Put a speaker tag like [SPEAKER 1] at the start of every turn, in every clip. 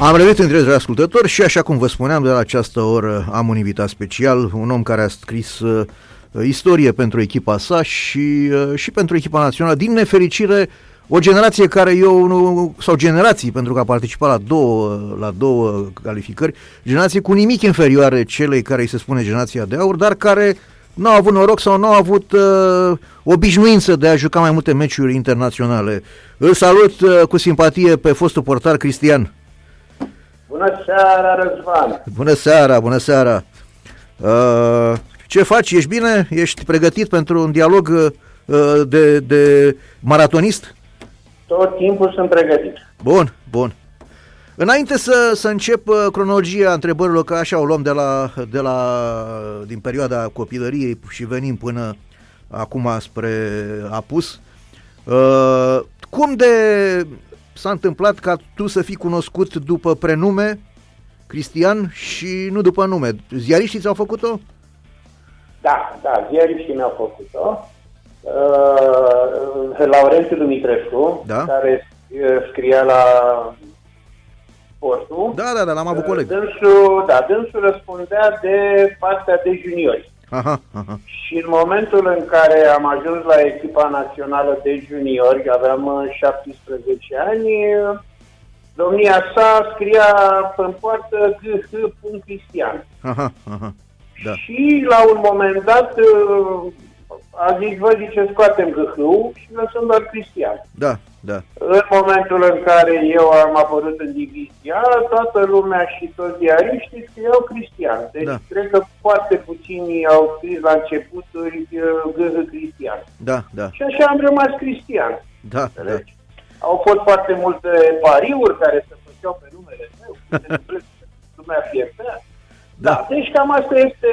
[SPEAKER 1] Am revenit între dragi ascultători și așa cum vă spuneam de la această oră am un invitat special, un om care a scris uh, istorie pentru echipa sa și, uh, și pentru echipa națională. Din nefericire, o generație care eu nu, sau generații, pentru că a participat la două, la două calificări, generații cu nimic inferioare celei care îi se spune generația de aur, dar care nu au avut noroc sau nu au avut uh, obișnuință de a juca mai multe meciuri internaționale. Îl salut uh, cu simpatie pe fostul portar Cristian.
[SPEAKER 2] Bună seara, Răzvan!
[SPEAKER 1] Bună seara, bună seara! Uh, ce faci? Ești bine? Ești pregătit pentru un dialog uh, de, de maratonist?
[SPEAKER 2] Tot timpul sunt pregătit.
[SPEAKER 1] Bun, bun. Înainte să, să încep uh, cronologia întrebărilor, că așa o luăm de la, de la, din perioada copilăriei și venim până acum spre apus, uh, cum de s-a întâmplat ca tu să fii cunoscut după prenume Cristian și nu după nume? Ziariștii ți-au făcut-o?
[SPEAKER 2] Da, da, ziariștii mi-au făcut-o. Uh, Laurențiu Dumitrescu,
[SPEAKER 1] Da.
[SPEAKER 2] care uh, scria la sportul.
[SPEAKER 1] Da, da, da, l-am avut coleg.
[SPEAKER 2] Uh, Dânsul, da, dânsul răspundea de partea de juniori.
[SPEAKER 1] Aha, aha.
[SPEAKER 2] Și în momentul în care am ajuns la echipa națională de juniori, aveam uh, 17 ani, uh, domnia sa scria în poartă GH. Cristian.
[SPEAKER 1] Aha, aha. Da.
[SPEAKER 2] Și la un moment dat uh, a zis, vă zice, scoatem GH-ul și lăsăm doar Cristian.
[SPEAKER 1] Da, da.
[SPEAKER 2] În momentul în care eu am apărut în divizia, toată lumea și toți diariștii scriau Cristian. Deci
[SPEAKER 1] Da.
[SPEAKER 2] da. cred că foarte puțini au scris la începuturi uh, GH Cristian.
[SPEAKER 1] Da, da,
[SPEAKER 2] Și așa am rămas Cristian.
[SPEAKER 1] da, da.
[SPEAKER 2] Înțelegi? Au fost foarte multe pariuri care se făceau pe numele meu, se întâmplă să lumea fiertă.
[SPEAKER 1] Da.
[SPEAKER 2] Da. da, deci cam asta este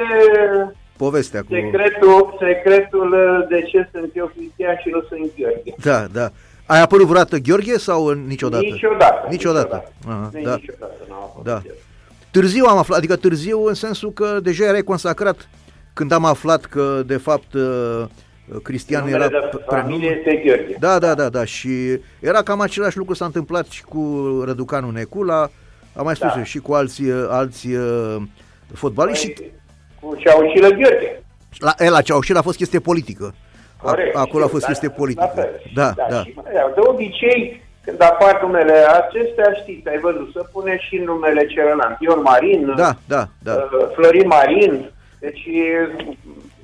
[SPEAKER 1] Povestea cu...
[SPEAKER 2] secretul, secretul uh, de ce sunt eu Cristian și nu sunt Gheorghe.
[SPEAKER 1] Da, da. Ai apărut vreodată Gheorghe sau în- niciodată?
[SPEAKER 2] Niciodată.
[SPEAKER 1] Niciodată. Aha,
[SPEAKER 2] Nici-
[SPEAKER 1] da.
[SPEAKER 2] niciodată n-am avut
[SPEAKER 1] Da.
[SPEAKER 2] el.
[SPEAKER 1] Târziu am aflat, adică târziu în sensul că deja erai consacrat când am aflat că de fapt uh, Cristian
[SPEAKER 2] Numele
[SPEAKER 1] era
[SPEAKER 2] de
[SPEAKER 1] pre-
[SPEAKER 2] familie
[SPEAKER 1] prenume.
[SPEAKER 2] este Gheorghe.
[SPEAKER 1] Da, da, da, da și era cam același lucru s-a întâmplat și cu Răducanu Necula, am mai spus
[SPEAKER 2] Da.
[SPEAKER 1] și cu alți, uh, alți uh, fotbaliști și
[SPEAKER 2] Păi, Cu Ceaușilă Gheorghe.
[SPEAKER 1] la, e, la Ceaușescu a fost chestie politică. A-
[SPEAKER 2] Corect,
[SPEAKER 1] Acolo a
[SPEAKER 2] știu,
[SPEAKER 1] fost
[SPEAKER 2] dar-
[SPEAKER 1] chestie
[SPEAKER 2] la
[SPEAKER 1] politică.
[SPEAKER 2] fel.
[SPEAKER 1] Da, da.
[SPEAKER 2] și, bă, de obicei, când apar numele acestea, știți, ai văzut, să pune și numele celălalt. Ion Marin,
[SPEAKER 1] Da, da, da.
[SPEAKER 2] uh, Florin Marin, deci uh,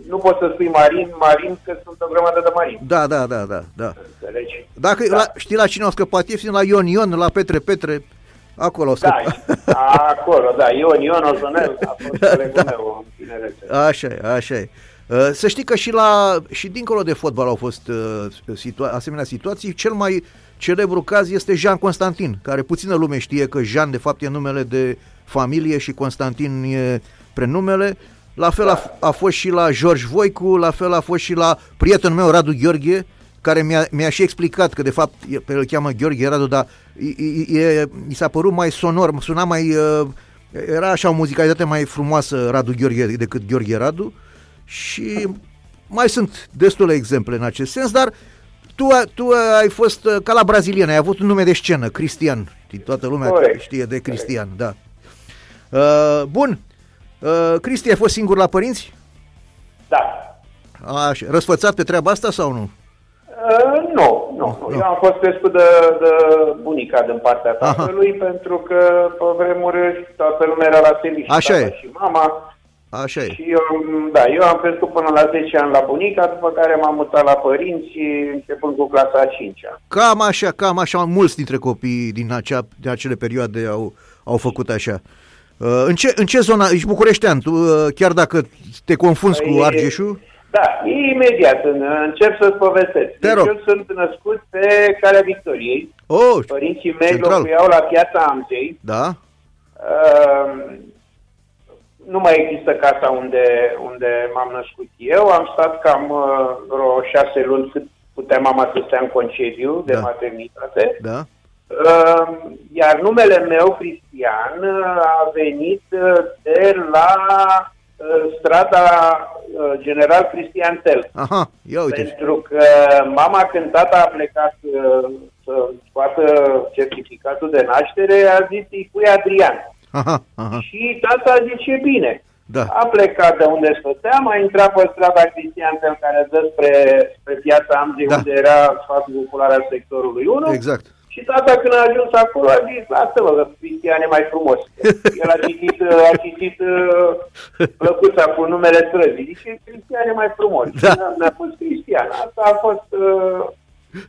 [SPEAKER 2] nu poți să spui Marin, Marin, că sunt o grămadă de Marin.
[SPEAKER 1] Da, da, da, da, da.
[SPEAKER 2] Înțelegi?
[SPEAKER 1] Dacă
[SPEAKER 2] Da.
[SPEAKER 1] la, știi la cine au scăpat ieftin, la Ion Ion, la Petre Petre, acolo au
[SPEAKER 2] Da,
[SPEAKER 1] scăpat.
[SPEAKER 2] acolo, da, Ion, Ion Ozonel a fost
[SPEAKER 1] Da,
[SPEAKER 2] colegul meu în tinerețe.
[SPEAKER 1] Așa e, așa e. Uh, Să știi că și, la, și dincolo de fotbal au fost uh, situa- asemenea situații. Cel mai celebru caz este Jean Constantin, care puțină lume știe că Jean de fapt e numele de familie și Constantin e prenumele. La fel a, f- a fost și la George Voicu, la fel a fost și la prietenul meu Radu Gheorghe, care mi-a, mi-a și explicat că de fapt e- pe el îl cheamă Gheorghe Radu, dar i- i- e, i s-a părut mai sonor, suna mai... uh, Era așa o muzicalitate mai frumoasă Radu Gheorghe decât Gheorghe Radu și mai sunt destule exemple în acest sens, dar tu, a- tu ai fost uh, ca la brazilian, ai avut un nume de scenă, Cristian. Știi, Toată lumea
[SPEAKER 2] Corect.
[SPEAKER 1] știe de Cristian, da. Uh, bun, uh, Cristi, ai fost singur la părinți?
[SPEAKER 2] Da,
[SPEAKER 1] Așa. Răsfățat pe treaba asta sau nu?
[SPEAKER 2] Uh, nu, nu, nu.
[SPEAKER 1] Nu.
[SPEAKER 2] Eu am fost crescut de, de bunica din partea tatălui, pentru că pe vremuri toată lumea era la serviciu,
[SPEAKER 1] Așa
[SPEAKER 2] tata
[SPEAKER 1] e.
[SPEAKER 2] și mama.
[SPEAKER 1] Așa e.
[SPEAKER 2] Și eu, am- da, eu am crescut până la 10 ani la bunica, după care m-am mutat la părinți, începând cu clasa a 5-a.
[SPEAKER 1] Cam așa, cam așa, mulți dintre copiii din, acea, din acele perioade au, au făcut așa. Uh, în, ce, în ce zona, ești bucureștean, tu, uh, chiar dacă te confunzi cu
[SPEAKER 2] Păi,
[SPEAKER 1] Argeșul?
[SPEAKER 2] Da, imediat în- încep să-ți povestesc. Deci
[SPEAKER 1] Te rog.
[SPEAKER 2] eu sunt născut pe Calea Victoriei.
[SPEAKER 1] Oh,
[SPEAKER 2] Părinții mei
[SPEAKER 1] Central.
[SPEAKER 2] locuiau la piața Amzei.
[SPEAKER 1] da,
[SPEAKER 2] Uh, nu mai există casa unde, unde m-am născut eu. Am stat cam uh, vreo șase luni cât putea mama să stea în concediu de
[SPEAKER 1] Da.
[SPEAKER 2] maternitate.
[SPEAKER 1] da,
[SPEAKER 2] Uh, iar numele meu, Cristian, uh, a venit uh, de la uh, strada uh, General Cristian Tel. Păi,
[SPEAKER 1] aha, ia uite,
[SPEAKER 2] Pentru că mama când tata a plecat uh, să scoată certificatul de naștere, a zis îi pui Adrian.
[SPEAKER 1] Aha, aha.
[SPEAKER 2] Și tata zice bine.
[SPEAKER 1] Ah. Da.
[SPEAKER 2] A plecat de unde stăteam, a intrat pe strada Cristian cel care dă spre, spre piața Amzi,
[SPEAKER 1] Da.
[SPEAKER 2] da. unde era sfatul popular al sectorului 1.
[SPEAKER 1] Exact.
[SPEAKER 2] Și tata când a ajuns acolo a zis, lasă-mă, că Cristian e mai frumos. El a citit, uh, a citit uh, plăcuța cu numele străzii. Zice, Cristian e mai frumos.
[SPEAKER 1] Da.
[SPEAKER 2] Mi-a fost Cristian. Asta a fost uh,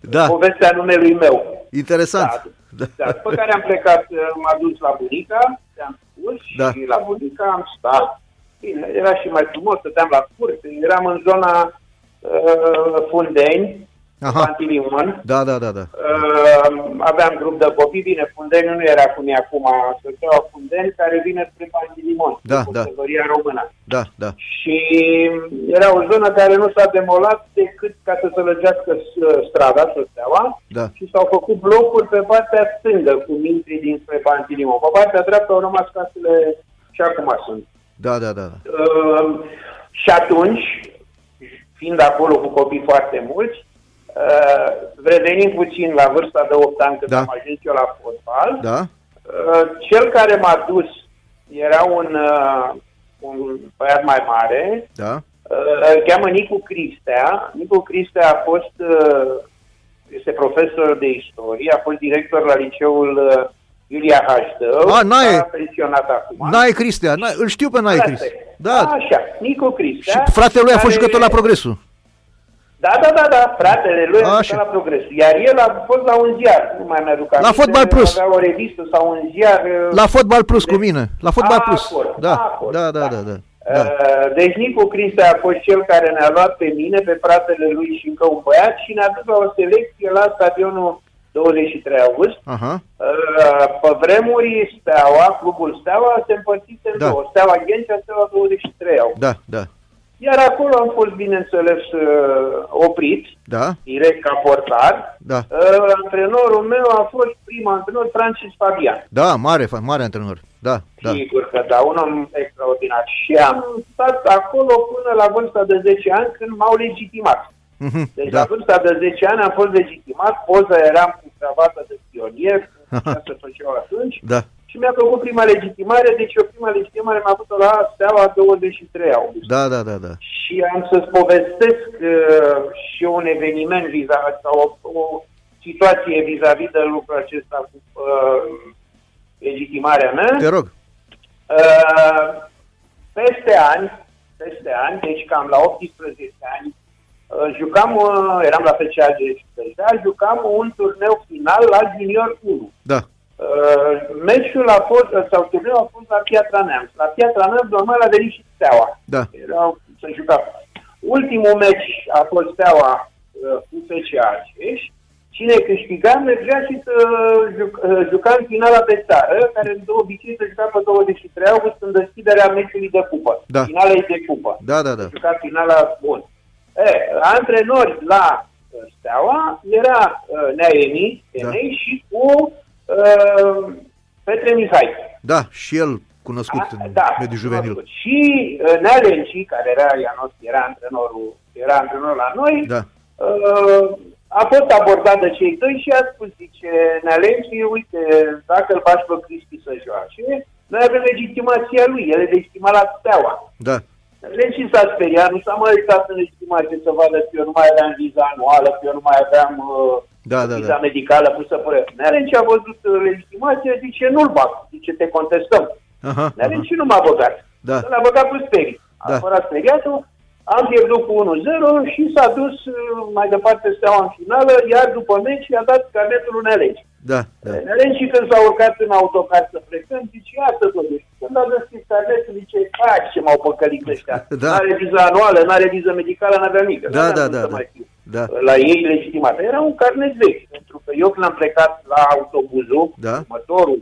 [SPEAKER 1] Da,
[SPEAKER 2] povestea numelui meu.
[SPEAKER 1] interesant.
[SPEAKER 2] Da, da. După care am plecat, uh, m-a dus la bunica, am spus,
[SPEAKER 1] Da.
[SPEAKER 2] da. și la bunica am stat. Bine, era și mai frumos, stăteam la curte, eram în zona uh, Fundeni,
[SPEAKER 1] Aha.
[SPEAKER 2] Pantilimon.
[SPEAKER 1] Da, da, da, da.
[SPEAKER 2] Uh, aveam grup de copii, bine, Fundeni nu era cum e acum, stăteau Fundeni care vine spre Pantilimon,
[SPEAKER 1] Da, da.
[SPEAKER 2] categoria română.
[SPEAKER 1] Da, da.
[SPEAKER 2] Și era o zonă care nu s-a demolat decât ca să se lăgească s- strada, să steaua,
[SPEAKER 1] Da.
[SPEAKER 2] și s-au făcut blocuri pe partea stângă cu mintrii dinspre Pantilimon. Pe partea dreaptă au rămas casele și acum sunt.
[SPEAKER 1] Da, da, da. da.
[SPEAKER 2] Uh, și atunci, fiind acolo cu copii foarte mulți, uh, revenind puțin la vârsta de 8 ani când
[SPEAKER 1] Da.
[SPEAKER 2] da. am ajuns eu la fotbal,
[SPEAKER 1] Da?
[SPEAKER 2] uh, cel care m-a dus era un, uh, un băiat mai mare,
[SPEAKER 1] Da.
[SPEAKER 2] uh, îl cheamă Nicu Cristea. Nicu Cristea a fost, uh, este profesor de istorie, a fost director la liceul uh, Iulia Hașdău,
[SPEAKER 1] A, Ah, n-ai-
[SPEAKER 2] a pensionat acum.
[SPEAKER 1] Nae Cristea, Nae, îl știu pe Nae Cristea. Da.
[SPEAKER 2] Așa, Nicu
[SPEAKER 1] Și
[SPEAKER 2] Cristea.
[SPEAKER 1] fratele lui a fost
[SPEAKER 2] da. care-
[SPEAKER 1] jucător la Progresul.
[SPEAKER 2] Da, da, da, da, fratele lui a
[SPEAKER 1] Așa.
[SPEAKER 2] jucat la progres. Iar el a fost la un ziar, nu mai mi-aduc aminte.
[SPEAKER 1] Fotbal Plus.
[SPEAKER 2] Avea o revistă sau un ziar. uh,
[SPEAKER 1] La Fotbal Plus cu mine. La Fotbal Plus.
[SPEAKER 2] Acolo,
[SPEAKER 1] Da,
[SPEAKER 2] acolo,
[SPEAKER 1] da, da, da, da. da.
[SPEAKER 2] Uh, Deci Nicu Cristea a fost cel care ne-a luat pe mine, pe fratele lui și încă un băiat și ne-a dus la o selecție la stadionul 23 august.
[SPEAKER 1] Aha.
[SPEAKER 2] Uh, Pe vremuri Steaua, clubul Steaua se împărțise în
[SPEAKER 1] Da.
[SPEAKER 2] două, Steaua Ghencea, Steaua 23 august.
[SPEAKER 1] Da, da.
[SPEAKER 2] Iar acolo am fost, bineînțeles, uh, oprit
[SPEAKER 1] Da,
[SPEAKER 2] direct ca portar.
[SPEAKER 1] da.
[SPEAKER 2] Uh, antrenorul meu a fost prim antrenor Francis Fabian.
[SPEAKER 1] Da, mare, fan, mare antrenor. Da, da.
[SPEAKER 2] Da. Sigur că da, un om extraordinar. Și am stat acolo până la vârsta de 10 ani când m-au legitimat.
[SPEAKER 1] Mhm,
[SPEAKER 2] Deci da. la
[SPEAKER 1] Da,
[SPEAKER 2] vârsta de 10 ani am fost legitimat, poza eram cu cravată de pionier, cu ce se făceau atunci,
[SPEAKER 1] da,
[SPEAKER 2] și mi-a făcut prima legitimare, deci eu prima legitimare m-am avut la Steaua 23 august.
[SPEAKER 1] da, da, da, da.
[SPEAKER 2] Și am să-ți povestesc uh, și eu un eveniment vis-a, sau o, o situație vis-a-vis de lucrul acesta cu uh, legitimarea mea.
[SPEAKER 1] Te rog.
[SPEAKER 2] Uh, peste ani, peste ani, deci cam la 18 ani, uh, jucam, uh, eram la FCAG și deja, jucam un turneu final la Junior 1.
[SPEAKER 1] Da,
[SPEAKER 2] Uh, meciul a fost, sau turneul a fost la Piatra Neamț. La Piatra Neamț, normal, a venit și Steaua.
[SPEAKER 1] da,
[SPEAKER 2] Erau să juca. Ultimul meci a fost Steaua uh, cu FCA Argeș. Cine câștiga mergea și să juc, uh, juca în finala pe țară, care în două obicei se juca pe 23 august în deschiderea meciului de cupă.
[SPEAKER 1] Da.
[SPEAKER 2] Finala e de cupă.
[SPEAKER 1] da, da, da.
[SPEAKER 2] Juca finala bun. E, antrenori la uh, Steaua era uh, Neaemi,
[SPEAKER 1] Da.
[SPEAKER 2] da. și cu uh, Petre Mihai.
[SPEAKER 1] Da, și el cunoscut
[SPEAKER 2] A,
[SPEAKER 1] în
[SPEAKER 2] da,
[SPEAKER 1] mediul juvenil.
[SPEAKER 2] cunoscut. Și uh, Nea Lenci, care era Ianos, era antrenorul, era antrenor la noi,
[SPEAKER 1] Da,
[SPEAKER 2] uh, a fost abordat de cei doi și a spus, zice, Nea Lenci, uite, dacă îl faci pe Cristi să joace, noi avem legitimația lui, el e legitimat la steaua.
[SPEAKER 1] da,
[SPEAKER 2] Lenci Deci s-a speriat, nu s-a mai uitat în legitimație să vadă că eu nu mai aveam viza anuală, că eu nu mai aveam uh,
[SPEAKER 1] Da, da,
[SPEAKER 2] viza
[SPEAKER 1] da.
[SPEAKER 2] medicală pusă pe Nea Lenci a văzut uh, legitimația, zice, nu-l bag, zice, te contestăm.
[SPEAKER 1] aha,
[SPEAKER 2] Dar
[SPEAKER 1] aha.
[SPEAKER 2] nici nu m-a băgat.
[SPEAKER 1] Da.
[SPEAKER 2] L-a băgat cu sperii.
[SPEAKER 1] Da.
[SPEAKER 2] A apărat speriatul, am pierdut cu 1-0 și s-a dus uh, mai departe steaua în finală, iar după meci i-a dat carnetul unei legi.
[SPEAKER 1] Da, da,
[SPEAKER 2] Da. și când s-a urcat în autocar să plecăm, zice, ia să totuși. Când a deschis carnetul, zice, faci ce m-au păcălit ăștia.
[SPEAKER 1] Da.
[SPEAKER 2] N-are viză anuală, n-are viză medicală, n-avea nică.
[SPEAKER 1] Da,
[SPEAKER 2] N-aveam
[SPEAKER 1] da,
[SPEAKER 2] cum
[SPEAKER 1] da,
[SPEAKER 2] să
[SPEAKER 1] da.
[SPEAKER 2] mai fiu
[SPEAKER 1] da,
[SPEAKER 2] la ei legitimată. Era un carnet vechi, pentru că eu când am plecat la autobuzul,
[SPEAKER 1] Da.
[SPEAKER 2] următorul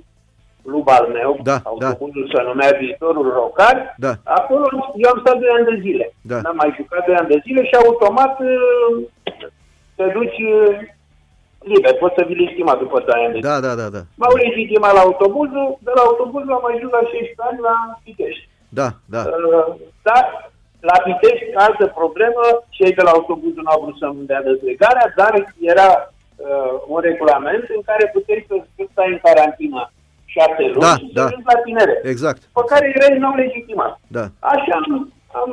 [SPEAKER 2] club al meu,
[SPEAKER 1] Da,
[SPEAKER 2] autobuzul se numea Viitorul Rocar,
[SPEAKER 1] Da.
[SPEAKER 2] acolo eu am stat 2 ani de zile.
[SPEAKER 1] Da.
[SPEAKER 2] N-am mai jucat 2 ani de zile și automat uh, te duci uh, liber, poți să vii legitimat după 2 ani de zile.
[SPEAKER 1] da, da, da, da.
[SPEAKER 2] M-au legitimat la autobuzul, de la autobuz am ajuns la 16 ani la Pitești.
[SPEAKER 1] Da, da,
[SPEAKER 2] Uh, dar la Pitești, altă problemă, cei de la autobuzul nu au vrut să-mi dea dezlegarea, dar era uh, un regulament în care puteai să stai în carantină șapte luni
[SPEAKER 1] Da,
[SPEAKER 2] și
[SPEAKER 1] da.
[SPEAKER 2] să ajungi la tinere,
[SPEAKER 1] Exact,
[SPEAKER 2] pe care erai nou legitimat.
[SPEAKER 1] da.
[SPEAKER 2] Așa am, am,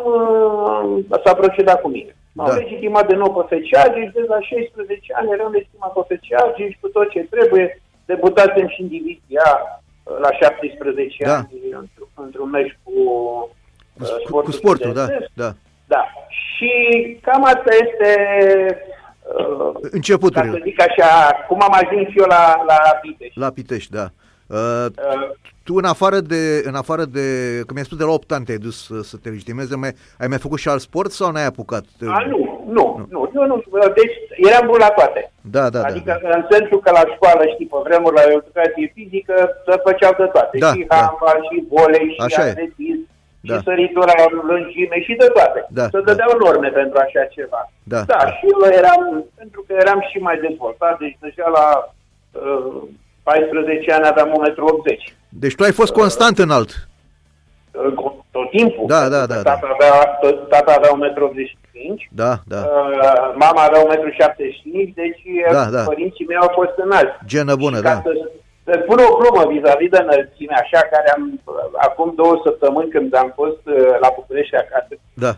[SPEAKER 2] uh, s-a procedat cu mine. M-am
[SPEAKER 1] Da.
[SPEAKER 2] legitimat de nou pe FCA, deci de la 16 ani eram legitimat pe FCA, deci cu tot ce trebuie, debutasem și în divizia uh, la 17
[SPEAKER 1] Da.
[SPEAKER 2] ani într- într-un meci cu, uh,
[SPEAKER 1] Cu, cu sportul, da,
[SPEAKER 2] studențesc.
[SPEAKER 1] da.
[SPEAKER 2] da. Și cam asta este uh, ca să
[SPEAKER 1] Începuturile
[SPEAKER 2] zic așa, cum am ajuns eu la, la Pitești.
[SPEAKER 1] la Pitești, da. Uh,
[SPEAKER 2] Uh,
[SPEAKER 1] tu în afară de, în afară de, că mi-ai spus de la 8 ani te-ai dus uh, să te legitimezi, mai, ai mai făcut și alt sport sau n-ai apucat?
[SPEAKER 2] a, nu, nu, nu, eu nu, deci eram bun la toate.
[SPEAKER 1] Da, da,
[SPEAKER 2] Da,
[SPEAKER 1] da.
[SPEAKER 2] adică da. în sensul că la școală, știi, pe vremuri la educație fizică, se făceau de toate.
[SPEAKER 1] Da,
[SPEAKER 2] și
[SPEAKER 1] da.
[SPEAKER 2] handbal, și volei, și
[SPEAKER 1] Așa e.
[SPEAKER 2] atletism,
[SPEAKER 1] Da.
[SPEAKER 2] și săritura în lungime, și de toate.
[SPEAKER 1] Da,
[SPEAKER 2] se
[SPEAKER 1] da.
[SPEAKER 2] dădeau norme pentru așa ceva.
[SPEAKER 1] Da,
[SPEAKER 2] da,
[SPEAKER 1] da.
[SPEAKER 2] și eu eram, pentru că eram și mai dezvoltat, deci deja la uh, 14 ani aveam 1,80 m.
[SPEAKER 1] Deci tu ai fost constant înalt.
[SPEAKER 2] tot timpul.
[SPEAKER 1] Da, da, da,
[SPEAKER 2] Tata avea, tot- tata avea 1,85 m,
[SPEAKER 1] Da, da.
[SPEAKER 2] uh, mama avea 1,75 m, deci
[SPEAKER 1] Da,
[SPEAKER 2] uh,
[SPEAKER 1] da.
[SPEAKER 2] părinții mei au fost înalți.
[SPEAKER 1] Genă bună,
[SPEAKER 2] Și ca
[SPEAKER 1] da.
[SPEAKER 2] Să, să spun o glumă vis-a-vis de înălțime, așa, care am, acum două săptămâni când am fost uh, la București acasă,
[SPEAKER 1] Da.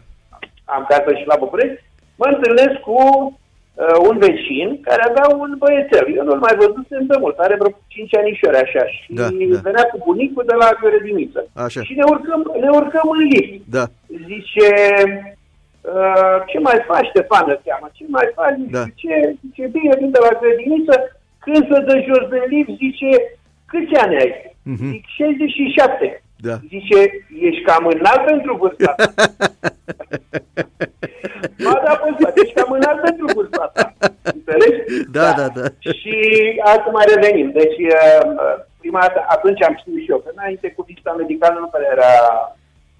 [SPEAKER 2] am casă și la București, mă întâlnesc cu uh, un vecin care avea un băiețel. Eu nu-l mai văzusem de mult, are vreo 5 anișori așa și
[SPEAKER 1] Da, da.
[SPEAKER 2] venea cu bunicul de la Gărădiniță.
[SPEAKER 1] Așa.
[SPEAKER 2] Și ne urcăm, ne urcăm în lift.
[SPEAKER 1] Da.
[SPEAKER 2] Zice, "Uh, ce mai faci, Ștefan, îl cheamă, ce mai faci? Zice,
[SPEAKER 1] Da.
[SPEAKER 2] ce, zice, bine, vin de la grădiniță, când să dă jos de lift, zice, câți ani ai?
[SPEAKER 1] Mhm.
[SPEAKER 2] Zic, 67.
[SPEAKER 1] Da.
[SPEAKER 2] Zice, ești cam înalt pentru vârsta ta. Ba da, păi, frate, ești cam înalt pentru vârsta ta. Înțelegi?
[SPEAKER 1] Da, da, da.
[SPEAKER 2] Și acum revenim. Deci, uh, prima dată, atunci am știut și eu, că înainte cu vizita medicală nu prea era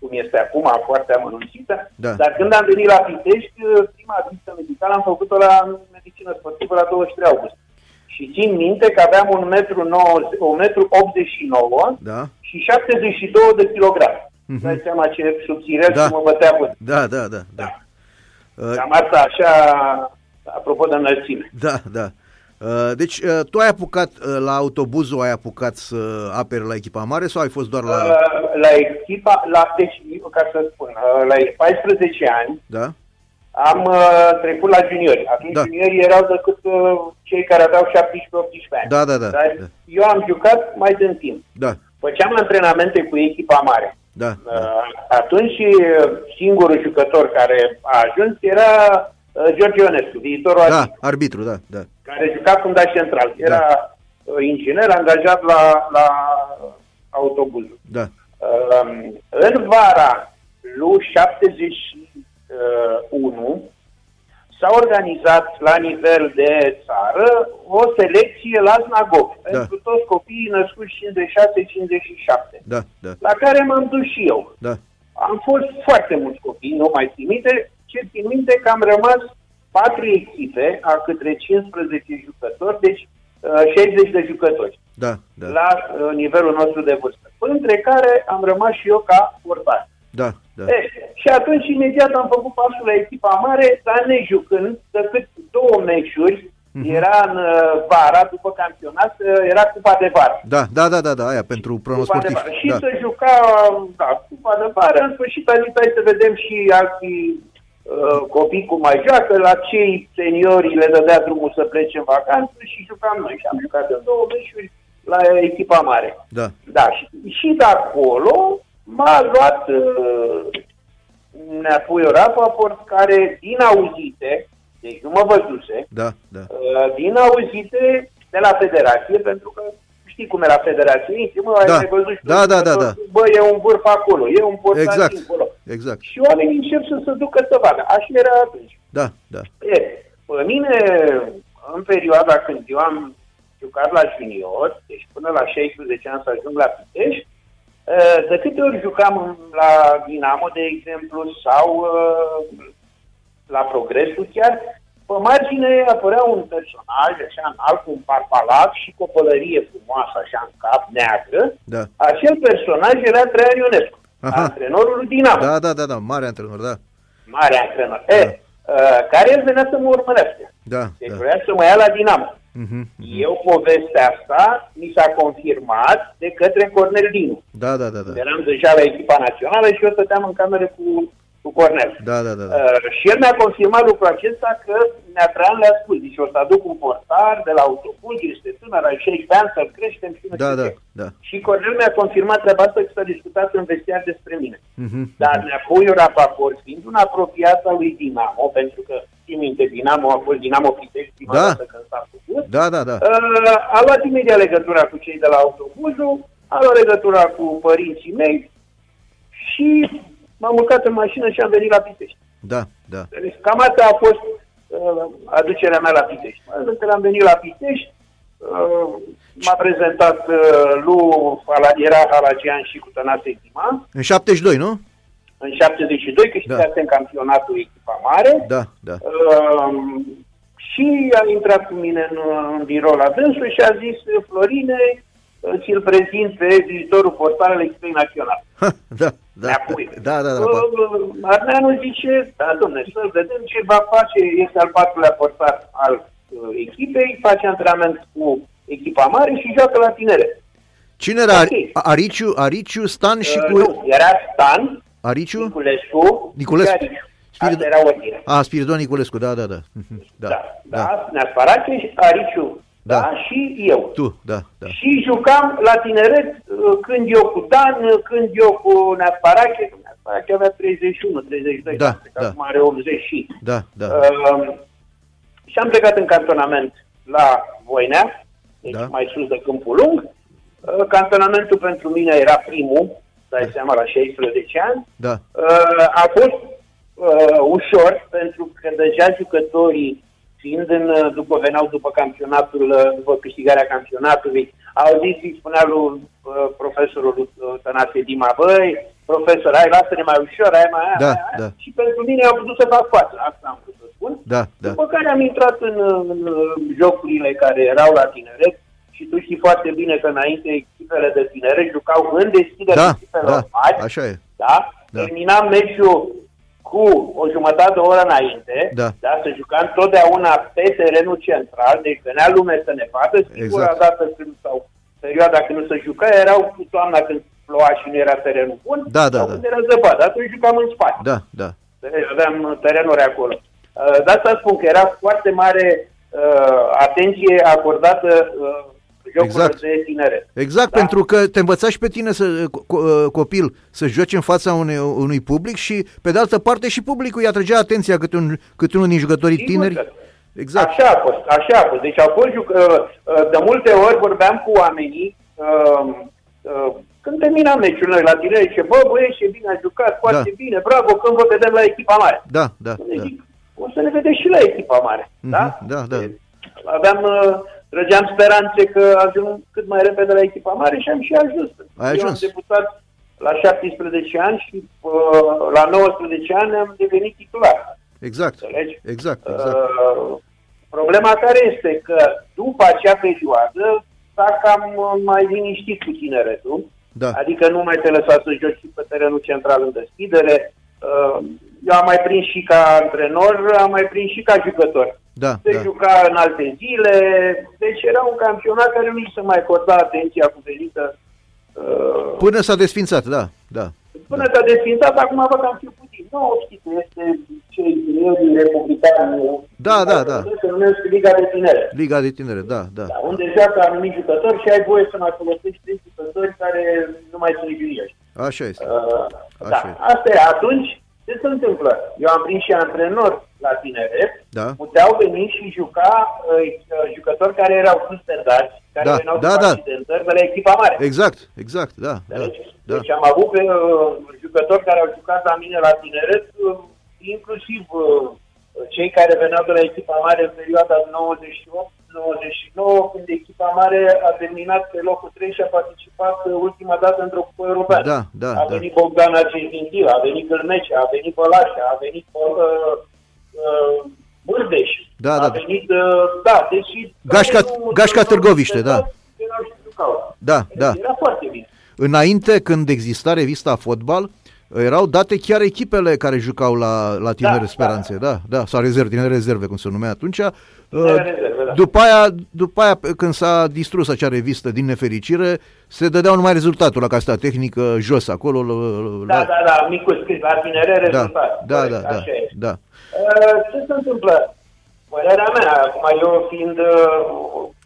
[SPEAKER 2] cum este acum, foarte amănunțită,
[SPEAKER 1] Da.
[SPEAKER 2] dar când am venit la Pitești, uh, prima vizită medicală am făcut-o la medicină sportivă la 23 august. Și țin minte că aveam 1,89 m
[SPEAKER 1] Da. Mhm.
[SPEAKER 2] și 72 de kilograme. Mm-hmm. Dai seama ce subțire
[SPEAKER 1] Da.
[SPEAKER 2] da. mă bătea cu
[SPEAKER 1] Da, da, da, da. Uh,
[SPEAKER 2] Cam asta așa, apropo de înălțime.
[SPEAKER 1] Da, da. Uh, Deci uh, tu ai apucat uh, la autobuzul, ai apucat să aperi la echipa mare sau ai fost doar la...
[SPEAKER 2] Uh, La echipa, la, deci, ca să spun, uh, la 14 ani
[SPEAKER 1] Da?
[SPEAKER 2] am uh, trecut la juniori. Atunci
[SPEAKER 1] Da.
[SPEAKER 2] da. juniorii erau decât uh, cei care aveau 17-18 ani.
[SPEAKER 1] Da, da, da,
[SPEAKER 2] Dar
[SPEAKER 1] da.
[SPEAKER 2] eu am jucat mai din timp.
[SPEAKER 1] Da,
[SPEAKER 2] Făceam antrenamente cu echipa mare.
[SPEAKER 1] da, da.
[SPEAKER 2] Uh, Atunci uh, singurul jucător care a ajuns era uh, George Ionescu, viitorul
[SPEAKER 1] Da,
[SPEAKER 2] arbitru,
[SPEAKER 1] arbitru, da, da.
[SPEAKER 2] care juca fundaș central. Era uh, inginer angajat la, la autobuz.
[SPEAKER 1] Da,
[SPEAKER 2] Uh, În vara lui 71 s-a organizat la nivel de țară o selecție la Znagov pentru toți copiii născuți 56-57,
[SPEAKER 1] da, da,
[SPEAKER 2] la care m-am dus și eu.
[SPEAKER 1] da.
[SPEAKER 2] Am fost foarte mulți copii, nu mai țin minte, ce țin minte că am rămas patru echipe a către 15 jucători, deci uh, 60 de jucători
[SPEAKER 1] Da, da,
[SPEAKER 2] la uh, nivelul nostru de vârstă, între care am rămas și eu ca portar.
[SPEAKER 1] da, da,
[SPEAKER 2] E, și atunci imediat am făcut pasul la echipa mare, dar ne jucând decât două meciuri,
[SPEAKER 1] Mhm.
[SPEAKER 2] era în uh, vara, după campionat, uh, era cupa de vară.
[SPEAKER 1] da, da, da, da, da, aia pentru
[SPEAKER 2] Cupa de
[SPEAKER 1] pronosportiv.
[SPEAKER 2] vară. Și
[SPEAKER 1] Da,
[SPEAKER 2] se juca, da, cupa de vară, în sfârșit, adică hai să vedem și alții uh, copii cum mai joacă, la cei seniori le dădea drumul să plece în vacanță și jucam noi. Și am jucat în două meciuri la echipa mare.
[SPEAKER 1] da,
[SPEAKER 2] Da, și, și de acolo m-a luat uh, Neapuiu Rapaport, care din auzite, deci nu mă văzuse,
[SPEAKER 1] da, da,
[SPEAKER 2] Uh, din auzite de la federație, pentru că știi cum e la federație, zice, mă, ai
[SPEAKER 1] Da.
[SPEAKER 2] mai văzut și tu,
[SPEAKER 1] Da, da, da, da.
[SPEAKER 2] bă, e un vârf acolo, e un portar
[SPEAKER 1] Exact.
[SPEAKER 2] dincolo.
[SPEAKER 1] exact.
[SPEAKER 2] Și oamenii încep să se ducă să vadă. Așa era atunci.
[SPEAKER 1] Da, da,
[SPEAKER 2] E, pe mine, în perioada când eu am jucat la junior, deci până la 16 ani să ajung la Pitești, uh, de câte ori jucam în- la Dinamo, de exemplu, sau uh, la Progresul chiar, pe margine apărea un personaj, așa, înalt, cu un parpalat și cu o pălărie frumoasă, așa, în cap, neagră.
[SPEAKER 1] da.
[SPEAKER 2] Acel personaj era Traian Ionescu,
[SPEAKER 1] Aha.
[SPEAKER 2] antrenorul lui Dinamo
[SPEAKER 1] Da, da, da, da, mare antrenor, da.
[SPEAKER 2] mare antrenor. E, uh, care el venea să mă urmărească.
[SPEAKER 1] Da,
[SPEAKER 2] Deci
[SPEAKER 1] da.
[SPEAKER 2] vrea să mă ia la Dinamo.
[SPEAKER 1] Mhm, mhm.
[SPEAKER 2] Eu povestea asta mi s-a confirmat de către Cornel Dinu.
[SPEAKER 1] Da, da, da, da.
[SPEAKER 2] Eram deja la echipa națională și eu stăteam în cameră cu, cu Cornel.
[SPEAKER 1] Da, da, da, da.
[SPEAKER 2] Uh, și el mi-a confirmat lucrul acesta că Neatran le-a spus, zice, o să aduc un portar de la autobuz, este tânăr, are 16 ani, să-l creștem și nu
[SPEAKER 1] Da,
[SPEAKER 2] știu
[SPEAKER 1] da,
[SPEAKER 2] ce.
[SPEAKER 1] da.
[SPEAKER 2] Și Cornel mi-a confirmat treaba asta că s-a discutat în vestiar despre mine.
[SPEAKER 1] Mhm.
[SPEAKER 2] Dar Neapoiu Rapaport, fiind un apropiat al lui Dinamo, pentru că, țin minte, Dinamo a fost Dinamo Pitești prima
[SPEAKER 1] Da.
[SPEAKER 2] dată când s-a făcut,
[SPEAKER 1] Da, da, da.
[SPEAKER 2] Uh, a luat imediat legătura cu cei de la autobuzul, a luat legătura cu părinții mei și m-am urcat în mașină și am venit la Pitești.
[SPEAKER 1] Da, da.
[SPEAKER 2] Deci cam asta a fost uh, aducerea mea la Pitești. În momentul în care am venit la Pitești, uh, m-a prezentat uh, lui, Hala- era Halagian și cu Tănase Tima,
[SPEAKER 1] În 72, nu?
[SPEAKER 2] în 72, câștigase
[SPEAKER 1] Da.
[SPEAKER 2] în campionatul echipa mare.
[SPEAKER 1] Da, da.
[SPEAKER 2] Um, și a intrat cu mine în, în birou la dânsul și a zis, Florine, ți-l prezint pe viitorul portar al echipei naționale.
[SPEAKER 1] Ha, Da, da.
[SPEAKER 2] Neapoi.
[SPEAKER 1] Da, da, da.
[SPEAKER 2] Uh,
[SPEAKER 1] da.
[SPEAKER 2] uh, Arneanu zice, da, domne, să vedem ce va face, este al patrulea portar al uh, echipei, face antrenament cu echipa mare și joacă la tinere.
[SPEAKER 1] Cine era Ari-
[SPEAKER 2] ok.
[SPEAKER 1] Ariciu, Ariciu, Stan și
[SPEAKER 2] Uh,
[SPEAKER 1] cu...
[SPEAKER 2] nu, era Stan,
[SPEAKER 1] Ariciu?
[SPEAKER 2] Niculescu,
[SPEAKER 1] Niculescu.
[SPEAKER 2] și Ariu.
[SPEAKER 1] Spiridon-
[SPEAKER 2] Asta era ordinea.
[SPEAKER 1] A, Spiridon Niculescu, da, da, da. Mhm,
[SPEAKER 2] Da, da, da. Neasparache, Ariciu, da.
[SPEAKER 1] Da.
[SPEAKER 2] da, și eu.
[SPEAKER 1] Tu, da, da.
[SPEAKER 2] Și jucam la tineret uh, când eu cu Dan, uh, când eu cu Neasparache, că Neasparache avea 31, 32,
[SPEAKER 1] Da,
[SPEAKER 2] că
[SPEAKER 1] da.
[SPEAKER 2] acum are 80 și.
[SPEAKER 1] Da, da.
[SPEAKER 2] Uh, și am plecat în cantonament la Voinea, deci
[SPEAKER 1] Da.
[SPEAKER 2] mai sus de Câmpul Lung. Uh, cantonamentul pentru mine era primul, dai seama, la 16 ani.
[SPEAKER 1] Da.
[SPEAKER 2] Uh, a fost uh, ușor, pentru că deja jucătorii, fiind în, uh, după veneau după campionatul, uh, după câștigarea campionatului, au zis, îi spunea lui uh, profesorul uh, Tănase Dima, băi, profesor, hai, lasă-ne mai ușor, hai mai aia,
[SPEAKER 1] Da,
[SPEAKER 2] mai aia."
[SPEAKER 1] da.
[SPEAKER 2] Și pentru mine au putut să fac față, asta am vrut să spun.
[SPEAKER 1] Da, da.
[SPEAKER 2] După care am intrat în, uh, în uh, jocurile care erau la tineret și tu știi foarte bine că înainte echipele de tineret jucau în deschidere
[SPEAKER 1] Da,
[SPEAKER 2] echipelor
[SPEAKER 1] da,
[SPEAKER 2] mari,
[SPEAKER 1] așa e.
[SPEAKER 2] da?
[SPEAKER 1] Da.
[SPEAKER 2] Terminam meciul cu o jumătate de oră înainte,
[SPEAKER 1] Da.
[SPEAKER 2] să jucam totdeauna pe terenul central, deci venea lume să ne vadă, singura
[SPEAKER 1] Exact.
[SPEAKER 2] dată când sau perioada când nu se juca erau cu toamna când ploua și nu era terenul bun,
[SPEAKER 1] Da, da,
[SPEAKER 2] sau
[SPEAKER 1] da.
[SPEAKER 2] când era zăpadă, atunci jucam în spate.
[SPEAKER 1] Da, da.
[SPEAKER 2] Deci Aveam terenuri acolo. Uh, De asta spun că era foarte mare uh, atenție acordată uh, jocurilor
[SPEAKER 1] Exact.
[SPEAKER 2] de tineret.
[SPEAKER 1] Exact,
[SPEAKER 2] Da.
[SPEAKER 1] pentru că te învăța și pe tine, să, co- co- copil, să joci în fața unei, unui public și, pe de altă parte, și publicul i atrăgea atenția cât, un, cât unul din jucătorii
[SPEAKER 2] Sigur că-
[SPEAKER 1] tineri. Exact,
[SPEAKER 2] Așa a fost, așa a fost. Deci au fost juc- uh, uh, de multe ori vorbeam cu oamenii uh, uh, când terminam meciul noi la tine, zice, bă, băieți, ce bine a jucat, foarte
[SPEAKER 1] Da.
[SPEAKER 2] bine, bravo, când vă vedem la echipa mare.
[SPEAKER 1] da, da,
[SPEAKER 2] Ne
[SPEAKER 1] da.
[SPEAKER 2] Zic, o să ne vedem și la echipa mare,
[SPEAKER 1] Mhm,
[SPEAKER 2] da?
[SPEAKER 1] da, da.
[SPEAKER 2] Deci, Aveam, uh, trăgeam speranțe că ajung cât mai repede la echipa mare și am și ajuns.
[SPEAKER 1] Ai ajuns.
[SPEAKER 2] Eu am debutat la 17 ani și uh, la 19 ani am devenit titular.
[SPEAKER 1] Exact,
[SPEAKER 2] Înțelegi?
[SPEAKER 1] exact, exact.
[SPEAKER 2] Uh, problema care este că după acea perioadă s-a cam uh, mai liniștit cu tineretul,
[SPEAKER 1] Da,
[SPEAKER 2] adică nu mai te lăsa să joci și pe terenul central în deschidere. Uh, eu am mai prins și ca antrenor, am mai prins și ca jucător.
[SPEAKER 1] da,
[SPEAKER 2] Se
[SPEAKER 1] da.
[SPEAKER 2] juca în alte zile, deci era un campionat care nu i se mai acorda atenția cuvenită uh,
[SPEAKER 1] Până s-a desfințat, da, da.
[SPEAKER 2] Până s-a desfințat, acum văd că am fi puțin. Nu, știi că este cei tineri republicani.
[SPEAKER 1] Da, da, da.
[SPEAKER 2] Se numesc Liga de Tinere.
[SPEAKER 1] Liga de tinere, da, da.
[SPEAKER 2] Da, unde joacă anumit jucători și ai voie să mai folosești trei jucători care nu mai sunt juniori.
[SPEAKER 1] Așa este.
[SPEAKER 2] Uh, da,
[SPEAKER 1] Așa e.
[SPEAKER 2] asta e. Atunci, ce se întâmplă? Eu am prins și antrenor la tineret.
[SPEAKER 1] Da.
[SPEAKER 2] Puteau veni și juca uh, jucători care erau suspendați, care
[SPEAKER 1] Da,
[SPEAKER 2] veneau
[SPEAKER 1] da,
[SPEAKER 2] cu
[SPEAKER 1] da.
[SPEAKER 2] accidentări de la echipa mare.
[SPEAKER 1] Exact, exact, da, da,
[SPEAKER 2] Înțelegi?
[SPEAKER 1] da.
[SPEAKER 2] Deci am avut pe, uh, jucători care au jucat la mine la tineret, uh, inclusiv uh, cei care veneau de la echipa mare în perioada 98-99, când echipa mare a terminat pe locul 3 și a participat uh, ultima dată într-o cupă europeană.
[SPEAKER 1] Da, da,
[SPEAKER 2] a
[SPEAKER 1] da.
[SPEAKER 2] venit Bogdan Argentintil, a venit Gâlmecea, a venit Bălașa, a venit uh, uh, Bârdeș,
[SPEAKER 1] Da,
[SPEAKER 2] a
[SPEAKER 1] da.
[SPEAKER 2] venit, uh, da, deci...
[SPEAKER 1] Gașca-
[SPEAKER 2] nu-
[SPEAKER 1] Gașca
[SPEAKER 2] nu-
[SPEAKER 1] Târgoviște, da.
[SPEAKER 2] erau și jucau.
[SPEAKER 1] Da, da.
[SPEAKER 2] Era foarte bine.
[SPEAKER 1] Înainte, când exista revista Fotbal, Erau date chiar echipele care jucau la, la Tinere da, Speranțe, da, da, da sau rezerve, Tinere Rezerve, cum se numea atunci. Uh,
[SPEAKER 2] Rezerve, da.
[SPEAKER 1] După aia, după aia, când s-a distrus acea revistă din nefericire, se dădeau numai rezultatul la casta tehnică, jos acolo.
[SPEAKER 2] Da, la... da, da, micul scris, la Tinere Rezultat.
[SPEAKER 1] Da, da, da, da, da.
[SPEAKER 2] Uh, Ce se întâmplă? Părerea mea, acum eu fiind uh,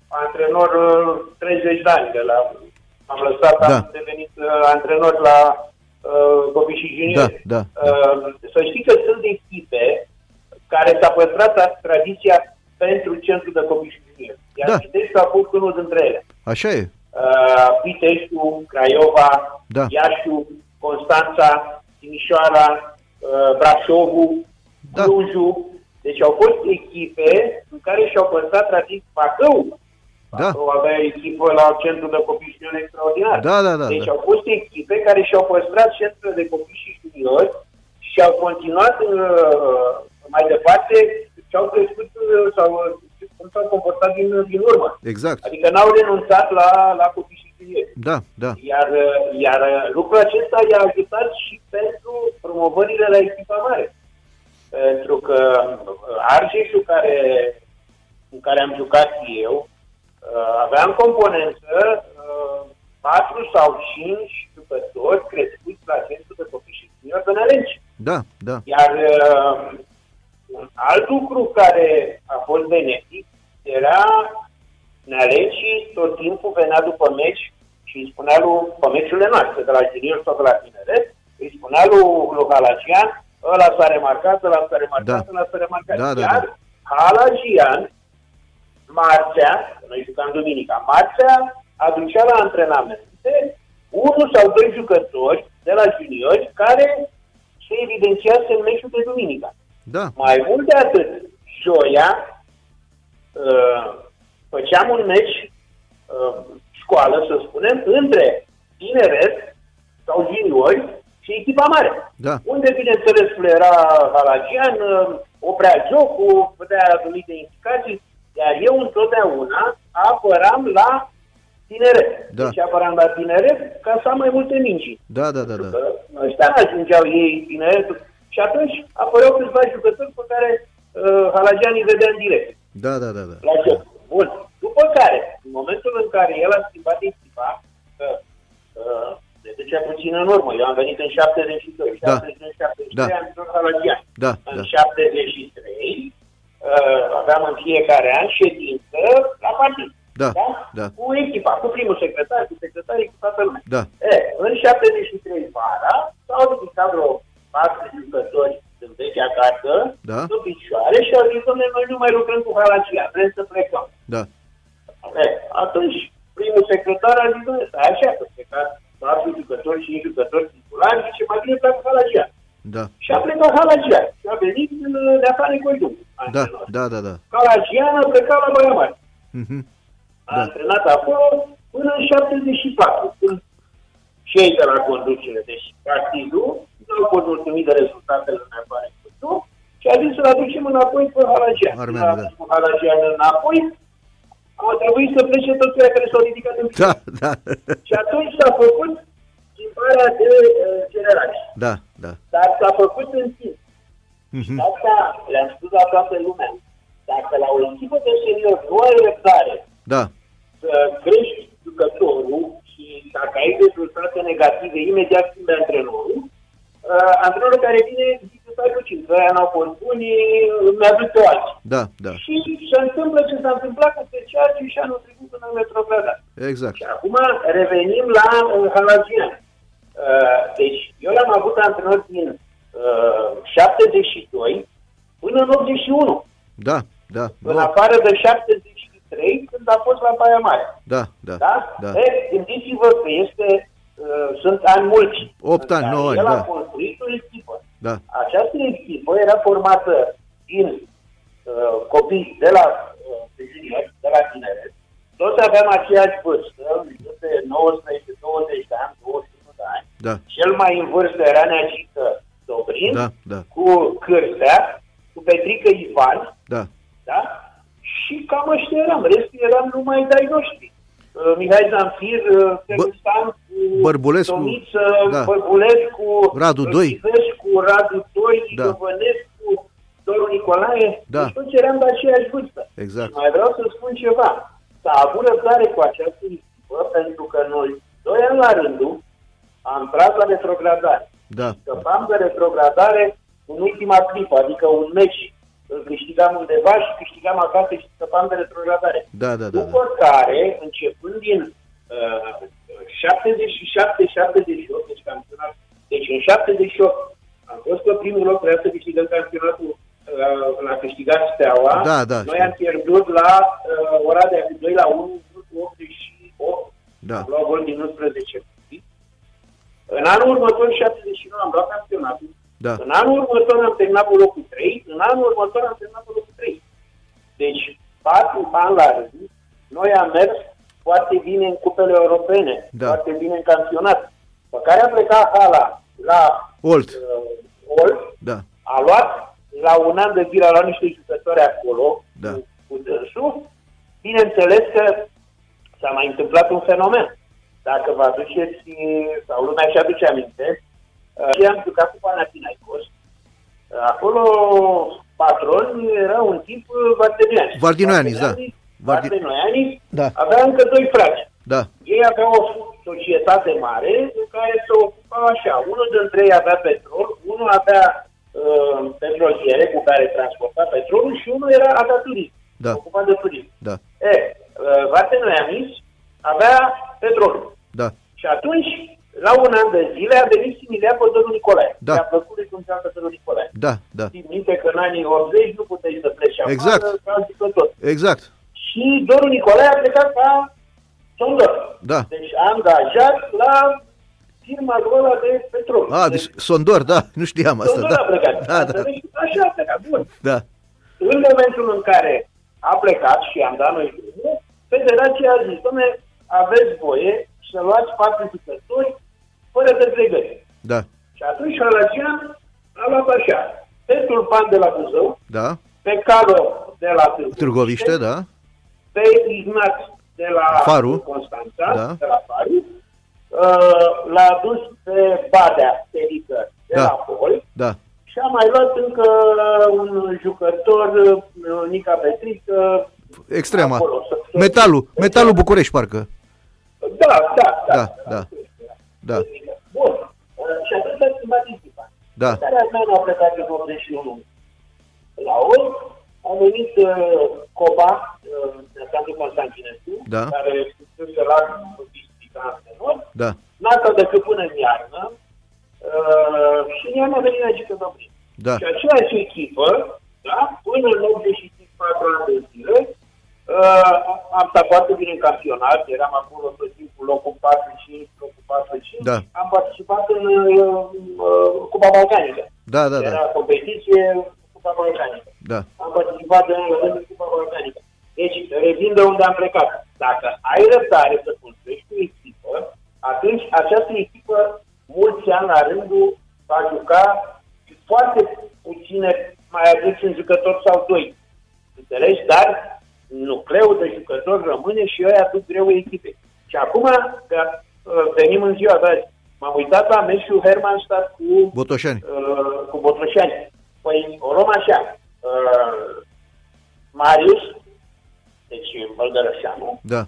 [SPEAKER 2] antrenor uh, 30 de ani de la... Am lăsat, da. am devenit uh, antrenor la uh, copii și juniori. Uh,
[SPEAKER 1] Da, da, da.
[SPEAKER 2] Să știi că sunt echipe care s-a păstrat tradiția pentru centru de copii și juniori. Iar da. Piteștiul a fost unul dintre ele.
[SPEAKER 1] da. Așa e.
[SPEAKER 2] Piteștiul, Uh, Craiova, da. Iașiul, Constanța, Timișoara, uh, Brașovul, da. Clujul. Deci au fost echipe în care și-au păstrat tradiția Bacău, da. avea echipă la centru de copii și juniori extraordinar.
[SPEAKER 1] Da, da, da,
[SPEAKER 2] deci
[SPEAKER 1] da.
[SPEAKER 2] au fost echipe care și-au păstrat centru de copii și juniori și au continuat uh, mai departe și au crescut uh, sau cum s-au comportat din, din urmă.
[SPEAKER 1] Exact.
[SPEAKER 2] Adică n-au renunțat la, la copii și juniori.
[SPEAKER 1] Da, da.
[SPEAKER 2] Iar, iar lucrul acesta i-a ajutat și pentru promovările la echipa mare. Pentru că Argeșul care, cu care am jucat eu, aveam componență uh, 4 sau 5 jucători crescuți la centru de copii și seniori bănălenci.
[SPEAKER 1] Da, da.
[SPEAKER 2] Iar uh, un alt lucru care a fost benefic era Nălencii tot timpul venea după meci și îi spunea lui, după meciurile noastre, de la junior sau de la tineret, îi spunea lui, lui Halagian, ăla s-a remarcat, ăla s-a remarcat, da. ăla s-a remarcat.
[SPEAKER 1] Da, da,
[SPEAKER 2] Iar da. Halagian marțea, noi jucam duminica, marțea aducea la antrenamente unul sau doi jucători de la juniori care se evidențiase în meciul de duminica.
[SPEAKER 1] Da.
[SPEAKER 2] Mai mult de atât, joia uh, făceam un meci uh, școală, să spunem, între tineret sau juniori și echipa mare.
[SPEAKER 1] Da.
[SPEAKER 2] Unde, bineînțeles, era Halagian, uh, oprea jocul, putea adumi de indicații, iar eu întotdeauna apăram la tineret.
[SPEAKER 1] Da.
[SPEAKER 2] Deci apăram la tineret ca să am mai multe mingi.
[SPEAKER 1] Da, da, da. da.
[SPEAKER 2] Că ăștia ajungeau ei tineret și atunci apăreau câțiva jucători pe care uh, Halagiani vedea în direct.
[SPEAKER 1] Da, da, da. da.
[SPEAKER 2] La joc. Bun. După care, în momentul în care el a schimbat echipa, că uh, se ducea puțin în urmă. Eu am venit în 72, da. 72, 73 da. am jucat Halagiani.
[SPEAKER 1] Da,
[SPEAKER 2] în
[SPEAKER 1] da.
[SPEAKER 2] 73 uh, aveam în fiecare an ședință la partid.
[SPEAKER 1] Da, da? da.
[SPEAKER 2] Cu echipa, cu primul secretar, cu secretarii, cu toată lumea.
[SPEAKER 1] Da.
[SPEAKER 2] E, în 73 vara s-au ridicat vreo 4 jucători din vechea casă,
[SPEAKER 1] da.
[SPEAKER 2] în picioare și au zis, domnule, noi nu mai lucrăm cu halacia, vrem să plecăm.
[SPEAKER 1] Da.
[SPEAKER 2] E, atunci, primul secretar a zis, domnule, stai așa, că plecat 4 jucători, 5 jucători titulari, zice, mai bine pleacă halacia.
[SPEAKER 1] Da.
[SPEAKER 2] Și a plecat Halagian. Și a venit uh, de afară Coidum.
[SPEAKER 1] Da, da, da, da.
[SPEAKER 2] Halagian a plecat la Baia Mare.
[SPEAKER 1] Mm-hmm.
[SPEAKER 2] A da. antrenat acolo până în 74, când cei de la conducere, deci partidul, nu au fost mulțumit de rezultatele în afară Coidum și a zis să-l aducem înapoi pe Halagian.
[SPEAKER 1] Armen,
[SPEAKER 2] Când a
[SPEAKER 1] da.
[SPEAKER 2] adus pe Halagian înapoi, au trebuit să plece toți cei care s-au ridicat în
[SPEAKER 1] Da, da.
[SPEAKER 2] Și atunci s-a făcut schimbarea de uh, generație.
[SPEAKER 1] Da, da.
[SPEAKER 2] Dar s-a făcut în timp.
[SPEAKER 1] Mhm.
[SPEAKER 2] De asta le-am spus la toată lumea. Dacă la o echipă de senior nu ai răbdare
[SPEAKER 1] Da,
[SPEAKER 2] să crești jucătorul și dacă ai rezultate negative, imediat schimbi antrenorul, uh, antrenorul care vine zice să ai că aia n-au fost buni, mi-a dus pe alții.
[SPEAKER 1] da, da.
[SPEAKER 2] Și se întâmplă ce s-a întâmplat cu Speciarciu și anul trecut în Metrograda.
[SPEAKER 1] Exact.
[SPEAKER 2] Și acum revenim la uh, Halagian. Uh, deci, eu l-am avut antrenor din uh, 72 până în 81,
[SPEAKER 1] Da, da.
[SPEAKER 2] în
[SPEAKER 1] Da,
[SPEAKER 2] afară de 73, când a fost la Baia Mare.
[SPEAKER 1] da, da.
[SPEAKER 2] Da?
[SPEAKER 1] da.
[SPEAKER 2] E, gândiți-vă că este, uh, sunt ani mulți.
[SPEAKER 1] Opt ani,
[SPEAKER 2] Dar
[SPEAKER 1] nouă ani,
[SPEAKER 2] El
[SPEAKER 1] da.
[SPEAKER 2] a construit o echipă.
[SPEAKER 1] Da,
[SPEAKER 2] Această echipă era formată din uh, copii de la uh, de juniori, de la tineret. Toți aveam aceeași vârstă, de 19, 20 de ani, 21 de ani.
[SPEAKER 1] da,
[SPEAKER 2] Cel mai în vârstă era Neagită Dobrin,
[SPEAKER 1] da, da,
[SPEAKER 2] cu Cârstea, cu Petrică Ivan,
[SPEAKER 1] da.
[SPEAKER 2] da? Și cam ăștia eram. Restul eram numai de-ai noștri. Mihai uh, Zamfir, Călistan,
[SPEAKER 1] Bărbulescu,
[SPEAKER 2] Tomiță,
[SPEAKER 1] da.
[SPEAKER 2] Bărbulescu,
[SPEAKER 1] Radu Doi.
[SPEAKER 2] Chivescu, Radu Doi,
[SPEAKER 1] Da.
[SPEAKER 2] da. Iovănescu, Doru Nicolae,
[SPEAKER 1] Da.
[SPEAKER 2] deci toți eram de aceeași vârstă.
[SPEAKER 1] Exact.
[SPEAKER 2] Și mai vreau să spun ceva. S-a avut răbdare cu această echipă pentru că noi, doi ani la rândul, am tras la retrogradare.
[SPEAKER 1] Da,
[SPEAKER 2] Scăpam Deci, de retrogradare în ultima clipă, adică un meci îl câștigam undeva și câștigam acasă și scăpam de retrogradare.
[SPEAKER 1] da, da, da. da.
[SPEAKER 2] După care, începând din uh, 77-78, deci campionat, deci în 78 am fost pe primul loc, trebuia să câștigăm campionatul, uh, l-a câștigat Steaua.
[SPEAKER 1] Da, da,
[SPEAKER 2] Noi
[SPEAKER 1] știu.
[SPEAKER 2] am pierdut la uh, Oradea cu 2 la 1, cu 88,
[SPEAKER 1] Da.
[SPEAKER 2] am luat gol din 11. În anul următor, 79, am luat campionatul.
[SPEAKER 1] Da.
[SPEAKER 2] În anul următor am terminat cu locul 3, în anul următor am terminat cu locul 3. Deci, patru ani la rând, noi am mers foarte bine în cupele europene,
[SPEAKER 1] Da.
[SPEAKER 2] foarte bine în campionat. Pe care a plecat Hala la
[SPEAKER 1] Olt.
[SPEAKER 2] uh, Olt,
[SPEAKER 1] Da,
[SPEAKER 2] a luat la un an de zile, a luat niște jucători acolo,
[SPEAKER 1] Da.
[SPEAKER 2] cu, cu dânsul. Bineînțeles că s-a mai întâmplat un fenomen. Dacă vă aduceți, sau lumea și aduce aminte, uh, am jucat cu Panathinaikos. Uh, Acolo patron era un tip uh, Vardenoianis.
[SPEAKER 1] Vardenoianis, da. Vardi-
[SPEAKER 2] Vardenoianis
[SPEAKER 1] Da.
[SPEAKER 2] avea încă doi frați.
[SPEAKER 1] da,
[SPEAKER 2] Ei aveau o societate mare în care se ocupau așa. Unul dintre ei avea petrol, unul avea uh, petroliere cu care transporta petrolul și unul era avea turism.
[SPEAKER 1] Da.
[SPEAKER 2] Se ocupa de turism.
[SPEAKER 1] da,
[SPEAKER 2] E, uh, Vatenoiamis avea petrolul.
[SPEAKER 1] da,
[SPEAKER 2] Și atunci, la un an de zile, a venit Similea pe domnul Nicolae.
[SPEAKER 1] Da.
[SPEAKER 2] I-a plăcut lui cum se pe domnul Nicolae.
[SPEAKER 1] da, da.
[SPEAKER 2] Țin minte că în anii 80 nu puteai să pleci afară,
[SPEAKER 1] Exact.
[SPEAKER 2] că au zis tot.
[SPEAKER 1] Exact.
[SPEAKER 2] Și domnul Nicolae a plecat ca sondor.
[SPEAKER 1] Da.
[SPEAKER 2] Deci a angajat la firma lor de petrol.
[SPEAKER 1] A, deci sondor, da, nu știam asta.
[SPEAKER 2] sondor
[SPEAKER 1] Da,
[SPEAKER 2] a plecat.
[SPEAKER 1] da, da,
[SPEAKER 2] Deci Așa a plecat. Bun.
[SPEAKER 1] da,
[SPEAKER 2] În momentul în care a plecat și am dat noi drumul, federația a zis, domne, aveți voie să luați patru jucători fără de pregătire.
[SPEAKER 1] da,
[SPEAKER 2] Și atunci Halagian a luat așa. Pe Tulpan de la Buzău,
[SPEAKER 1] da.
[SPEAKER 2] pe Calo de la Târgoviște,
[SPEAKER 1] Târgoviște, da,
[SPEAKER 2] pe Ignat de la
[SPEAKER 1] Faru.
[SPEAKER 2] Constanța,
[SPEAKER 1] Da.
[SPEAKER 2] de la Faru, uh, l-a adus pe Badea Terică de
[SPEAKER 1] Da.
[SPEAKER 2] la Pol
[SPEAKER 1] da,
[SPEAKER 2] și a mai luat încă un jucător, uh, Nica Petrică,
[SPEAKER 1] extrema.
[SPEAKER 2] acolo, să- să-
[SPEAKER 1] Metalul, metalul București, parcă.
[SPEAKER 2] Da, da, da.
[SPEAKER 1] Da, da, da,
[SPEAKER 2] Bun. Uh, Și atunci a schimbat echipa.
[SPEAKER 1] da,
[SPEAKER 2] Care a mea a plecat în 81. La 8 a venit uh, Coba, uh, Alexandru Constantinescu,
[SPEAKER 1] Da.
[SPEAKER 2] care fusese la logistica antrenor,
[SPEAKER 1] da,
[SPEAKER 2] n-a stat decât până în iarnă uh, și în iarnă a venit aici când oprim.
[SPEAKER 1] da,
[SPEAKER 2] Și aceeași echipă, da, până în 85 4 ani de zile, uh, am stat foarte bine în campionat, eram acolo tot timpul locul 4-5, locul 4-5,
[SPEAKER 1] Da.
[SPEAKER 2] am participat în uh, uh, Cupa Balcanică.
[SPEAKER 1] da, da,
[SPEAKER 2] Era
[SPEAKER 1] da,
[SPEAKER 2] competiție Cupa Balcanică.
[SPEAKER 1] da,
[SPEAKER 2] Am participat în, în Cupa Balcanică. Deci, revin de unde am plecat. Dacă ai răbdare să construiești o echipă, atunci această echipă, mulți ani la rândul, va juca și foarte puține, mai aduci un jucător sau doi. Înțelegi? Dar nucleul de jucători rămâne și eu aduc greu echipei. Și acum, că uh, venim în ziua de azi, m-am uitat la meciul Hermannstadt cu
[SPEAKER 1] Botoșani,
[SPEAKER 2] uh, cu Botrășani. Păi o luăm așa. Uh, Marius, deci Bălgărășanu,
[SPEAKER 1] da,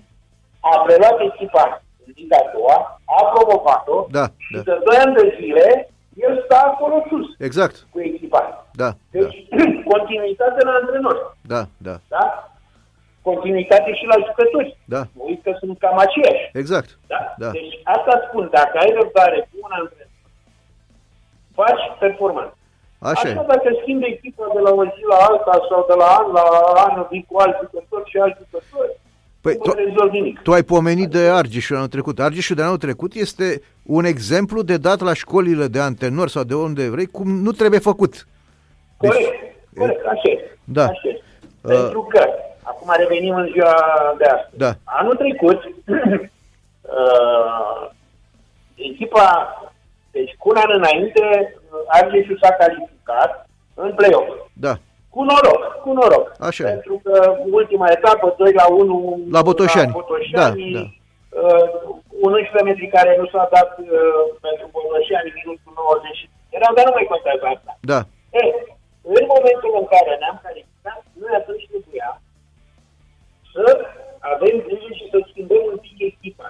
[SPEAKER 2] a preluat echipa în Liga a doua, a promovat-o
[SPEAKER 1] Da,
[SPEAKER 2] și
[SPEAKER 1] da.
[SPEAKER 2] de 2 ani de zile el stă acolo sus
[SPEAKER 1] exact,
[SPEAKER 2] cu echipa.
[SPEAKER 1] da, da,
[SPEAKER 2] Deci continuitate la antrenori,
[SPEAKER 1] da, da,
[SPEAKER 2] da? Continuitate și la jucători.
[SPEAKER 1] Da.
[SPEAKER 2] Mă uit că sunt cam aceiași.
[SPEAKER 1] exact,
[SPEAKER 2] Da?
[SPEAKER 1] da,
[SPEAKER 2] Deci asta spun, dacă ai răbdare cu un antrenor, faci performanță.
[SPEAKER 1] așa e,
[SPEAKER 2] dacă schimbi echipa de la o zi la alta sau de la an la an, vii cu alți jucători și alți jucători,
[SPEAKER 1] Păi,
[SPEAKER 2] nu
[SPEAKER 1] to-
[SPEAKER 2] rezolvi nimic.
[SPEAKER 1] Tu ai pomenit de Argeșul anul trecut. Argeșul de anul trecut este un exemplu de dat la școlile de antenor sau de unde vrei, cum nu trebuie făcut. Deci-
[SPEAKER 2] corect, corect, așa e.
[SPEAKER 1] Da.
[SPEAKER 2] Așa e. Pentru că, acum revenim în ziua de astăzi.
[SPEAKER 1] Da.
[SPEAKER 2] Anul trecut, uh, echipa, deci cu un an înainte, Argeșul s-a calificat în play-off.
[SPEAKER 1] Da,
[SPEAKER 2] Cu noroc, cu noroc.
[SPEAKER 1] Așa e.
[SPEAKER 2] Pentru că ultima etapă, 2 la 1
[SPEAKER 1] La Botoșani.
[SPEAKER 2] la Botoșani uh,
[SPEAKER 1] Da, da.
[SPEAKER 2] un 11 metri care nu s-a dat uh, pentru Bolnășea în minutul 90. Era, dar nu mai contează asta.
[SPEAKER 1] Da.
[SPEAKER 2] E, în momentul în care ne-am calificat, noi atunci trebuia să avem grijă și să schimbăm un pic echipa.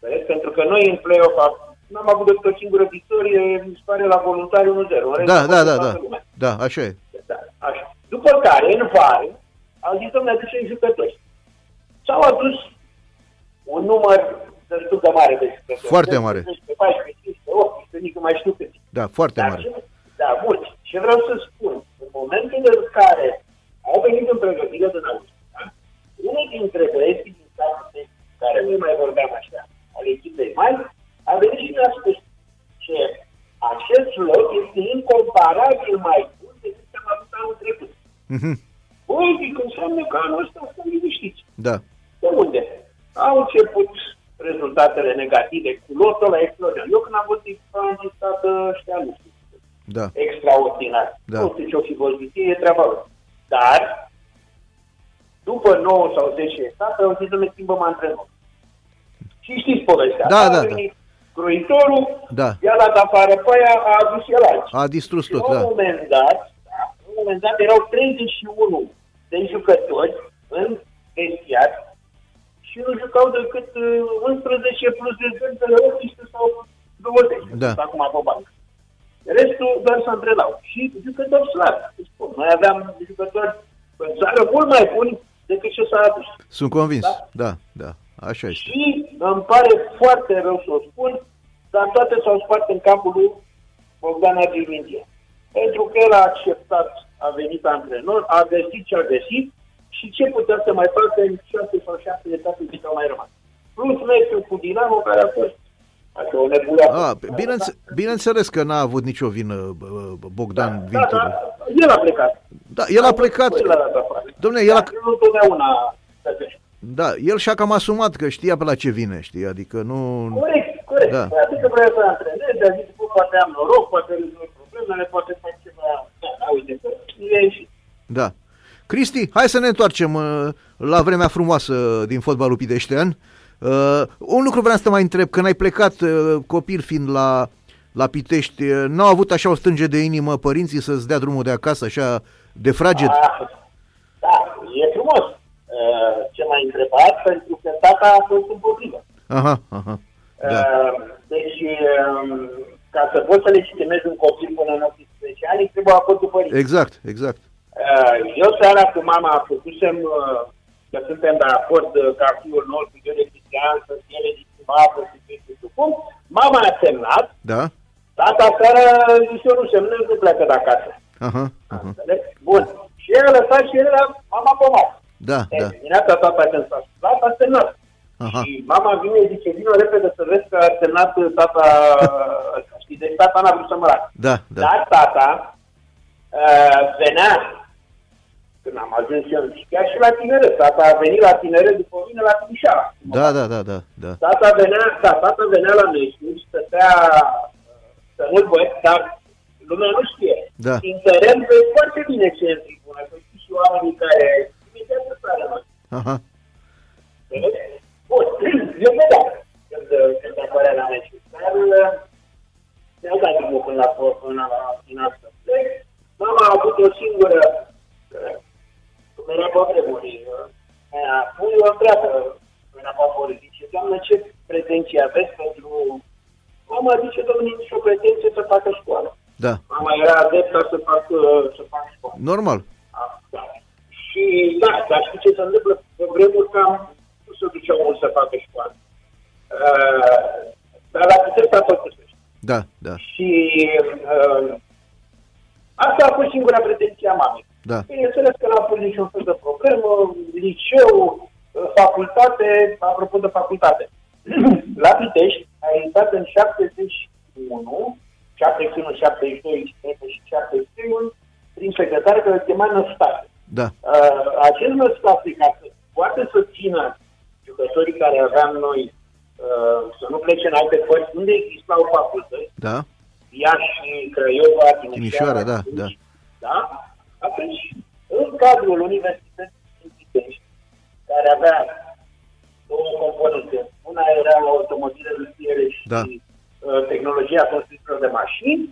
[SPEAKER 2] Vezi? Pentru că noi în play-off am- n-am avut decât o singură victorie, mi se pare, la voluntari 1-0. În rest,
[SPEAKER 1] Da,
[SPEAKER 2] am
[SPEAKER 1] da,
[SPEAKER 2] fost
[SPEAKER 1] da,
[SPEAKER 2] toată
[SPEAKER 1] da.
[SPEAKER 2] lumea.
[SPEAKER 1] Da, așa e.
[SPEAKER 2] Da, așa. După care, în vară, au zis, domnule, aducem jucători. S-au adus un număr destul de mare de jucători. Deci,
[SPEAKER 1] Foarte mare.
[SPEAKER 2] 13, 14, 15, 18, nici nu mai știu câți.
[SPEAKER 1] Da, foarte
[SPEAKER 2] Dar
[SPEAKER 1] mare.
[SPEAKER 2] ce- Da, mulți. Ce vreau să spun, în momentul în care au venit în pregătire de Austria, unul dintre băieții din statul de care nu mai vorbeam așa, al echipei mari, a venit și ne-a spus că acest loc este incomparabil mai bun decât am avut anul trecut.
[SPEAKER 1] Mhm,
[SPEAKER 2] Ui, zic, înseamnă că anul ăsta stăm liniștiți.
[SPEAKER 1] Da.
[SPEAKER 2] De unde? Au început rezultatele negative cu lotul la explozie. Eu când am văzut echipa, am zis, tată, ăștia nu știu
[SPEAKER 1] Da.
[SPEAKER 2] extraordinar.
[SPEAKER 1] Da.
[SPEAKER 2] Nu știu ce-o fi vorbit, ei, e treaba lor. Dar, după 9 sau 10 etape, au zis să ne schimbăm antrenor. Și știți povestea.
[SPEAKER 1] Da,
[SPEAKER 2] A
[SPEAKER 1] da,
[SPEAKER 2] venit Gruitorul,
[SPEAKER 1] Da.
[SPEAKER 2] i-a dat afară pe aia, a adus el alții.
[SPEAKER 1] A distrus
[SPEAKER 2] Și la
[SPEAKER 1] tot,
[SPEAKER 2] un
[SPEAKER 1] da.
[SPEAKER 2] moment dat, da, la un moment dat erau 31 de jucători în vestiar și nu jucau decât uh, 11 plus de 10 de 18 sau 20.
[SPEAKER 1] Da.
[SPEAKER 2] sunt Acum pe bancă. Restul doar se antrenau. Și jucători slabi. Spun, Noi aveam jucători în țară mult mai buni decât ce s-a adus.
[SPEAKER 1] Sunt convins.
[SPEAKER 2] Da.
[SPEAKER 1] Da, da. Așa este.
[SPEAKER 2] Și îmi pare foarte rău să o spun, dar toate s-au spart în capul lui Bogdan Adrimintie. Pentru că el a acceptat, a venit antrenor, a găsit ce a găsit și ce putea să mai facă în 6 sau 7 etape cât au mai rămas. Plus meciul cu Dinamo, care a fost așa o nebulea.
[SPEAKER 1] A, bineînțe- bineînțeles că n-a avut nicio vină bă, bă, Bogdan
[SPEAKER 2] da, da,
[SPEAKER 1] Vintului.
[SPEAKER 2] el a plecat.
[SPEAKER 1] Da, el a plecat.
[SPEAKER 2] El a dat afară.
[SPEAKER 1] Dom'le, el a-
[SPEAKER 2] Dar Nu totdeauna plătește.
[SPEAKER 1] Da, el și-a cam asumat că știa pe la ce vine, știi, adică nu...
[SPEAKER 2] Corect, corect.
[SPEAKER 1] Da.
[SPEAKER 2] Da. Adică vrea să antreneze, a zis, bă, poate am noroc, poate rezolv problemele, poate fac ceva. Da, da, uite, că e ieșit.
[SPEAKER 1] Da. Cristi, hai să ne întoarcem uh, la vremea frumoasă din fotbalul pideștean. Uh, un lucru vreau să te mai întreb, când ai plecat uh, copil fiind la, la Pitești, uh, n-au avut așa o stânge de inimă părinții să-ți dea drumul de acasă, așa de fraged?
[SPEAKER 2] Ah, Da, e frumos. Uh, Ce m-ai întrebat, pentru că tata a fost împotrivă.
[SPEAKER 1] Aha, aha, da,
[SPEAKER 2] Uh, Deci, um, ca să poți să legitimezi un copil până în 18 ani, trebuie acordul părinților.
[SPEAKER 1] exact, exact,
[SPEAKER 2] Uh, Eu seara cu mama făcusem uh, că suntem de acord uh, ca fiul nostru, eu Cristian, să fie legitimat, să fie nu știu cum. Mama a semnat,
[SPEAKER 1] da,
[SPEAKER 2] tata seara zice, eu nu semnez, nu pleacă de acasă.
[SPEAKER 1] aha, aha,
[SPEAKER 2] Înțeleg? Bun. Și el a lăsat și el era mama pe masă.
[SPEAKER 1] da,
[SPEAKER 2] E,
[SPEAKER 1] da,
[SPEAKER 2] Dimineața tata când s-a sculat, a semnat.
[SPEAKER 1] Aha.
[SPEAKER 2] Și mama vine, zice, vină repede să vezi că a semnat uh, tata, uh, știi, deci tata n-a vrut să mă lac.
[SPEAKER 1] da, da,
[SPEAKER 2] Dar tata uh, venea, când am ajuns eu în chiar și la tineret, tata a venit la tineret după mine la Timișoara.
[SPEAKER 1] da, da, da, da, da,
[SPEAKER 2] Tata venea, da, tata venea la meciul și stătea uh, să nu-l văd, dar lumea nu știe.
[SPEAKER 1] Da.
[SPEAKER 2] Din teren vezi foarte bine ce e în tribună, că știi și oamenii care imitează țara noastră.
[SPEAKER 1] aha,
[SPEAKER 2] Înțelegi? Bun, eu vedeam când, uh, când apărea la meciul, dar uh, ne-a dat drumul până la pro- până la final să plec. Mama a avut o singură, uh, cum era pe vremuri, "Păi, uh, mi-a pus o treabă în apapori. Zice, doamnă, ce pretenții aveți pentru... Mama zice, domnule, nici o pretenție să facă școală.
[SPEAKER 1] da,
[SPEAKER 2] Mama era adeptă să facă, să facă școală.
[SPEAKER 1] normal,
[SPEAKER 2] Da. Și da, dar știi ce se întâmplă? Pe vremuri cam nu se duceau mult să facă școală. Uh, dar la București a făcut
[SPEAKER 1] da, da,
[SPEAKER 2] Și uh, asta a fost singura pretenție a mamei.
[SPEAKER 1] da,
[SPEAKER 2] Bineînțeles că n-a pus niciun fel de problemă, liceu, facultate, apropo de facultate. La Pitești a intrat în 71, 71, 72, 73, prin secretar care se chema Năstate.
[SPEAKER 1] da,
[SPEAKER 2] Uh, acest Năstate, ca să poate să țină jucătorii care aveam noi uh, să nu plece în alte părți, unde existau facultăți,
[SPEAKER 1] da,
[SPEAKER 2] Iași, Craiova, Timișoara,
[SPEAKER 1] Timișoara, da,
[SPEAKER 2] Cluj,
[SPEAKER 1] da.
[SPEAKER 2] da. Atunci, în cadrul Universității din Pitești, care avea două componente. Una era automobile rutiere și
[SPEAKER 1] Da.
[SPEAKER 2] uh, tehnologia construcțiilor de mașini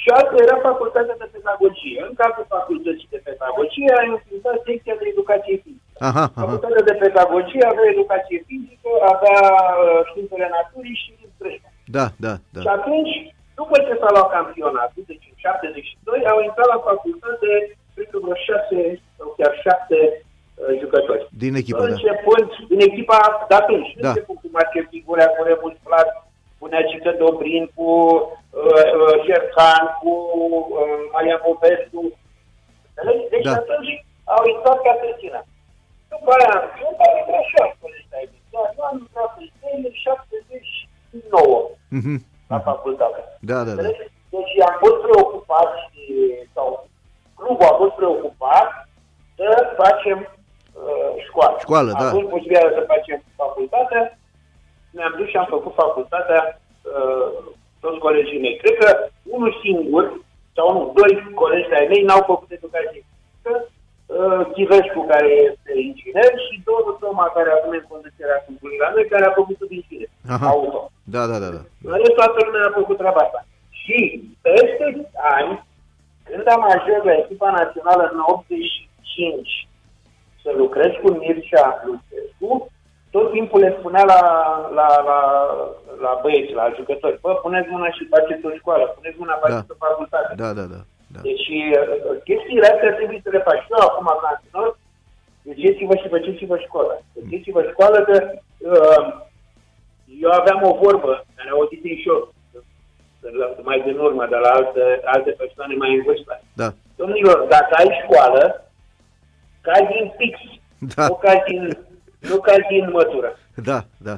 [SPEAKER 2] și alta era facultatea de pedagogie. În cadrul facultății de pedagogie a înființat secția de educație fizică.
[SPEAKER 1] Aha, aha.
[SPEAKER 2] Facultatea de pedagogie avea educație fizică, avea uh, științele naturii și creștere.
[SPEAKER 1] Da, da, da.
[SPEAKER 2] Și atunci, după ce s-a luat campionatul, deci în 72, au intrat la facultate, cred că vreo șase sau chiar șapte uh, jucători.
[SPEAKER 1] Din echipa, da.
[SPEAKER 2] Începând din echipa de atunci,
[SPEAKER 1] Da.
[SPEAKER 2] da. începând cu Marcel Figurea, cu Rebus Plat, cu Neacică Dobrin, cu uh, uh, Șercan, cu uh, Maria Popescu. Înțelegi? Deci
[SPEAKER 1] Da.
[SPEAKER 2] da. atunci au intrat ca Cristina. După aia, eu am intrat și eu, dar eu am intrat în 79
[SPEAKER 1] Mhm.
[SPEAKER 2] la facultate.
[SPEAKER 1] Da, da, da.
[SPEAKER 2] Înțelegi? Deci am fost preocupat și, sau clubul a fost preocupat să facem uh, școală.
[SPEAKER 1] Școală, da.
[SPEAKER 2] Am fost posibilitatea să facem facultatea, ne-am dus și am făcut facultatea uh, toți colegii mei. Cred că unul singur, sau nu, doi colegi ai mei n-au făcut educație fizică, uh, Chivescu, care este inginer, și Doru Toma, care acum e în conducerea clubului la noi, care a făcut sub inginer,
[SPEAKER 1] Aha.
[SPEAKER 2] auto.
[SPEAKER 1] Da, da, da, da.
[SPEAKER 2] În rest, toată lumea a făcut treaba asta. Și peste ani, când am ajuns la echipa națională în 85 să lucrez cu Mircea Lucescu, tot timpul le spunea la, la, la, la băieți, la jucători, bă, puneți mâna și faceți o școală, puneți mâna, faceți o facultate.
[SPEAKER 1] Da, da, da. da.
[SPEAKER 2] Deci uh, chestiile astea trebuie să le faci. Eu acum ca antrenor, duceți-vă și faceți-vă școală. Duceți-vă școală că uh, eu aveam o vorbă care o auzit și eu de la- mai din urmă, de la alte, alte persoane mai în vârstă.
[SPEAKER 1] Da.
[SPEAKER 2] Domnilor, dacă ai școală, cazi din pix,
[SPEAKER 1] Da.
[SPEAKER 2] nu, cazi din, nu cazi din mătură.
[SPEAKER 1] Da, da.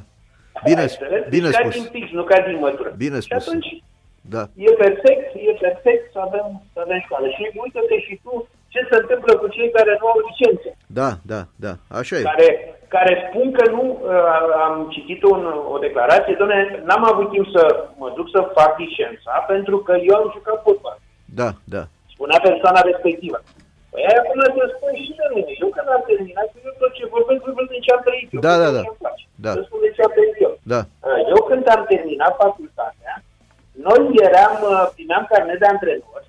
[SPEAKER 1] Bine,
[SPEAKER 2] Ai înțeles? Deci
[SPEAKER 1] bine
[SPEAKER 2] cazi
[SPEAKER 1] spus.
[SPEAKER 2] din pix, nu cazi din mătură.
[SPEAKER 1] Bine
[SPEAKER 2] și
[SPEAKER 1] spus.
[SPEAKER 2] atunci
[SPEAKER 1] Da.
[SPEAKER 2] E perfect, e perfect să avem, să avem școală. Și uite-te și tu ce se întâmplă cu cei care nu au licențe,
[SPEAKER 1] Da, da, da. Așa e.
[SPEAKER 2] care, care spun că nu, uh, am citit un, o declarație, doamne, n-am avut timp să mă duc să fac licența pentru că eu am jucat fotbal.
[SPEAKER 1] Da, da.
[SPEAKER 2] Spunea persoana respectivă. Păi aia până să spun și de mine. Eu când am terminat, eu tot ce vorbesc, vorbesc de ce am trăit eu.
[SPEAKER 1] Da, da,
[SPEAKER 2] de
[SPEAKER 1] da.
[SPEAKER 2] Ce îmi place.
[SPEAKER 1] Da.
[SPEAKER 2] Să spun de ce am trăit eu.
[SPEAKER 1] Da.
[SPEAKER 2] Uh, Eu când am terminat facultatea, noi eram, uh, primeam carnet de antrenor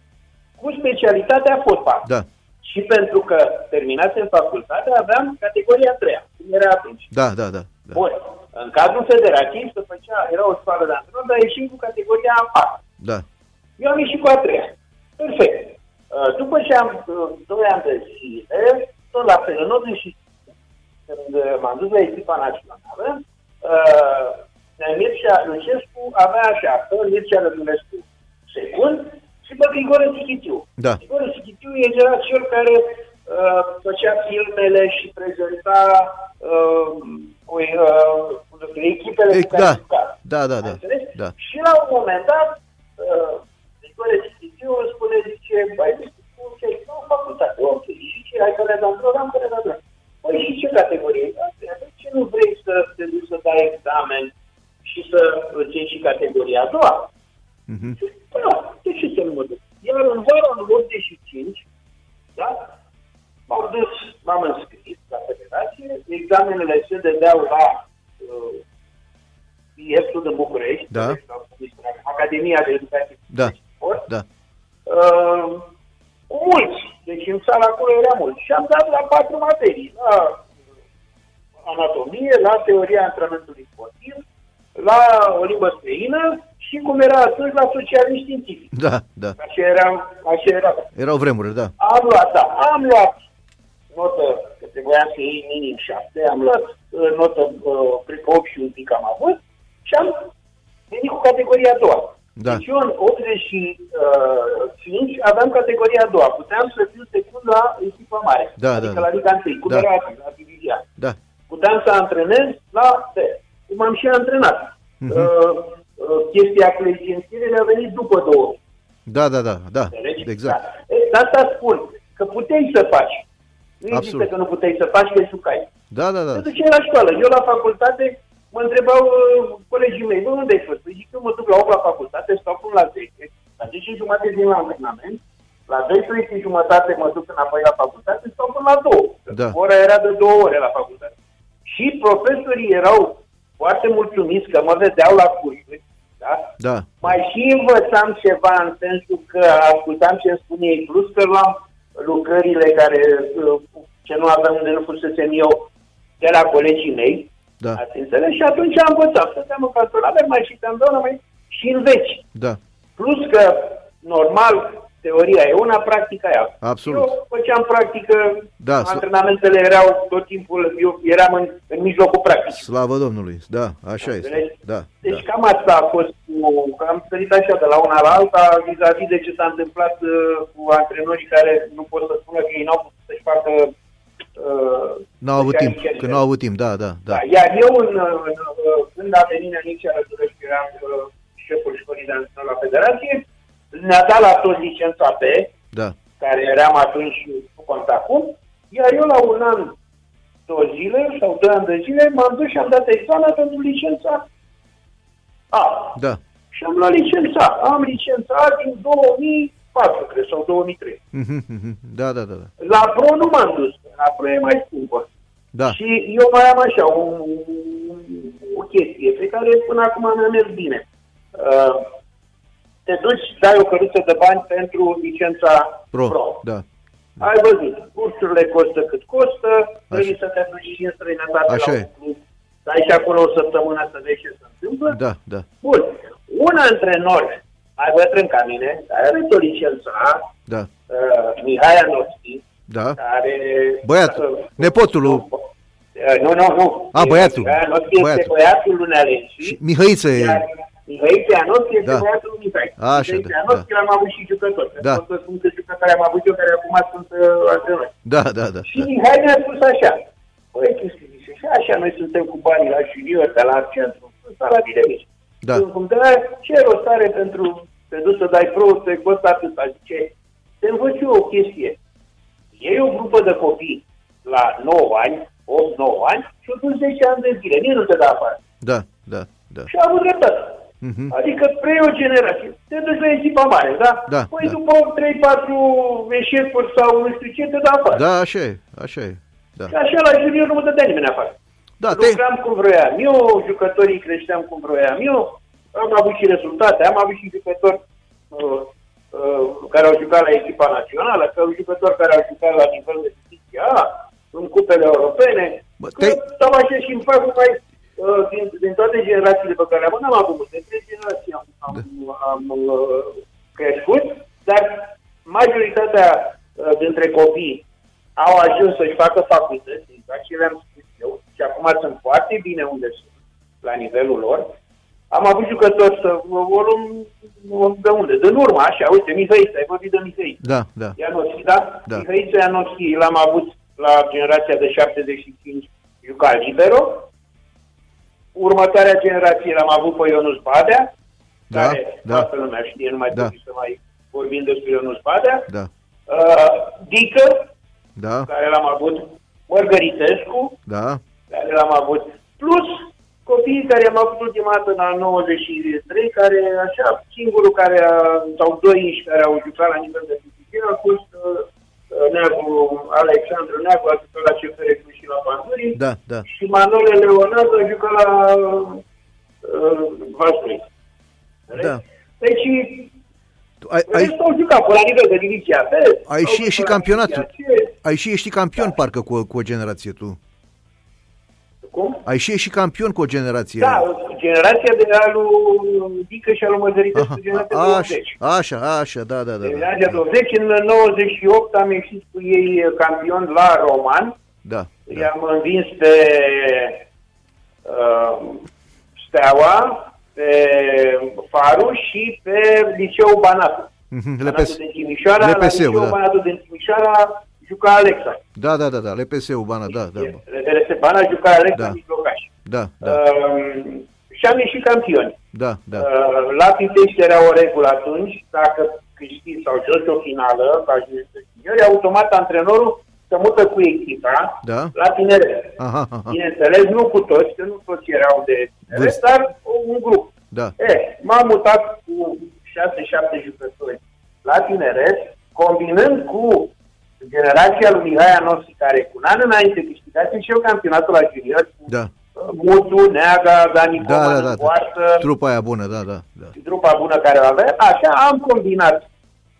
[SPEAKER 2] cu specialitatea fotbal.
[SPEAKER 1] Da.
[SPEAKER 2] Și pentru că terminasem facultatea, aveam categoria 3 cum era atunci.
[SPEAKER 1] Da, da, da. da.
[SPEAKER 2] Bun, în cadrul federativ se făcea, era o școală de antrenor, dar ieșim cu categoria a 4
[SPEAKER 1] Da.
[SPEAKER 2] Eu am ieșit cu a treia. Perfect. Uh, După ce am uh, doi ani de zile, tot la fel, în 85, când uh, m-am dus la echipa națională, uh, Mircea Lucescu avea așa, că Mircea Rădulescu secund și pe Grigore Sichitiu.
[SPEAKER 1] Da.
[SPEAKER 2] Grigore Sichitiu era cel care uh, făcea filmele și prezenta uh, cu, uh, cu echipele
[SPEAKER 1] E,
[SPEAKER 2] cu care
[SPEAKER 1] da.
[SPEAKER 2] juca.
[SPEAKER 1] Da, da,
[SPEAKER 2] Exact.
[SPEAKER 1] da.
[SPEAKER 2] Ai înțeles?
[SPEAKER 1] Da.
[SPEAKER 2] Și la un moment dat, uh, Nicole Citiu îmi spune, zice, băi, cum ce nu am facultate, ok, și ce, ai că le-am dat, am că le-am dat. Păi și ce categorie? Astea, De ce nu vrei să te duci să dai examen și să îți iei și categoria a doua?
[SPEAKER 1] Mhm.
[SPEAKER 2] Zic, Păi, nu, de ce să nu mă duc? Iar în vara în 85, da, m-am dus, m-am înscris la federație, examenele se dădeau la uh, IEF-ul de București,
[SPEAKER 1] Da.
[SPEAKER 2] sau cum îi spuneam, Academia de Educație
[SPEAKER 1] Da.
[SPEAKER 2] și Sport,
[SPEAKER 1] Da.
[SPEAKER 2] uh, cu mulți, deci în sala acolo era mulți. Și am dat la patru materii, la uh, anatomie, la teoria antrenamentului sportiv, la o limbă străină și cum era atunci la socialism științific.
[SPEAKER 1] Da, da.
[SPEAKER 2] Așa era, așa era.
[SPEAKER 1] Erau vremuri, da.
[SPEAKER 2] Am luat, da, am luat notă, că trebuia să iei minim 7, am luat uh, notă, uh, cred că 8 și un pic am avut, și am venit cu categoria a doua.
[SPEAKER 1] Da.
[SPEAKER 2] Deci eu în 85 aveam categoria a doua, puteam să fiu secund la echipa mare,
[SPEAKER 1] Da,
[SPEAKER 2] adică
[SPEAKER 1] da, da.
[SPEAKER 2] la Liga 1, cum
[SPEAKER 1] Da.
[SPEAKER 2] era atunci, la divizia
[SPEAKER 1] Da.
[SPEAKER 2] puteam să antrenez la fel, cum am și antrenat.
[SPEAKER 1] Mhm.
[SPEAKER 2] Uh-huh. Uh, uh, chestia cu licențierile a venit după două.
[SPEAKER 1] Da, da, da, da.
[SPEAKER 2] Înțelegi?
[SPEAKER 1] Exact.
[SPEAKER 2] Da. E, de Asta spun, că puteai să faci. Nu există
[SPEAKER 1] Absolut.
[SPEAKER 2] că nu puteai să faci, că jucai.
[SPEAKER 1] Da, da,
[SPEAKER 2] Te
[SPEAKER 1] da.
[SPEAKER 2] duceai la școală. Eu la facultate mă întrebau uh, colegii mei, bă, unde ai fost? Păi zic, eu mă duc la 8 la facultate, stau până la 10. La 10 jumate vin la antrenament, la 12 jumătate mă duc înapoi la facultate, stau până la 2.
[SPEAKER 1] Da.
[SPEAKER 2] Ora era de 2 ore la facultate. Și Și profesorii erau foarte mulțumiți că mă vedeau la cursuri, da?
[SPEAKER 1] Da.
[SPEAKER 2] Mai și învățam ceva în sensul că ascultam ce îmi spune ei, plus că luam lucrările care, uh, ce nu aveam unde nu fusesem eu, de la colegii mei,
[SPEAKER 1] Da.
[SPEAKER 2] ați înțeles? Și atunci am învățat. Stăteam în calculator, mai citeam doamna, mai și înveți.
[SPEAKER 1] Da.
[SPEAKER 2] Plus că, normal, teoria e una, practica e alta.
[SPEAKER 1] Absolut.
[SPEAKER 2] Eu făceam practică,
[SPEAKER 1] Da,
[SPEAKER 2] da,
[SPEAKER 1] sl-
[SPEAKER 2] antrenamentele erau tot timpul, eu eram în, în mijlocul practicii.
[SPEAKER 1] Slavă Domnului. Da, așa este.
[SPEAKER 2] Înțelegi?
[SPEAKER 1] Da.
[SPEAKER 2] Deci cam asta a fost cu, că am sărit așa de la una la alta vis-a-vis de ce s-a întâmplat uh, cu antrenorii care nu pot să spună că ei n-au putut să-și facă uh,
[SPEAKER 1] N-au avut
[SPEAKER 2] să-și
[SPEAKER 1] timp,
[SPEAKER 2] anice-
[SPEAKER 1] că n-au avut timp, da, da,
[SPEAKER 2] da.
[SPEAKER 1] da.
[SPEAKER 2] Iar eu, în, în, în- când a venit Anicia Răzurăș, că eram uh, șeful școlii de antrenor la federație, ne-a dat la toți licența B,
[SPEAKER 1] Da,
[SPEAKER 2] care eram atunci și nu conta acum, iar eu la un an, două zile sau doi ani de zile, m-am dus și am dat examen pentru licența A.
[SPEAKER 1] da.
[SPEAKER 2] Și am luat licența. Am licența A din 2004, cred, sau 2003.
[SPEAKER 1] Mhm, mhm. Da, da, da, da.
[SPEAKER 2] La pro nu m-am dus, că la pro e mai scumpă.
[SPEAKER 1] Da,
[SPEAKER 2] Și eu mai am așa o, o chestie pe care până acum mi-a mers bine. Uh, te duci, dai o căruță de bani pentru licența
[SPEAKER 1] pro,
[SPEAKER 2] pro. pro.
[SPEAKER 1] da.
[SPEAKER 2] Ai văzut, cursurile costă cât costă, trebuie să te duci și în străinătate
[SPEAKER 1] Așa
[SPEAKER 2] la
[SPEAKER 1] e.
[SPEAKER 2] un club, stai și acolo o săptămână să vezi ce se întâmplă.
[SPEAKER 1] Da, da,
[SPEAKER 2] Bun, un antrenor mai bătrân ca mine, care are o licență, A,
[SPEAKER 1] da,
[SPEAKER 2] uh, Mihai Anoschi,
[SPEAKER 1] da.
[SPEAKER 2] care... uh,
[SPEAKER 1] Băiatul, nepotul lui
[SPEAKER 2] Nu, nu, nu.
[SPEAKER 1] A, băiatul.
[SPEAKER 2] Mihai Anoschi este
[SPEAKER 1] Băiatul.
[SPEAKER 2] băiatul lui Nealescu.
[SPEAKER 1] și Mihăiță
[SPEAKER 2] Iar
[SPEAKER 1] e.
[SPEAKER 2] Mihai Anoschi este
[SPEAKER 1] Da.
[SPEAKER 2] băiatul lui Mihai.
[SPEAKER 1] Așa,
[SPEAKER 2] Mihai
[SPEAKER 1] da,
[SPEAKER 2] Anoschi l-am avut și jucător.
[SPEAKER 1] Da.
[SPEAKER 2] Pot să spun că jucători am avut eu care acum sunt uh, antrenori.
[SPEAKER 1] Da, da, da,
[SPEAKER 2] Și
[SPEAKER 1] da.
[SPEAKER 2] Mihai ne-a spus așa. Băi, ce să zice? Și așa, noi suntem cu banii la junior, de la centru, ăsta la bine mici.
[SPEAKER 1] Da.
[SPEAKER 2] Când Cum da, ce rost are pentru te duci să dai pro, te costă atâta. Zice, te învăț eu o chestie. Iei o grupă de copii la 9 ani, 8-9 ani și o duci 10 ani de zile. Nici nu te dă afară.
[SPEAKER 1] Da, da, da.
[SPEAKER 2] Și a avut dreptate.
[SPEAKER 1] Mhm.
[SPEAKER 2] Adică preiei o generație. Te duci la echipa mare, da?
[SPEAKER 1] Da,
[SPEAKER 2] păi
[SPEAKER 1] da.
[SPEAKER 2] după 3-4 eșecuri sau nu știu ce, te dă afară.
[SPEAKER 1] Da, așa e, așa e. Da.
[SPEAKER 2] Și așa la junior nu mă dădea nimeni afară.
[SPEAKER 1] Da, te...
[SPEAKER 2] Lucram cum vroiam eu, jucătorii creșteam cum vroiam eu, am avut și rezultate, am avut și jucători uh, uh, care au jucat la echipa națională, că au jucători care au jucat la nivel de divizie A, în cupele europene.
[SPEAKER 1] Bă,
[SPEAKER 2] că
[SPEAKER 1] te-
[SPEAKER 2] Stau așa și îmi fac mai uh, din, din, toate generațiile pe care am, n-am avut multe, trei generații am, am, am uh, crescut, dar majoritatea uh, dintre copii au ajuns să-și facă facultăți, exact ce le-am spus eu, și acum sunt foarte bine unde sunt, la nivelul lor. Am avut jucători să o luăm o- de unde? Din urmă, așa, uite, Mihăiță, ai vorbit de Mihăiță.
[SPEAKER 1] Da, da,
[SPEAKER 2] Ianoschi, da?
[SPEAKER 1] Da.
[SPEAKER 2] Mihăiță Ianoschi l-am avut la generația de 75 juca libero. Următoarea generație l-am avut pe Ionuț Badea,
[SPEAKER 1] Da,
[SPEAKER 2] care
[SPEAKER 1] da.
[SPEAKER 2] toată lumea știe, nu mai
[SPEAKER 1] Da.
[SPEAKER 2] trebuie să mai vorbim despre Ionuț Badea.
[SPEAKER 1] da,
[SPEAKER 2] Uh, Dică,
[SPEAKER 1] da,
[SPEAKER 2] care l-am avut, Mărgăritescu,
[SPEAKER 1] da,
[SPEAKER 2] care l-am avut, plus copiii care am avut ultima dată la 93, care așa, singurul care a, sau doi care au jucat la nivel de divizie a fost uh, Neagu, Alexandru Neagu, a jucat la CFR Cluj și la Pandurii,
[SPEAKER 1] da, da.
[SPEAKER 2] și Manole Leonardo a jucat la uh, Vaslui.
[SPEAKER 1] Da.
[SPEAKER 2] Deci,
[SPEAKER 1] Tu Ai,
[SPEAKER 2] ai...
[SPEAKER 1] ai,
[SPEAKER 2] au jucat pe la nivel de divizia B.
[SPEAKER 1] ai
[SPEAKER 2] au
[SPEAKER 1] și
[SPEAKER 2] jucat
[SPEAKER 1] ieșit
[SPEAKER 2] la divizia
[SPEAKER 1] campionatul.
[SPEAKER 2] C.
[SPEAKER 1] Ai și ești campion parcă cu, o- cu o generație tu.
[SPEAKER 2] Cum?
[SPEAKER 1] Ai și ești campion cu o generație.
[SPEAKER 2] Da, generația de al lui Dică și al lui Măzăritescu,
[SPEAKER 1] Aha,
[SPEAKER 2] generația de
[SPEAKER 1] a-
[SPEAKER 2] 20.
[SPEAKER 1] așa, așa, așa, da, da, da. Da,
[SPEAKER 2] Generația 20, în 98 am ieșit cu ei campion la Roman,
[SPEAKER 1] da, da,
[SPEAKER 2] i-am învins pe uh, Steaua, pe Faru și pe Liceul Banat.
[SPEAKER 1] Mhm,
[SPEAKER 2] Banatul
[SPEAKER 1] LPS,
[SPEAKER 2] din Timișoara, la
[SPEAKER 1] LPS-ul,
[SPEAKER 2] Liceul
[SPEAKER 1] da.
[SPEAKER 2] Banatul din Timișoara juca Alexa.
[SPEAKER 1] da, da, da, da, LPS-ul, Bana, da, da, bă.
[SPEAKER 2] Redelese Bana juca Alexa
[SPEAKER 1] Da.
[SPEAKER 2] da. mijlocaș.
[SPEAKER 1] da, da,
[SPEAKER 2] Uh, și am ieșit campioni.
[SPEAKER 1] da, da,
[SPEAKER 2] Uh, La Pitești era o regulă atunci, dacă câștigi sau joci o finală, ca și juniori, automat antrenorul se mută cu echipa
[SPEAKER 1] Da. ah.
[SPEAKER 2] la tineret.
[SPEAKER 1] aha, aha,
[SPEAKER 2] Bineînțeles, nu cu toți, că nu toți erau de tineret,
[SPEAKER 1] Vârstă.
[SPEAKER 2] dar un grup.
[SPEAKER 1] da,
[SPEAKER 2] E, m-am mutat cu 6-7 jucători la tineret, combinând cu generația lui Mihai Anossi, care cu un an înainte câștigase și eu campionatul la junior cu
[SPEAKER 1] Da.
[SPEAKER 2] Mutu, Neaga, Dani
[SPEAKER 1] Da,
[SPEAKER 2] Coman
[SPEAKER 1] da,
[SPEAKER 2] în
[SPEAKER 1] da, da.
[SPEAKER 2] poartă,
[SPEAKER 1] Trupa aia bună, da, da, da.
[SPEAKER 2] trupa bună care o avea. Așa am combinat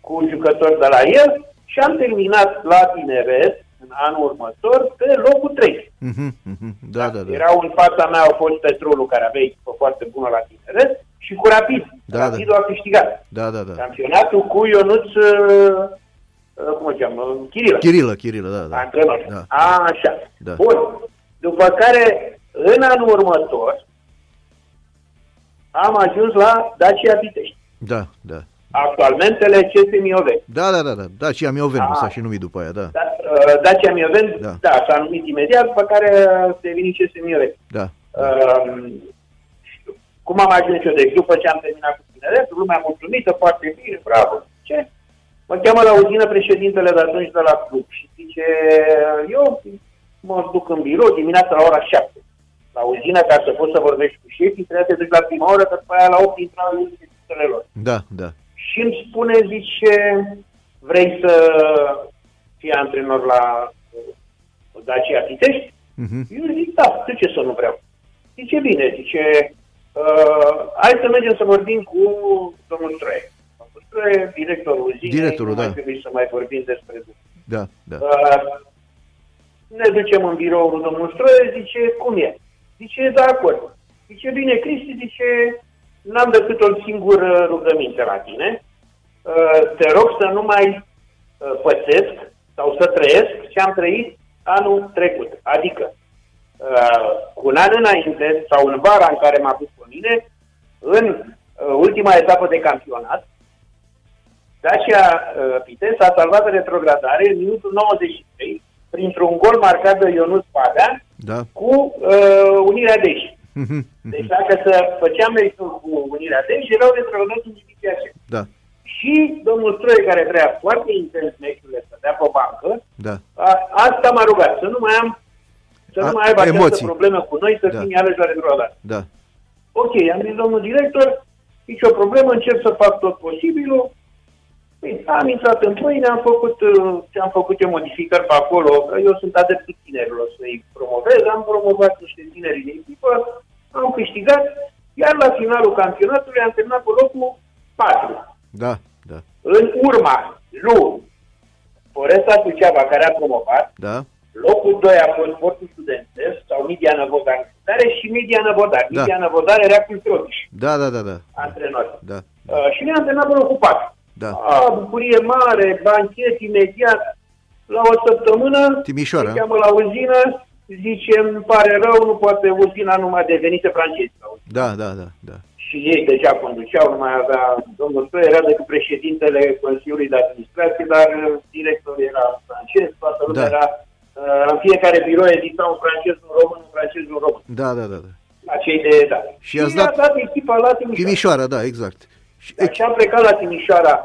[SPEAKER 2] cu jucători de la el și am terminat la tineret în anul următor pe locul 3.
[SPEAKER 1] Mhm, mhm, Da, da, da.
[SPEAKER 2] Erau în fața mea, au fost Petrolul, care avea echipă foarte bună la tineret, și cu Rapid.
[SPEAKER 1] Da, da.
[SPEAKER 2] Rapidul a câștigat.
[SPEAKER 1] Da, da, da.
[SPEAKER 2] Campionatul cu Ionuț, uh, uh, cum o cheamă, Chirilă,
[SPEAKER 1] Chirilă, Chirilă, da, da.
[SPEAKER 2] antrenor.
[SPEAKER 1] Da.
[SPEAKER 2] A, așa.
[SPEAKER 1] Da.
[SPEAKER 2] Bun. După care, în anul următor, am ajuns la Dacia Pitești.
[SPEAKER 1] Da, da.
[SPEAKER 2] Actualmente CS Mioveni.
[SPEAKER 1] Da, da, da, da. Da, și am eu venit,
[SPEAKER 2] Ah.
[SPEAKER 1] s-a și numit după aia, da.
[SPEAKER 2] Da, uh, Dacia Mioveni,
[SPEAKER 1] Da.
[SPEAKER 2] da. da, s-a numit imediat, după care uh, a devenit CS Mioveni.
[SPEAKER 1] Da.
[SPEAKER 2] Um, cum am ajuns eu, deci după ce am terminat cu tineretul, lumea mulțumită, foarte bine, bravo, ce? Mă cheamă la uzină președintele de atunci de la club și zice, uh, eu mă duc în birou dimineața la ora 7. La uzină, ca să poți să vorbești cu șefii, trebuia să te duci la prima oră, că după aia la 8 intra în institutele lor.
[SPEAKER 1] Da, da.
[SPEAKER 2] Și îmi spune, zice, vrei să fii antrenor la uh, Dacia Pitești?
[SPEAKER 1] Mhm.
[SPEAKER 2] Eu zic, da, de ce să nu vreau? Zice, bine, zice, uh, hai să mergem să vorbim cu domnul Troie. Domnul Troie, directorul uzinei,
[SPEAKER 1] Directorul,
[SPEAKER 2] nu mai
[SPEAKER 1] da.
[SPEAKER 2] trebuie să mai vorbim despre lucru.
[SPEAKER 1] Da, da.
[SPEAKER 2] Uh, ne ducem în biroul lui domnul Stroie, zice, cum e? Zice, de acord. Zice, bine, Cristi, zice, n-am decât o singură rugăminte la tine. Uh, te rog să nu mai uh, pățesc sau să trăiesc ce am trăit anul trecut. Adică, uh, cu un an înainte sau în vara în care m-a pus pe mine, în uh, ultima etapă de campionat, Dacia uh, Pitești a salvat de retrogradare în minutul 93 printr-un gol marcat de Ionuț Padea
[SPEAKER 1] Da.
[SPEAKER 2] cu uh, Unirea Deși.
[SPEAKER 1] Mhm,
[SPEAKER 2] Deci
[SPEAKER 1] mhm.
[SPEAKER 2] dacă să făceam meritul cu Unirea Deși, erau retrogradați în divizia C.
[SPEAKER 1] Da,
[SPEAKER 2] Și domnul Stroie, care trăia foarte intens meciurile, să dea pe bancă,
[SPEAKER 1] da.
[SPEAKER 2] a, asta m-a rugat, să nu mai am să
[SPEAKER 1] A,
[SPEAKER 2] nu mai aibă această
[SPEAKER 1] emoții.
[SPEAKER 2] problemă cu noi, să
[SPEAKER 1] Da.
[SPEAKER 2] fim iarăși la retrogradare.
[SPEAKER 1] Da.
[SPEAKER 2] Ok, am zis domnul director, nicio problemă, încerc să fac tot posibilul. Bine, am intrat în pâine, am făcut, uh, ce am făcut eu modificări pe acolo, că eu sunt adeptul tinerilor să-i promovez, am promovat niște tineri din echipă, am câștigat, iar la finalul campionatului am terminat pe locul 4.
[SPEAKER 1] Da, da.
[SPEAKER 2] În urma lui Foresta Suceava, care a promovat,
[SPEAKER 1] Da.
[SPEAKER 2] locul 2 a fost Portul Studențesc sau Media Năvodar și Media Năvodar.
[SPEAKER 1] Da.
[SPEAKER 2] Media Năvodar era cu Trotiș
[SPEAKER 1] Da, da, da, da.
[SPEAKER 2] antrenor.
[SPEAKER 1] Da.
[SPEAKER 2] Uh, și ne-a antrenat până cu patru.
[SPEAKER 1] Da.
[SPEAKER 2] A, bucurie mare, banchet imediat. La o săptămână,
[SPEAKER 1] Timișoara.
[SPEAKER 2] se cheamă la uzină, zice, îmi pare rău, nu poate uzina numai devenise francezi.
[SPEAKER 1] Da, da, da, da.
[SPEAKER 2] Și ei deja conduceau, nu mai avea domnul Stoia, era decât președintele Consiliului de Administrație, dar uh, directorul era francez, toată lumea
[SPEAKER 1] Da.
[SPEAKER 2] era... Uh, în fiecare birou edita un francez, un român, un francez, un român.
[SPEAKER 1] Da, da, da, da.
[SPEAKER 2] La cei de da.
[SPEAKER 1] Și ați
[SPEAKER 2] a
[SPEAKER 1] dat-
[SPEAKER 2] dat echipa la Timișoara.
[SPEAKER 1] Timișoara, da, exact. Și,
[SPEAKER 2] Deci am plecat la Timișoara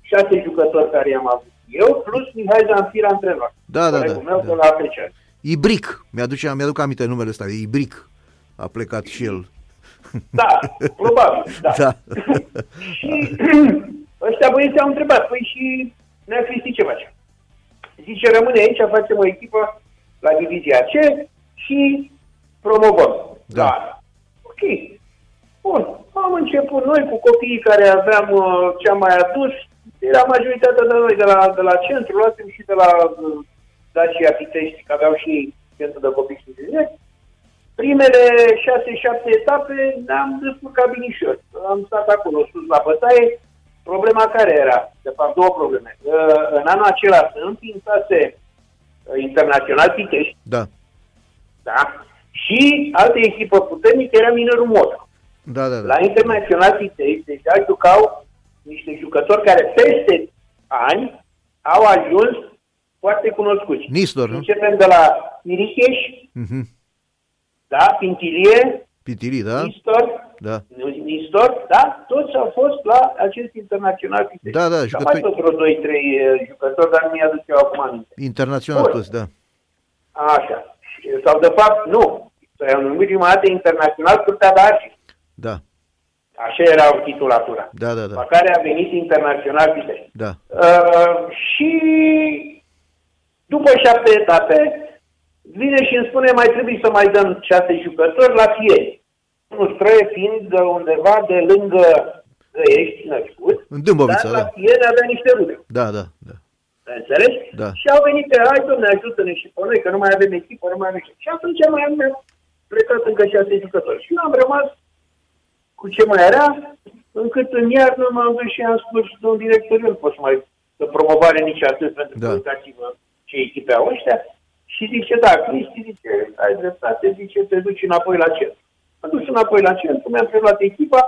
[SPEAKER 2] șase jucători care i-am avut eu, plus Mihai Zanfir, antrenor.
[SPEAKER 1] Da, da,
[SPEAKER 2] Colegul
[SPEAKER 1] da,
[SPEAKER 2] meu
[SPEAKER 1] da.
[SPEAKER 2] de la APC.
[SPEAKER 1] Ibric. Mi-aduce, mi-aduc aminte numele ăsta. Ibric. A plecat și el.
[SPEAKER 2] Da, probabil, da.
[SPEAKER 1] Da.
[SPEAKER 2] și ăștia băieți au întrebat, păi și ne-a Cristi ce face? Zice, rămâne aici, facem o echipă la divizia C și promovăm.
[SPEAKER 1] Da.
[SPEAKER 2] La- Ok. Bun. Am început noi cu copiii care aveam uh, ce am mai adus. Era majoritatea de noi de la, de la centru, luasem și de la uh, Dacia Pitești, că aveau și ei centru de copii și tineri. Primele 6-7 etape ne-am descurcat binișor. Am stat acolo sus la bătaie. Problema care era? De fapt, două probleme. Uh, În anul acela se înființase uh, internațional Pitești,
[SPEAKER 1] Da.
[SPEAKER 2] da? Și altă echipă puternică era Minerul Moda.
[SPEAKER 1] Da, da, da.
[SPEAKER 2] La internațional Pitești deja jucau niște jucători care peste ani au ajuns foarte cunoscuți.
[SPEAKER 1] Nistor, nu?
[SPEAKER 2] Începem de la Miricheș,
[SPEAKER 1] Mhm.
[SPEAKER 2] da, Pintilie,
[SPEAKER 1] Pitiri, da?
[SPEAKER 2] Nistor,
[SPEAKER 1] Da.
[SPEAKER 2] Nistor, da, toți au fost la acest internațional Pitești.
[SPEAKER 1] Da, da,
[SPEAKER 2] jucători.
[SPEAKER 1] jucători-
[SPEAKER 2] Am mai fost vreo 2-3 eh, jucători, dar nu mi-aduc eu acum aminte.
[SPEAKER 1] Internațional
[SPEAKER 2] Bun.
[SPEAKER 1] toți, da.
[SPEAKER 2] Așa. Sau de fapt, nu. S-a numit prima dată internațional Curtea de Arci.
[SPEAKER 1] Da.
[SPEAKER 2] Așa era titulatura.
[SPEAKER 1] Da, da, da.
[SPEAKER 2] La care a venit internațional Pitești.
[SPEAKER 1] Da.
[SPEAKER 2] Uh, și după șapte etape, vine și îmi spune mai trebuie să mai dăm șase jucători la fieri. Unul străie fiind de undeva de lângă Găiești născut,
[SPEAKER 1] În Dâmbovița,
[SPEAKER 2] dar la
[SPEAKER 1] da.
[SPEAKER 2] fieri avea niște rude.
[SPEAKER 1] Da, da, da.
[SPEAKER 2] Te Înțelegi?
[SPEAKER 1] Da.
[SPEAKER 2] Și au venit pe hai, domne, ajută-ne și pe noi, că nu mai avem echipă, nu mai avem echipă. Și atunci mai am plecat încă șase jucători. Și eu am rămas cu ce mai era, încât în iarnă m-am dus și am spus, domn director, eu nu pot să mai să promovare nici atât, pentru
[SPEAKER 1] Da.
[SPEAKER 2] că uitați-vă ce echipe au ăștia. Și zice, da, Cristi, zice, ai dreptate, zice, te duci înapoi la centru. M-am dus înapoi la centru, mi-am preluat echipa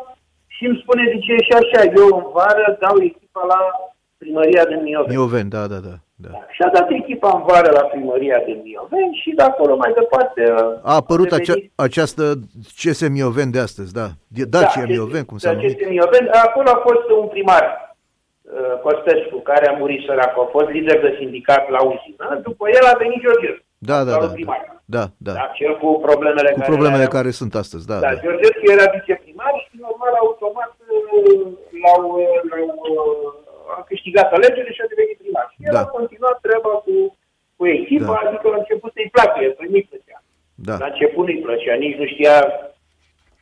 [SPEAKER 2] și îmi spune, zice, și așa, eu în vară dau echipa la primăria din Mioveni.
[SPEAKER 1] Mioven, da, da, da. da.
[SPEAKER 2] Și a dat echipa în vară la primăria de Mioveni și de acolo mai departe...
[SPEAKER 1] A apărut
[SPEAKER 2] devenit-
[SPEAKER 1] acea, această CS Mioven de astăzi, da. Di- Dacia da, Mioven, cum s-a
[SPEAKER 2] acest-
[SPEAKER 1] numit.
[SPEAKER 2] acest Mioven, acolo a fost un primar, uh, Costescu, care a murit sărac, a fost lider de sindicat la uzină, după el a venit Georgescu.
[SPEAKER 1] Da, da,
[SPEAKER 2] sau
[SPEAKER 1] da, da.
[SPEAKER 2] primar.
[SPEAKER 1] Da, da.
[SPEAKER 2] Da, cel cu problemele
[SPEAKER 1] Cu
[SPEAKER 2] care
[SPEAKER 1] problemele
[SPEAKER 2] le-a-
[SPEAKER 1] care sunt astăzi, da,
[SPEAKER 2] Da,
[SPEAKER 1] da.
[SPEAKER 2] Georgescu era viceprimar și normal, automat, uh, l-au, uh, l-au, uh, a câștigat alegerile și a devenit primar. Și el
[SPEAKER 1] Da.
[SPEAKER 2] a continuat treaba cu, cu echipa,
[SPEAKER 1] Da.
[SPEAKER 2] adică a început să-i placă, că nu-i plăcea.
[SPEAKER 1] Da.
[SPEAKER 2] La început nu-i plăcea, nici nu știa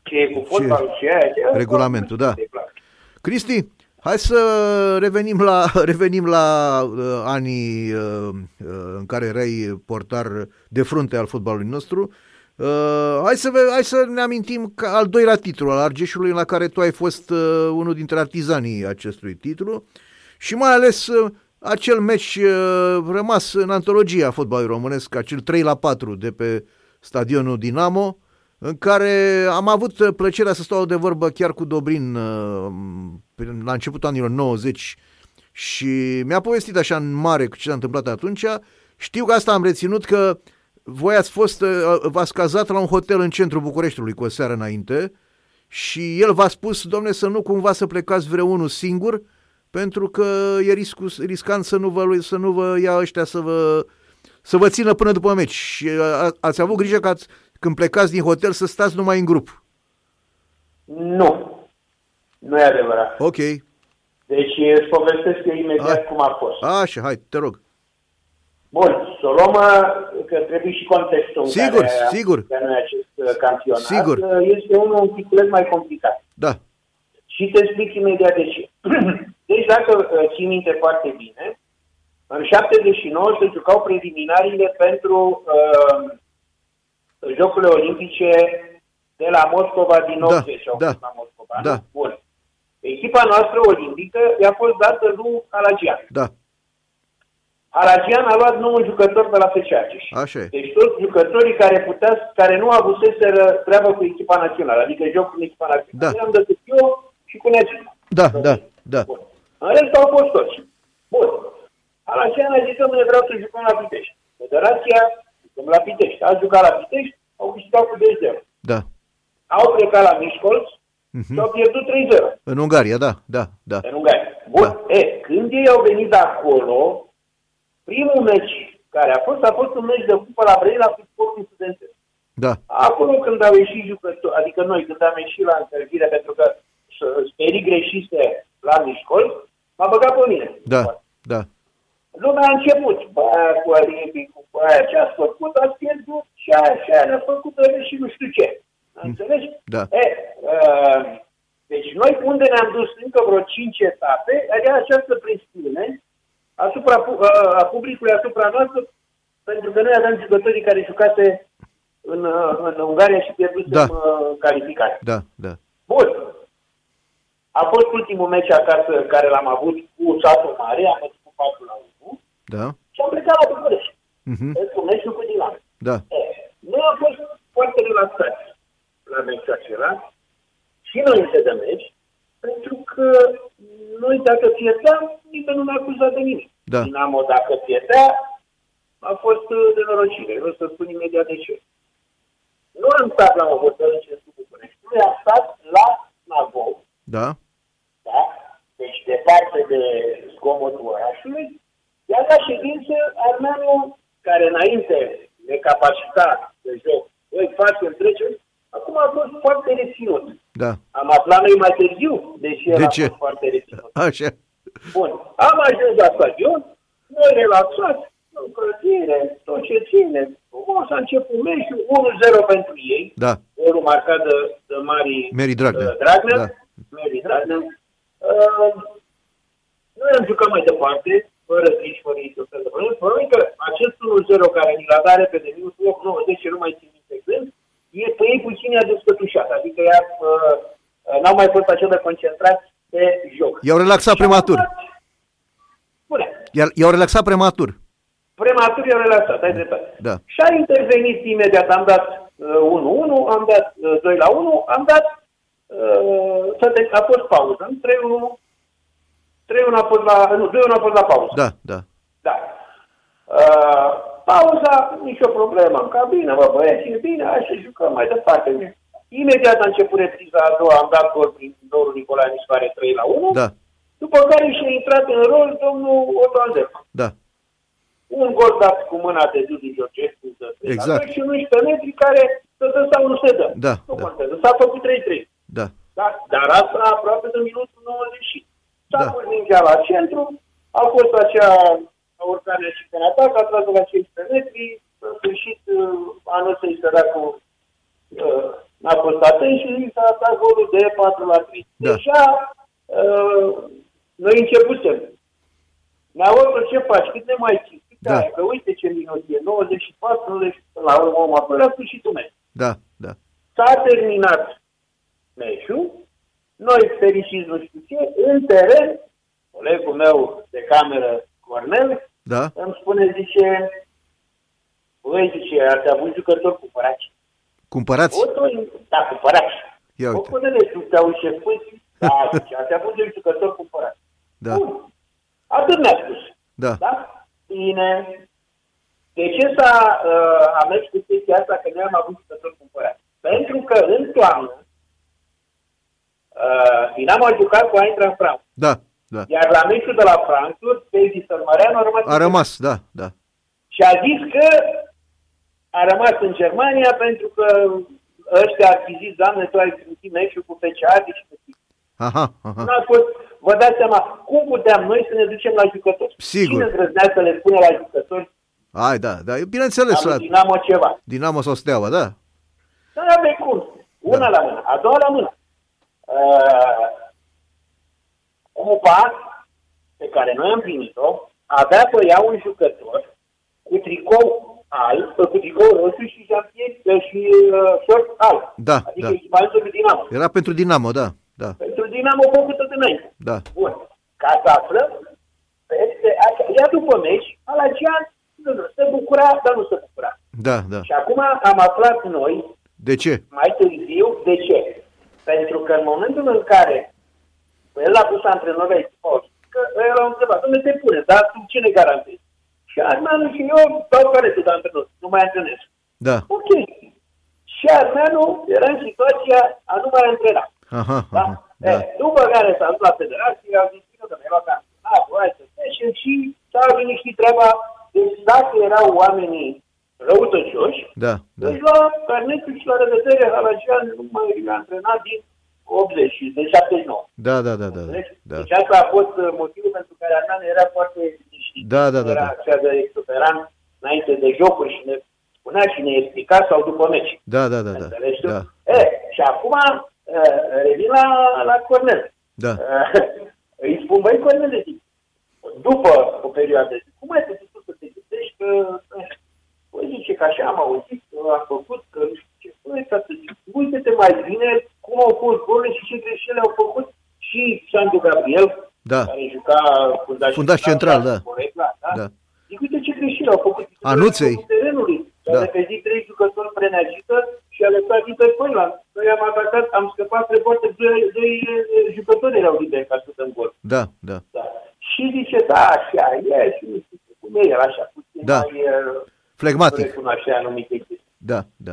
[SPEAKER 2] ce e cu fotbalul, ce, e aia, ce e.
[SPEAKER 1] Regulamentul, da.
[SPEAKER 2] Să-i placă.
[SPEAKER 1] Cristi, hai să revenim la, revenim la uh, anii uh, uh, în care erai portar de frunte al fotbalului nostru. Uh, hai, să, ve- hai să ne amintim că al doilea titlu al Argeșului la care tu ai fost uh, unul dintre artizanii acestui titlu și mai ales uh, acel meci uh, rămas în antologia fotbalului românesc, acel 3 la 4 de pe stadionul Dinamo, în care am avut uh, plăcerea să stau de vorbă chiar cu Dobrin uh, prin- la începutul anilor 90 și mi-a povestit așa în mare cu ce s-a întâmplat atunci. Știu că asta am reținut că voi ați fost, uh, v-ați cazat la un hotel în centrul Bucureștiului cu o seară înainte și el v-a spus, domne, să nu cumva să plecați vreunul singur, pentru că e riscul, riscant să nu vă, să nu vă ia ăștia să vă, să vă țină până după meci. Și a, ați avut grijă că ați, când plecați din hotel să stați numai în grup.
[SPEAKER 2] Nu. Nu e adevărat.
[SPEAKER 1] Ok,
[SPEAKER 2] Deci îți povestesc eu imediat
[SPEAKER 1] Hai.
[SPEAKER 2] cum a fost.
[SPEAKER 1] așa, hai, te rog.
[SPEAKER 2] Bun, să o luăm uh, că trebuie și contextul
[SPEAKER 1] Sigur,
[SPEAKER 2] în care,
[SPEAKER 1] sigur.
[SPEAKER 2] în care noi acest uh, campionat.
[SPEAKER 1] Sigur.
[SPEAKER 2] Uh, Este unul un piculeț mai complicat.
[SPEAKER 1] Da,
[SPEAKER 2] Și te explic imediat de ce. deci dacă uh, ții minte foarte bine, în 79 se jucau preliminariile pentru uh, Jocurile Olimpice de la Moscova din
[SPEAKER 1] Da,
[SPEAKER 2] 90 sau
[SPEAKER 1] da,
[SPEAKER 2] la Moscova.
[SPEAKER 1] da.
[SPEAKER 2] nu? Bun. Echipa noastră olimpică i-a fost dată lui Alagian.
[SPEAKER 1] da,
[SPEAKER 2] Haragian a luat nouă jucători de la FC Argeș.
[SPEAKER 1] Așa e.
[SPEAKER 2] Deci toți jucătorii care putea, care nu avuseseră treabă cu echipa națională, adică jocul în echipa
[SPEAKER 1] Da.
[SPEAKER 2] națională. Da. Am decât eu și cu Neagica.
[SPEAKER 1] da, da, da.
[SPEAKER 2] Bun. În rest au fost toți. Bun. Haragian a zis, domnule, vreau să jucăm la Pitești. Federația, jucăm la Pitești. A jucat la Pitești, au câștigat cu 10
[SPEAKER 1] Da.
[SPEAKER 2] Au plecat la Mișcolț
[SPEAKER 1] Mhm.
[SPEAKER 2] și au pierdut 3-0
[SPEAKER 1] În Ungaria, da, da, da.
[SPEAKER 2] în Ungaria. Bun,
[SPEAKER 1] Da.
[SPEAKER 2] e, când ei au venit de acolo, primul meci care a fost, a fost un meci de cupă la Brăila cu sportul studențesc.
[SPEAKER 1] Da,
[SPEAKER 2] Acolo când au ieșit jucători, adică noi când am ieșit la încălzire, pentru că s- sperii greșise la mișcol, m-a băgat pe mine.
[SPEAKER 1] da, da.
[SPEAKER 2] Lumea a început, bă, cu alibi, cu aia, ce ați făcut, ați pierdut, și aia, și aia, ne-a făcut rău și nu știu ce. Înțelegi?
[SPEAKER 1] Da.
[SPEAKER 2] E, uh, deci noi unde ne-am dus încă vreo 5 etape, era această presiune asupra pu- uh, a publicului, asupra noastră, pentru că noi aveam jucătorii care jucase în, uh, în Ungaria și pierdusem
[SPEAKER 1] Da.
[SPEAKER 2] da. uh, calificare.
[SPEAKER 1] Da, da.
[SPEAKER 2] Bun. A fost ultimul meci acasă care l-am avut cu satul mare, am fost cu 4 la 1
[SPEAKER 1] Da.
[SPEAKER 2] și am plecat la București.
[SPEAKER 1] Mhm.
[SPEAKER 2] Pentru meciul cu Dinamo.
[SPEAKER 1] Da.
[SPEAKER 2] Eh, Noi am fost foarte relaxați la meciul acela și înainte de meci, pentru că noi dacă pierdeam, nimeni nu ne acuza de nimic.
[SPEAKER 1] Da.
[SPEAKER 2] Dinamo dacă pierdea, a fost uh, de norocire. O să spun imediat de ce. Nu am stat la un hotel în centrul Bucureștiului, am stat la Navou,
[SPEAKER 1] Da.
[SPEAKER 2] da? Deci departe de zgomotul orașului, iar la ședință Armeanu, care înainte de capacita de joc, noi facem, trecem, acum a fost foarte reținut.
[SPEAKER 1] Da.
[SPEAKER 2] Am aflat noi mai târziu, deși el
[SPEAKER 1] De
[SPEAKER 2] a
[SPEAKER 1] ce?
[SPEAKER 2] fost foarte reținut.
[SPEAKER 1] Așa.
[SPEAKER 2] Bun. Am ajuns la stadion, noi relaxați, încălzire, tot ce ține, frumos, frumos a început meciul, 1-0 pentru ei,
[SPEAKER 1] Da,
[SPEAKER 2] golul marcat de, de Mari
[SPEAKER 1] Mary Dragnea.
[SPEAKER 2] uh, Dragnea.
[SPEAKER 1] Da.
[SPEAKER 2] Mary Dragnea. Uh, noi am jucat mai departe, fără griji, fără nicio fel de problemă. Probabil că acest 1-0 care ni l-a dat repede, minutul 8, 9, 10, nu mai țin minte când, e pe ei puțin i-a descătușat, adică i-a, uh, n-au mai fost așa de concentrați pe joc.
[SPEAKER 1] I-au relaxat prematur.
[SPEAKER 2] Bune,
[SPEAKER 1] Iar i-au relaxat prematur.
[SPEAKER 2] prematur i-au relaxat, ai dreptate.
[SPEAKER 1] Da.
[SPEAKER 2] Și a intervenit imediat, am dat uh, 1-1, am dat uh, 2 la 1, am dat, uh, să te- a fost pauză, 3-1, 3-1 a fost la, nu, 2-1 a fost la pauză.
[SPEAKER 1] Da, da.
[SPEAKER 2] Da. Uh, pauza, nicio problemă în cabină, bă, băieți, e bine, hai să jucăm mai departe. Imediat a început repriza a doua, am dat gol prin dorul Nicolae Mișcare 3 la 1,
[SPEAKER 1] Da,
[SPEAKER 2] după care și-a intrat în rol domnul Otan Zeman
[SPEAKER 1] da.
[SPEAKER 2] un gol dat cu mâna de Dudu Georgescu de trei
[SPEAKER 1] Exact.
[SPEAKER 2] la doi și 11 metri care să dă sau nu se dă.
[SPEAKER 1] Da,
[SPEAKER 2] Nu
[SPEAKER 1] da.
[SPEAKER 2] contează. S-a făcut 3-3.
[SPEAKER 1] Da,
[SPEAKER 2] Da, dar asta aproape de minutul 90. S-a
[SPEAKER 1] Da.
[SPEAKER 2] pus mingea la centru, a fost acea urcare și pe atac, a tras de la 15 metri, în sfârșit uh, anul să-i săracul uh, n-a fost atent și i s-a dat golul de 4 la 3.
[SPEAKER 1] Da.
[SPEAKER 2] Deja uh, noi începusem. Neaolul, ce faci? Cât ne mai ții? Cât
[SPEAKER 1] Da.
[SPEAKER 2] ai? Că uite ce minut e, 94, 90, deci la urmă om apărea cu și tu mergi.
[SPEAKER 1] da, da.
[SPEAKER 2] S-a terminat meciul, noi fericiți nu știu ce, în teren, colegul meu de cameră, Cornel,
[SPEAKER 1] Da,
[SPEAKER 2] îmi spune, zice, băi, zice, ați avut jucători cu păraci.
[SPEAKER 1] cumpărați?
[SPEAKER 2] O, tu, da, cu păraci.
[SPEAKER 1] Ia
[SPEAKER 2] O,
[SPEAKER 1] uite.
[SPEAKER 2] pune-le, tu te auzi ce spui? Da, zice, ați avut doi jucători cu păraci.
[SPEAKER 1] Da,
[SPEAKER 2] Bun. Atât mi-a spus.
[SPEAKER 1] da,
[SPEAKER 2] Da? Bine. De ce s-a uh, a mers cu chestia asta că noi am avut jucători cumpărați? Pentru că în toamnă uh, Dinamo a jucat cu Eintracht Frankfurt.
[SPEAKER 1] da, da.
[SPEAKER 2] Iar la meciul de la Frankfurt, Pezi Sărmăreanu a rămas,
[SPEAKER 1] A rămas, da, da.
[SPEAKER 2] și a zis că a rămas în Germania pentru că ăștia achiziți, doamne, tu ai simțit meciul cu PCA, deci
[SPEAKER 1] Aha, aha.
[SPEAKER 2] n-a fost, vă dați seama, cum puteam noi să ne ducem la jucători?
[SPEAKER 1] Sigur.
[SPEAKER 2] Cine îndrăznea să le spune la jucători
[SPEAKER 1] Hai, da, da. Bineînțeles, la
[SPEAKER 2] am Dinamo ceva.
[SPEAKER 1] Dinamo sau Steaua, da.
[SPEAKER 2] Dar avem cum. Una
[SPEAKER 1] Da.
[SPEAKER 2] la mână, a doua la mână. Uh, cupa pe care noi am primit-o avea pe ea un jucător cu tricou alb, cu tricou roșu și jampier și uh, short alb.
[SPEAKER 1] Da,
[SPEAKER 2] adică
[SPEAKER 1] da.
[SPEAKER 2] echivalentul lui Dinamo.
[SPEAKER 1] Era pentru Dinamo, da, da,
[SPEAKER 2] Pentru Dinamo făcută înainte.
[SPEAKER 1] da.
[SPEAKER 2] Bun. Ca să aflăm, peste, așa, ea după meci, Alagian nu, nu, se bucura, dar nu se bucura.
[SPEAKER 1] Da, da.
[SPEAKER 2] Și acum am aflat noi
[SPEAKER 1] De ce?
[SPEAKER 2] mai târziu. De ce? Pentru că în momentul în care el a pus antrenor la echipă, că el a întrebat, domnule, te pune, dar tu cine garantezi? Și Armeanu și eu dau care tu de antrenor, nu mai antrenez.
[SPEAKER 1] Da.
[SPEAKER 2] Ok. Și Armeanu era în situația a nu mai antrena.
[SPEAKER 1] Aha,
[SPEAKER 2] Da?
[SPEAKER 1] aha.
[SPEAKER 2] da.
[SPEAKER 1] Da,
[SPEAKER 2] E, după care s-a dus la federație, a zis, nu, că mi-a luat campionatul, Da, hai să trecem și s-a liniștit treaba. Deci dacă erau oamenii răutăcioși,
[SPEAKER 1] da,
[SPEAKER 2] da.
[SPEAKER 1] da.
[SPEAKER 2] Deci la carnetul și la revedere, Halagian nu mai a antrenat din 80, și- din 79.
[SPEAKER 1] Da, da, da, da, da.
[SPEAKER 2] Deci,
[SPEAKER 1] Da,
[SPEAKER 2] deci asta a fost uh, motivul pentru care Arnan era foarte liniștit.
[SPEAKER 1] Da, da, da,
[SPEAKER 2] Era
[SPEAKER 1] da.
[SPEAKER 2] așa de exuberant înainte de jocuri și ne spunea și ne explica sau după meci.
[SPEAKER 1] da, da, da, da.
[SPEAKER 2] Înțelegi tu?
[SPEAKER 1] Da,
[SPEAKER 2] E, și acum uh, revin la, la Cornel.
[SPEAKER 1] da.
[SPEAKER 2] Uh, îi spun, băi, Cornel, zic, după o perioadă de zi, cum ai putut tu să te gândești că... Păi zice că așa am auzit, că a făcut, că nu știu ce, păi, să te zic, uite-te mai bine cum au fost golurile și ce greșeli au făcut și Sandu Gabriel,
[SPEAKER 1] Da.
[SPEAKER 2] care juca fundaș,
[SPEAKER 1] Fundaș central, da.
[SPEAKER 2] Corect, da, da.
[SPEAKER 1] Da.
[SPEAKER 2] Zic, uite ce greșeli au făcut. Zic,
[SPEAKER 1] Anuței.
[SPEAKER 2] au făcut Terenului.
[SPEAKER 1] Da.
[SPEAKER 2] Da. A repezit trei jucători preneagită și a lăsat liber până la... Noi am atacat, am scăpat pe foarte doi, doi eh, jucători erau liberi ca să dăm gol.
[SPEAKER 1] Da, da.
[SPEAKER 2] Da. Și zice, da, așa e, și nu știu cum e, el așa, puțin
[SPEAKER 1] Da.
[SPEAKER 2] mai eh,
[SPEAKER 1] Flegmatic.
[SPEAKER 2] recunoaște anumite chestii.
[SPEAKER 1] Da, da.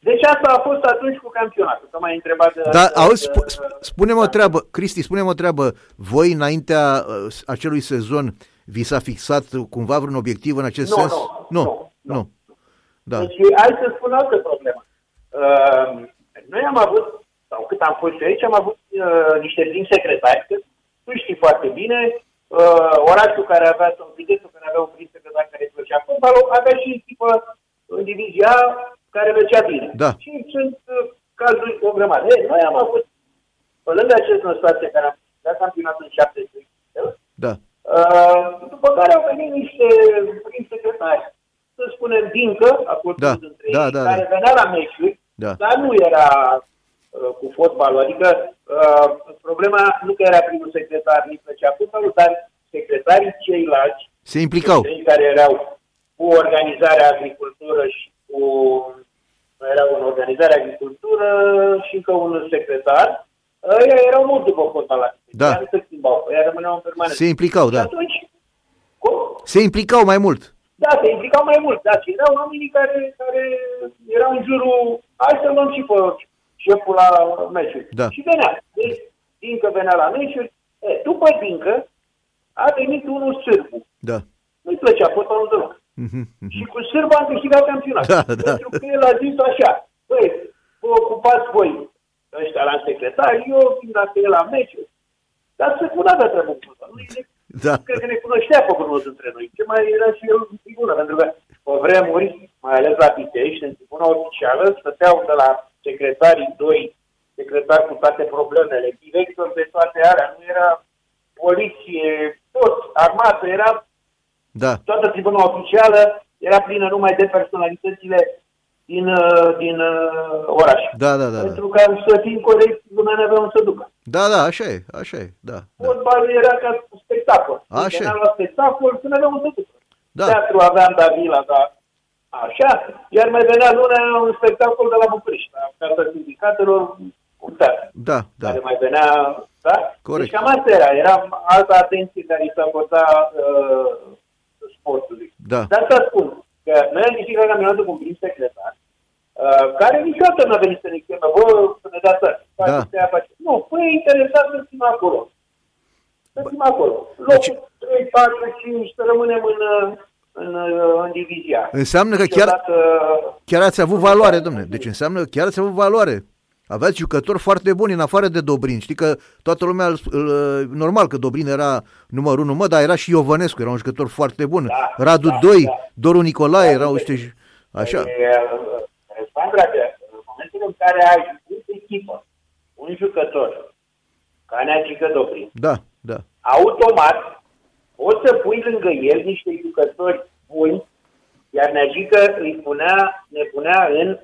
[SPEAKER 2] Deci asta a fost atunci cu campionatul, că m-ai întrebat eh, da. de...
[SPEAKER 1] Da,
[SPEAKER 2] de-
[SPEAKER 1] auzi,
[SPEAKER 2] de-
[SPEAKER 1] sp- sp- spune-mă o treabă, Cristi, spune-mă o treabă, voi înaintea uh, acelui sezon vi s-a fixat uh, cumva vreun obiectiv în acest
[SPEAKER 2] Nu,
[SPEAKER 1] sens?
[SPEAKER 2] nu,
[SPEAKER 1] nu,
[SPEAKER 2] nu,
[SPEAKER 1] nu. Da,
[SPEAKER 2] Deci, hai să spun altă problemă. Uh, noi am avut, sau cât am fost eu aici, am avut uh, niște prim secretari, că tu știi foarte bine, uh, orașul care avea, sau județul care avea un prim secretar care îi plăcea fotbalul, avea și echipă în divizia care mergea bine.
[SPEAKER 1] Da.
[SPEAKER 2] Și sunt uh, cazuri o grămadă. Ei, noi am avut, pe lângă acest năstate care am dat campionatul în 72,
[SPEAKER 1] Da.
[SPEAKER 2] Uh, după care au venit niște prim secretari, să spunem, dincă, acolo
[SPEAKER 1] Da,
[SPEAKER 2] între
[SPEAKER 1] da,
[SPEAKER 2] ei,
[SPEAKER 1] da,
[SPEAKER 2] care
[SPEAKER 1] da.
[SPEAKER 2] venea la meciuri,
[SPEAKER 1] Da.
[SPEAKER 2] dar nu era uh, cu fotbalul. Adică uh, problema nu că era primul secretar, nici plăcea fotbalul, dar secretarii ceilalți,
[SPEAKER 1] Se implicau.
[SPEAKER 2] cei care erau cu organizarea agricultură și cu erau în organizarea agricultură și încă un secretar, ăia erau mult după fotbal.
[SPEAKER 1] Da.
[SPEAKER 2] Ăia Nu se schimbau, ăia rămâneau în permanență.
[SPEAKER 1] Se implicau,
[SPEAKER 2] Și
[SPEAKER 1] da.
[SPEAKER 2] atunci, cum?
[SPEAKER 1] Se implicau mai mult.
[SPEAKER 2] Da, se implicau mai mult, dar erau oamenii care, care erau în jurul, hai să luăm și pe șeful la meciuri.
[SPEAKER 1] Da.
[SPEAKER 2] Și venea. Deci, Dincă venea la meciuri. E, după Dincă, a venit unul sârbu.
[SPEAKER 1] Da.
[SPEAKER 2] Nu-i plăcea fotbalul deloc.
[SPEAKER 1] Mhm, mhm.
[SPEAKER 2] Și cu sârba am câștigat campionat.
[SPEAKER 1] Da, da.
[SPEAKER 2] Pentru că el a zis așa, băi, vă ocupați voi ăștia la secretar, eu vin dacă e la meciuri. Dar se punea de treabă cu fotbalul. Nu e
[SPEAKER 1] Da.
[SPEAKER 2] cred că ne cunoștea păcănos între noi. Ce mai era și el în tribună, pentru că pe vremuri, mai ales la Pitești, în tribuna oficială, stăteau de la secretarii doi, secretari cu toate problemele, director pe toate alea, nu era poliție, tot, armată, era
[SPEAKER 1] Da.
[SPEAKER 2] toată tribuna oficială, era plină numai de personalitățile din, uh, din uh, oraș.
[SPEAKER 1] Da, da, da, da.
[SPEAKER 2] Pentru că să fim corecți, lumea ne avem să ducă.
[SPEAKER 1] Da, da, așa e, așa e, da. da.
[SPEAKER 2] Fotbalul era ca spectacol.
[SPEAKER 1] Așa.
[SPEAKER 2] Era la spectacol până la un tătuc.
[SPEAKER 1] Da.
[SPEAKER 2] Teatru aveam Davila, da. Așa. Iar mai venea lunea un spectacol de la București, la Casa Sindicatelor, un teatru.
[SPEAKER 1] Da, da.
[SPEAKER 2] Care mai venea, da?
[SPEAKER 1] Corect.
[SPEAKER 2] Deci cam asta era. Era alta atenție care îi se acorda uh, sportului.
[SPEAKER 1] Da.
[SPEAKER 2] Dar să spun că noi am câștigat campionatul cu un prim secretar, uh, care niciodată n-a venit să ne cheme, bă, să ne dea țări.
[SPEAKER 1] Da.
[SPEAKER 2] Faceți aia, faceți. Nu, păi e interesant să fim acolo. Să fim acolo.
[SPEAKER 1] deci-
[SPEAKER 2] Locul 3, 4, 5, să rămânem în, uh, în, uh, în divizia.
[SPEAKER 1] Înseamnă că chiar,
[SPEAKER 2] Niciodată,
[SPEAKER 1] chiar ați avut valoare, domnule. Deci înseamnă că chiar ați avut valoare. Aveați jucători foarte buni în afară de Dobrin. Știi că toată lumea, îl, îl, normal că Dobrin era numărul unu, mă, dar era și Iovănescu, era un jucător foarte bun.
[SPEAKER 2] Da,
[SPEAKER 1] Radu
[SPEAKER 2] da,
[SPEAKER 1] Doi,
[SPEAKER 2] da.
[SPEAKER 1] Doru Nicolae,
[SPEAKER 2] Da,
[SPEAKER 1] erau
[SPEAKER 2] da.
[SPEAKER 1] niște... ju- Așa,
[SPEAKER 2] e, uh, Răzvan Dragă, în momentul în care ai în echipă un jucător, ca Neagică Dobrin,
[SPEAKER 1] da, da,
[SPEAKER 2] automat o să pui lângă el niște jucători buni, iar Neagică îi punea, ne punea în,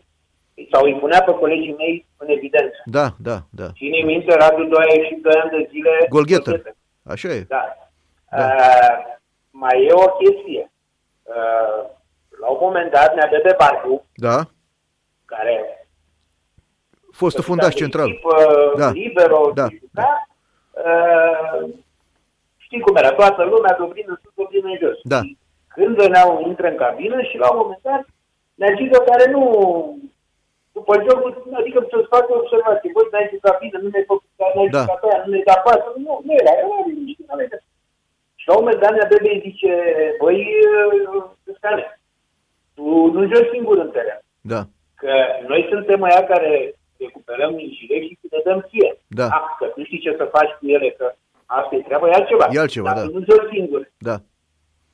[SPEAKER 2] sau îi punea pe colegii mei în evidență.
[SPEAKER 1] da, da, da.
[SPEAKER 2] Ține minte, Radu Doia a ieșit de ani de zile.
[SPEAKER 1] Golgheter. Așa e.
[SPEAKER 2] Da.
[SPEAKER 1] Da.
[SPEAKER 2] da. Uh, mai e o chestie. Uh, la un moment dat ne-a dat de Barbu,
[SPEAKER 1] Da.
[SPEAKER 2] care
[SPEAKER 1] Fostul fundaș central.
[SPEAKER 2] Echipă,
[SPEAKER 1] Da.
[SPEAKER 2] da. Libero,
[SPEAKER 1] Da.
[SPEAKER 2] da. Da. Uh, știi cum era, toată lumea dobrind în sus, dobrind în jos.
[SPEAKER 1] Da.
[SPEAKER 2] Și Când veneau, intră în cabină și la un moment dat, ne-a zis că care nu... După jocul, adică să-ți facă observații. Voi n-ai jucat bine, nu ne-ai făcut, n-ai
[SPEAKER 1] Da.
[SPEAKER 2] da. jucat pe aia, nu ne-ai dat pasă. Nu, nu era, era liniștit, nu avea de- Și la un moment dat, nea Bebe îi zice, băi, uh, Pescane, tu nu joci singur în teren
[SPEAKER 1] Da,
[SPEAKER 2] că noi suntem aia care recuperăm mijile și ți le dăm ție.
[SPEAKER 1] Da.
[SPEAKER 2] A, că tu știi ce să faci cu ele, că asta e treaba, e altceva.
[SPEAKER 1] E altceva,
[SPEAKER 2] Dar
[SPEAKER 1] da.
[SPEAKER 2] tu nu joci singur.
[SPEAKER 1] da,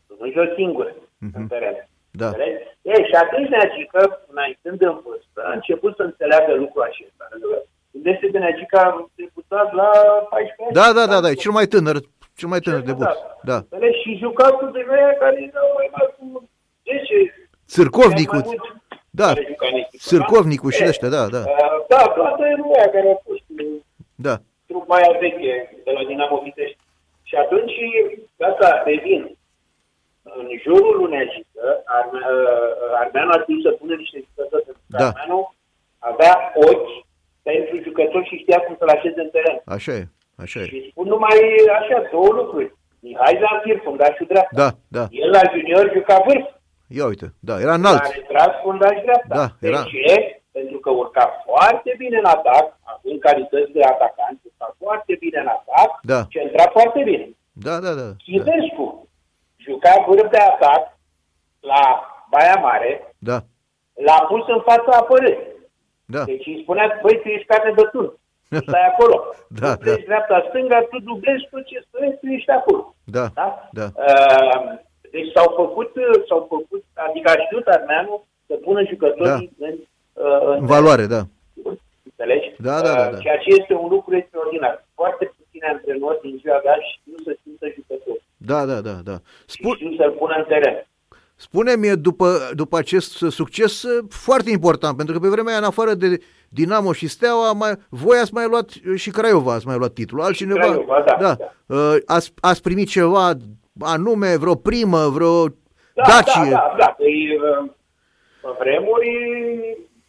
[SPEAKER 2] Tu nu joci singur
[SPEAKER 1] Mhm.
[SPEAKER 2] în teren.
[SPEAKER 1] da.
[SPEAKER 2] Înțelegi? E, și atunci Neagică, înaintând în vârstă, a început să înțeleagă lucrul acesta. Pentru că Gândește de Neagica deputat la 14 ani.
[SPEAKER 1] Da, da, da, da, e cel mai tânăr, cel mai tânăr debut. Da.
[SPEAKER 2] Înțelegi? Și juca cu de care erau mai mari cu 10
[SPEAKER 1] Sârcovnicu.
[SPEAKER 2] mai mulți
[SPEAKER 1] Da.
[SPEAKER 2] care juca în echipă,
[SPEAKER 1] Sârcovnicu
[SPEAKER 2] da?
[SPEAKER 1] și
[SPEAKER 2] E,
[SPEAKER 1] ăștia, da, da.
[SPEAKER 2] uh, Da, toată lumea care a fost uh,
[SPEAKER 1] Da.
[SPEAKER 2] trupa aia veche de la Dinamo Vitești. Și atunci, de asta revin, în jurul luneagică, Arme- uh, Armeanu a știut să pune niște jucători, pentru că
[SPEAKER 1] Da.
[SPEAKER 2] Armeanu avea ochi pentru jucători și știa cum să-l așeze în teren.
[SPEAKER 1] Așa e, așa e.
[SPEAKER 2] Și spun numai așa, două lucruri. Mihai Zanfir, fundașul dreapta.
[SPEAKER 1] Da, da.
[SPEAKER 2] El la junior juca vârf,
[SPEAKER 1] Ia uite, da, era înalt.
[SPEAKER 2] care tras fundaș dreapta.
[SPEAKER 1] Da, era.
[SPEAKER 2] De ce? Pentru că urca foarte bine în atac, în calități de atacant, urca foarte bine în atac,
[SPEAKER 1] Da.
[SPEAKER 2] centra foarte bine.
[SPEAKER 1] Da, da, da. Da,
[SPEAKER 2] Chivescu juca vârf de atac la Baia Mare,
[SPEAKER 1] da,
[SPEAKER 2] l-a pus în fața apărării.
[SPEAKER 1] da.
[SPEAKER 2] Deci îi spunea, băi, tu ești carne de tun, tu stai acolo.
[SPEAKER 1] Da,
[SPEAKER 2] tu pleci
[SPEAKER 1] da.
[SPEAKER 2] dreapta stânga, tu dublezi tot ce strângi, tu ești acolo.
[SPEAKER 1] Da,
[SPEAKER 2] Da? Ehm,
[SPEAKER 1] da.
[SPEAKER 2] Uh, deci s-au făcut, s-au făcut, adică a știut Armeanu să pună jucătorii da. în, uh,
[SPEAKER 1] În valoare, da.
[SPEAKER 2] Înțelegi?
[SPEAKER 1] Da, da, da,
[SPEAKER 2] Uh,
[SPEAKER 1] da.
[SPEAKER 2] Ceea ce este un lucru extraordinar. Foarte puțini antrenori din ziua de azi știu să simtă jucătorul.
[SPEAKER 1] Da, da, da, da. Spun,
[SPEAKER 2] Spun... Știu să-l pună în teren.
[SPEAKER 1] spune-mi, după, după acest succes uh, foarte important, pentru că pe vremea aia, în afară de Dinamo și Steaua, mai, voi ați mai luat uh, și Craiova ați mai luat titlul. Altcineva,
[SPEAKER 2] Craiova, da,
[SPEAKER 1] da. Uh, Ați, ați primit ceva anume, vreo primă, vreo
[SPEAKER 2] Da,
[SPEAKER 1] dacie.
[SPEAKER 2] da, da, da. Păi, uh, pe vremuri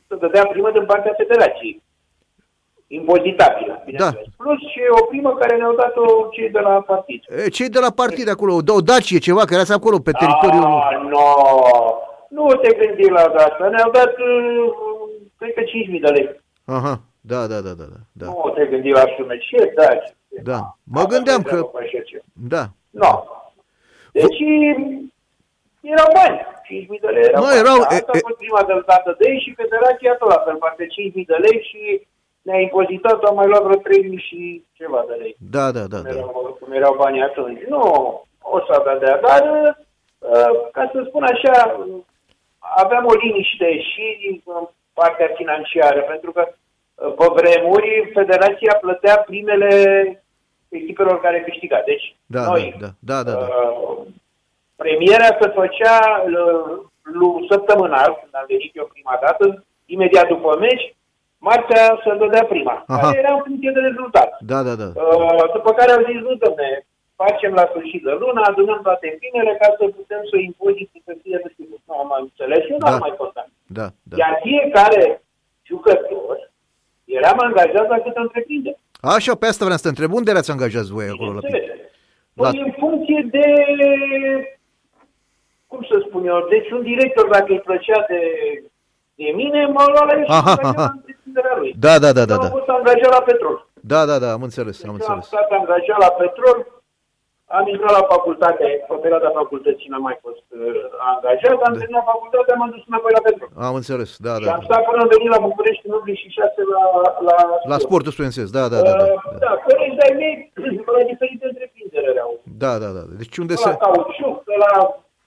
[SPEAKER 2] se dădea primă din partea federației.
[SPEAKER 1] Da.
[SPEAKER 2] Impozitabilă, bineînțeles. Plus și o primă care ne-au dat-o cei de la partid.
[SPEAKER 1] E, Cei de la partid acolo, o dacie ceva, care erați acolo pe teritoriul...
[SPEAKER 2] Ah, no. Nu te gândi la asta. Ne-au dat, uh, cred că 5.000 de lei.
[SPEAKER 1] Aha, da, da, da, da, da, da.
[SPEAKER 2] Nu te gândi la sume. Ce daci?
[SPEAKER 1] Da. Mă gândeam
[SPEAKER 2] Asta nu
[SPEAKER 1] că-
[SPEAKER 2] trebuie așa ceva.
[SPEAKER 1] da.
[SPEAKER 2] Nu. Deci erau bani. 5.000 de lei erau
[SPEAKER 1] Nu,
[SPEAKER 2] bani.
[SPEAKER 1] erau-
[SPEAKER 2] Dar Asta
[SPEAKER 1] e-
[SPEAKER 2] a
[SPEAKER 1] e-
[SPEAKER 2] fost prima dată de ei și federația tot la fel. Parte 5.000 de lei și ne-a impozitat, am mai luat vreo 3.000 și ceva de lei.
[SPEAKER 1] Da, da, da,
[SPEAKER 2] Cum
[SPEAKER 1] da.
[SPEAKER 2] erau, cum erau banii atunci. Nu, o să avea de dar uh, ca să spun așa, aveam o liniște și în partea financiară, pentru că uh, pe vremuri federația plătea primele echipelor care câștiga. Deci
[SPEAKER 1] Da,
[SPEAKER 2] noi
[SPEAKER 1] da, da, da, da, da.
[SPEAKER 2] Uh, premiera se făcea uh, lu- săptămânal, când am venit eu prima dată, imediat după meci, marțea se dădea prima,
[SPEAKER 1] Aha.
[SPEAKER 2] care era în funcție de rezultat.
[SPEAKER 1] Da, da, da.
[SPEAKER 2] Uh, după care au zis, nu, domne, facem la sfârșit de lună, adunăm toate finele ca să putem să o impozit să fie, nu știu, nu am mai înțeles și nu
[SPEAKER 1] Da.
[SPEAKER 2] am mai contat.
[SPEAKER 1] Da, da.
[SPEAKER 2] Iar fiecare jucător eram angajat la cât întreprindere.
[SPEAKER 1] Așa, pe asta vreau să te întreb. Unde erați angajați voi acolo la Pitești?
[SPEAKER 2] Bineînțeles. Păi
[SPEAKER 1] La-
[SPEAKER 2] în funcție de, cum să spun eu, deci un director, dacă îi plăcea de, de mine, m-a luat la el și
[SPEAKER 1] Aha,
[SPEAKER 2] m-a angajat
[SPEAKER 1] aha.
[SPEAKER 2] la întreprinderea lui.
[SPEAKER 1] Da, da, da, da,
[SPEAKER 2] Eu Am
[SPEAKER 1] da.
[SPEAKER 2] fost angajat la petrol.
[SPEAKER 1] Da, da, da, am înțeles, am
[SPEAKER 2] Deci am
[SPEAKER 1] înțeles.
[SPEAKER 2] stat angajat la petrol, am intrat la facultate, pe perioada facultății n-am mai fost uh, angajat,
[SPEAKER 1] Da.
[SPEAKER 2] am terminat facultatea, m-am dus înapoi la petrol.
[SPEAKER 1] Am înțeles, da,
[SPEAKER 2] Și
[SPEAKER 1] da.
[SPEAKER 2] am
[SPEAKER 1] da.
[SPEAKER 2] stat până am venit la București în 86 la, la,
[SPEAKER 1] La
[SPEAKER 2] sport.
[SPEAKER 1] sportul studențesc, da, da, da, da.
[SPEAKER 2] Uh, da, părinți de-ai mei, la diferite întreprinderi erau.
[SPEAKER 1] Da, da, da. Deci unde
[SPEAKER 2] De la
[SPEAKER 1] se...
[SPEAKER 2] cauciuc, de la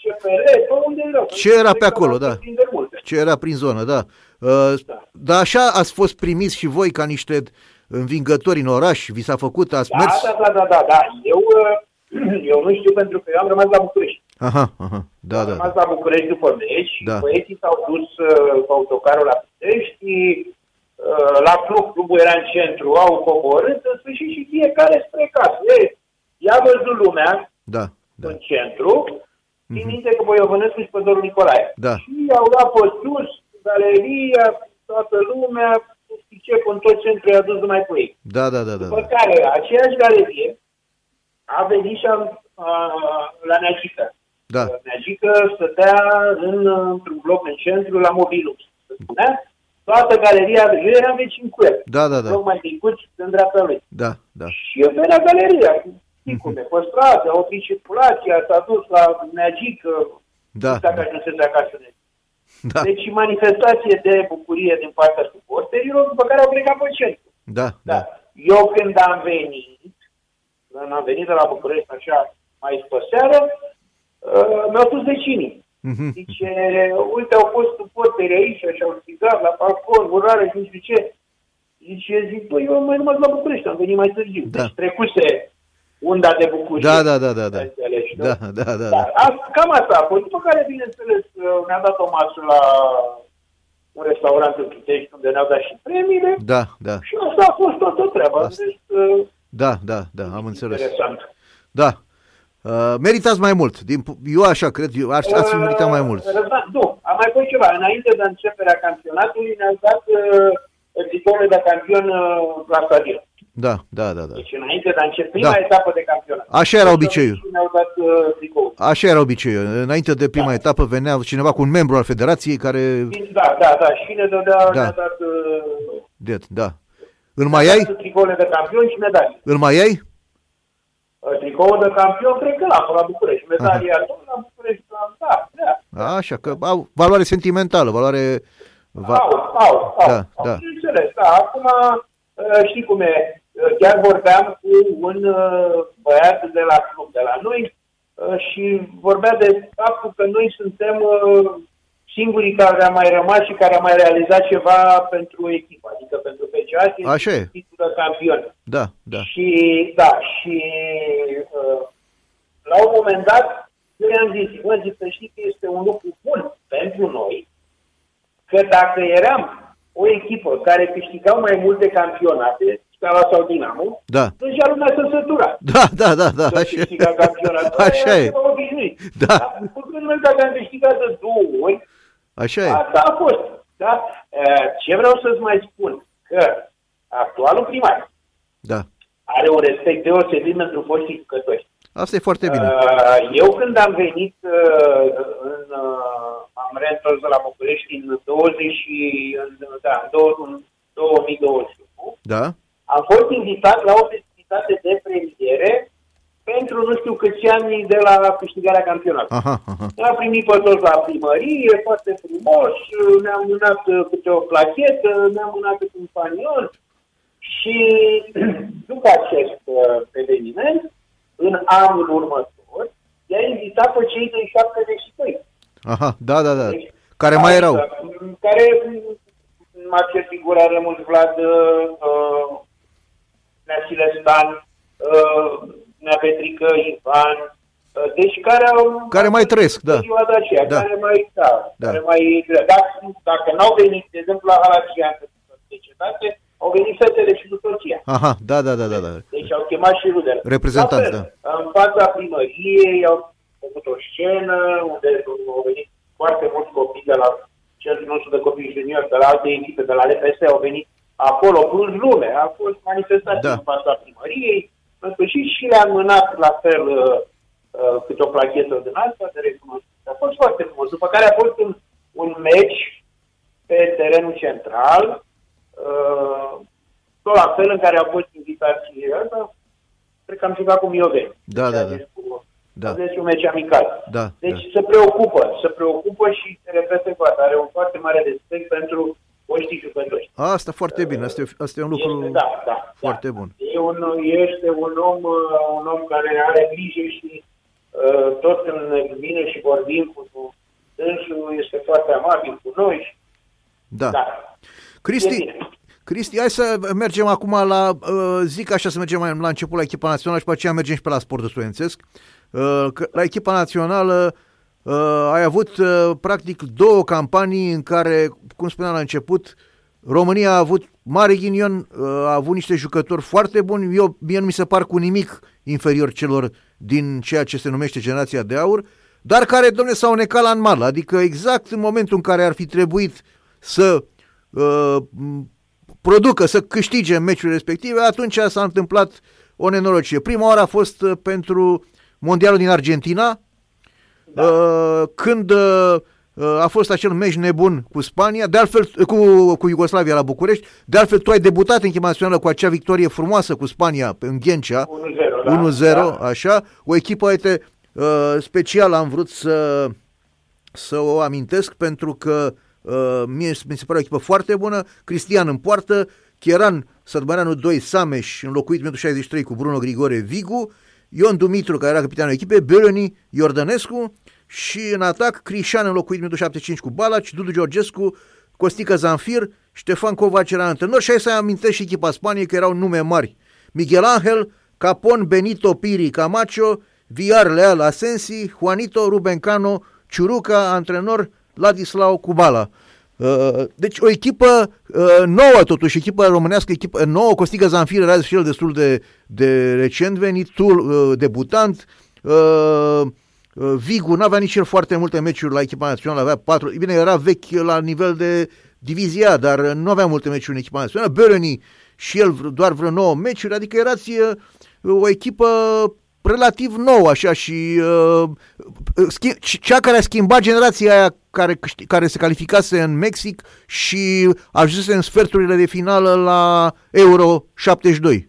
[SPEAKER 2] CFR, pe unde erau.
[SPEAKER 1] Ce era pe acolo, da.
[SPEAKER 2] întreprinderi multe.
[SPEAKER 1] Ce era prin zonă, da. Uh,
[SPEAKER 2] Da.
[SPEAKER 1] Dar așa ați fost primiți și voi ca niște învingători în oraș? Vi s-a făcut, ați
[SPEAKER 2] Da,
[SPEAKER 1] mers?
[SPEAKER 2] da, da, da, da, da. Eu, uh, eu nu știu pentru că eu am rămas la București.
[SPEAKER 1] Aha, aha, da,
[SPEAKER 2] Am
[SPEAKER 1] da,
[SPEAKER 2] rămas
[SPEAKER 1] da.
[SPEAKER 2] la București după meci,
[SPEAKER 1] Da.
[SPEAKER 2] da. băieții s-au dus uh, cu autocarul la Pitești, uh, la club, clubul era în centru, au coborât, în sfârșit și fiecare spre casă. Ei, i-a văzut lumea
[SPEAKER 1] Da, da. Mhm.
[SPEAKER 2] în centru, țin minte că Boiovănescu și pe Doru Nicolae.
[SPEAKER 1] Da.
[SPEAKER 2] Și au luat pe sus, galeria, toată lumea, nu știu ce, cu tot centru i-a dus numai cu ei.
[SPEAKER 1] Da, da, da, da.
[SPEAKER 2] După
[SPEAKER 1] da.
[SPEAKER 2] care, aceeași galerie a venit și am, a, la Neagică.
[SPEAKER 1] Da,
[SPEAKER 2] Neagică stătea în, într-un bloc în centru, la Mobilux. se spunea. Toată galeria, eu eram vecin cu el.
[SPEAKER 1] Da, da, da.
[SPEAKER 2] Loc mai micuț, în dreapta lui.
[SPEAKER 1] da, da. Mhm.
[SPEAKER 2] Și eu pe la galeria, cu de pe stradă, au oprit circulația, s-a dus la Neagică,
[SPEAKER 1] Da,
[SPEAKER 2] dacă
[SPEAKER 1] da.
[SPEAKER 2] ajunsese acasă. de-
[SPEAKER 1] Da,
[SPEAKER 2] Deci manifestație de bucurie din partea suporterilor, după care au plecat pe centru.
[SPEAKER 1] da,
[SPEAKER 2] Da.
[SPEAKER 1] da.
[SPEAKER 2] Eu când am venit, când am venit de la București așa mai spre seară, uh, mi-au spus vecinii.
[SPEAKER 1] Mhm.
[SPEAKER 2] Zice, uite, au fost suporteri aici și au strigat la balcon, urare și nu știu ce. Zice, zic, băi, eu am mai rămas la București, am venit mai târziu.
[SPEAKER 1] Da.
[SPEAKER 2] Deci trecuse unda de București.
[SPEAKER 1] Da, da, da, da, da.
[SPEAKER 2] Înțelegi, nu?
[SPEAKER 1] Da, da, da, da.
[SPEAKER 2] Da, a- cam asta a fost. După care, bineînțeles, uh, ne-a dat o masă la un restaurant în Pitești, unde ne-au dat și premiile.
[SPEAKER 1] Da, da,
[SPEAKER 2] Și asta a fost toată treaba.
[SPEAKER 1] Asta.
[SPEAKER 2] Deci, uh,
[SPEAKER 1] da, da, da, am înțeles.
[SPEAKER 2] Interesant.
[SPEAKER 1] Da. Uh, meritați mai mult. Din, pu- eu așa cred, eu aș, ați
[SPEAKER 2] Uh,
[SPEAKER 1] meritat mai mult.
[SPEAKER 2] Răzvan, nu, a mai fost ceva. Înainte de începerea campionatului ne-au dat uh, titolul de campion uh, la stadion.
[SPEAKER 1] Da, da, da, da.
[SPEAKER 2] Deci înainte de a începe prima
[SPEAKER 1] Da.
[SPEAKER 2] etapă de campionat.
[SPEAKER 1] Așa era
[SPEAKER 2] Deci,
[SPEAKER 1] obiceiul.
[SPEAKER 2] Ne-au dat uh, tricoul.
[SPEAKER 1] Așa era obiceiul. Înainte de prima etapă venea cineva cu un membru al federației care...
[SPEAKER 2] Da, da, da. Și ne dădea,
[SPEAKER 1] Da.
[SPEAKER 2] ne-a dat uh,
[SPEAKER 1] Det, da. Îl mai ai?
[SPEAKER 2] tricourile de campion și medalii.
[SPEAKER 1] Îl mai ai?
[SPEAKER 2] Uh, Tricoul de campion, cred că l-am făcut la București. Medalia nu la București, la, da, da.
[SPEAKER 1] Așa, că au valoare sentimentală, valoare... Va...
[SPEAKER 2] Au, au, au.
[SPEAKER 1] Da,
[SPEAKER 2] au.
[SPEAKER 1] da.
[SPEAKER 2] Bineînțeles, da. Acum, ă, știi cum e, ă, chiar vorbeam cu un ă, băiat de la uh, club, de la noi, ă, și vorbea de faptul că noi suntem ă, singurii care a mai rămas și care a mai realizat ceva pentru echipă, adică pentru PCA, și
[SPEAKER 1] Așa e.
[SPEAKER 2] titlul de campion.
[SPEAKER 1] Da, da.
[SPEAKER 2] Și, da, și uh, la un moment dat, eu i-am zis, bă, zic, să știi că este un lucru bun pentru noi, că dacă eram o echipă care câștiga mai multe campionate, Scala sau Dinamo,
[SPEAKER 1] Da.
[SPEAKER 2] deja lumea se sătura.
[SPEAKER 1] Da, da, da, da,
[SPEAKER 2] Să
[SPEAKER 1] așa,
[SPEAKER 2] câștiga campionatul.
[SPEAKER 1] așa
[SPEAKER 2] era
[SPEAKER 1] e,
[SPEAKER 2] ceva obișnuit.
[SPEAKER 1] Da.
[SPEAKER 2] Dar, Făcând noi dacă am câștigat de două ori,
[SPEAKER 1] așa e,
[SPEAKER 2] Asta a fost. Da? Uh, Ce vreau să-ți mai spun? Că actualul primar
[SPEAKER 1] da.
[SPEAKER 2] are un respect deosebit pentru foștii jucători.
[SPEAKER 1] Asta e foarte bine.
[SPEAKER 2] Uh, Eu când am venit, uh, în, uh, am reîntors la București în 20 și, în, da, în dou- în 2021,
[SPEAKER 1] Da,
[SPEAKER 2] am fost invitat la o festivitate de premiere pentru nu știu câți ani de la câștigarea campionatului.
[SPEAKER 1] aha, aha.
[SPEAKER 2] A primit pe toți la primărie, foarte frumos, ne-am mânat uh, câte o plachetă, ne-am mânat câte un panion și după acest uh, eveniment, în anul următor, i-a invitat pe cei de 72.
[SPEAKER 1] Aha, da, da, da. Care mai
[SPEAKER 2] Adică,
[SPEAKER 1] erau?
[SPEAKER 2] m, Care m, acest figură Rămâns Vlad, uh, Neasile Stan, uh, Nea Petrică, Ivan, uh, deci care au...
[SPEAKER 1] Care mai trăiesc, da.
[SPEAKER 2] Perioada aceea,
[SPEAKER 1] Da.
[SPEAKER 2] care mai, da,
[SPEAKER 1] Da.
[SPEAKER 2] care mai, dacă, dacă n-au venit, de exemplu, la Halagia, că sunt decetate, au venit fetele și cu soția.
[SPEAKER 1] Aha, da, da, da, da, da.
[SPEAKER 2] Deci au chemat și rudele.
[SPEAKER 1] Reprezentanți, da.
[SPEAKER 2] La fel, În fața primăriei au făcut o scenă unde au venit foarte mulți copii de la cel nostru de copii junior, de la alte echipe, de la LPS, au venit acolo, plus lume. A fost manifestație
[SPEAKER 1] Da.
[SPEAKER 2] da. în fața primăriei. În sfârșit și le-am mânat la fel uh, uh, câte o plachetă din asta de recunoștință. A fost foarte frumos. După care a fost un, un meci pe terenul central, uh, tot la fel în care au fost invitați și ăsta, cred că am jucat cu Mioveni.
[SPEAKER 1] Da, da, da.
[SPEAKER 2] Deci, cu-
[SPEAKER 1] Da.
[SPEAKER 2] Deci un meci amical.
[SPEAKER 1] Da,
[SPEAKER 2] Deci se preocupă, se preocupă și se repete cu asta. Are un foarte mare respect pentru oștii jucători.
[SPEAKER 1] Asta foarte bine, asta e, asta e un lucru...
[SPEAKER 2] Este, da, da,
[SPEAKER 1] foarte
[SPEAKER 2] da.
[SPEAKER 1] bun.
[SPEAKER 2] E un, este un om, uh, un om care are grijă și uh, tot când vine și vorbim cu dânsul, este foarte amabil cu noi. și-
[SPEAKER 1] Da.
[SPEAKER 2] Da. E
[SPEAKER 1] Cristi,
[SPEAKER 2] bine.
[SPEAKER 1] Cristi, hai să mergem acum la, uh, zic așa, să mergem mai la început la echipa națională și pe aceea mergem și pe la sportul studențesc. Uh, că La echipa națională uh, ai avut uh, practic două campanii în care, cum spuneam la început, România a avut mare ghinion, uh, a avut niște jucători foarte buni, eu, mie nu mi se par cu nimic inferior celor din ceea ce se numește generația de aur, dar care, domne, s-au necat la înmal, adică exact în momentul în care ar fi trebuit să uh, m- producă, să câștige meciurile respective, atunci s-a întâmplat o nenorocire. Prima oară a fost uh, pentru Mondialul din Argentina, da. uh, când uh, uh, a fost acel meci nebun cu Spania, de altfel uh, cu, cu Iugoslavia la București, de altfel tu ai debutat în chema națională cu acea victorie frumoasă cu Spania pe- în Ghencea,
[SPEAKER 2] 1-0, da.
[SPEAKER 1] 1-0,
[SPEAKER 2] Da.
[SPEAKER 1] așa, o echipă este uh, specială, am vrut să, să o amintesc pentru că uh, mie mi se pare o echipă foarte bună, Cristian în poartă, Chieran Sărbăreanu 2, Sameș înlocuit minutul 63 cu Bruno Grigore Vigu, Ion Dumitru care era capitanul echipei, Beloni Iordănescu și în atac Crișan înlocuit minutul 75 cu Balaci, Dudu Georgescu, Costică Zanfir, Ștefan Covaci era antrenor și hai să amintesc și echipa Spaniei că erau nume mari. Miguel Angel, Capon, Benito, Piri, Camacho, Viar, Leal, Asensi, Juanito, Rubencano, Ciuruca, antrenor, Ladislau Cubala. Uh, Deci o echipă uh, nouă totuși, echipă românească, echipă nouă, Costică Zanfir era și el destul de, de recent venit, tu, uh, debutant, uh, uh, Vigu n-avea nici el foarte multe meciuri la echipa națională, avea patru, bine, era vechi la nivel de divizia, dar uh, nu avea multe meciuri în echipa națională, Bereni și el vr- doar vreo 9 meciuri, adică erați uh, o echipă relativ nouă așa și uh, schi- cea care a schimbat generația aia care, câști- care se calificase în Mexic și ajunsese în sferturile de finală la Euro 72.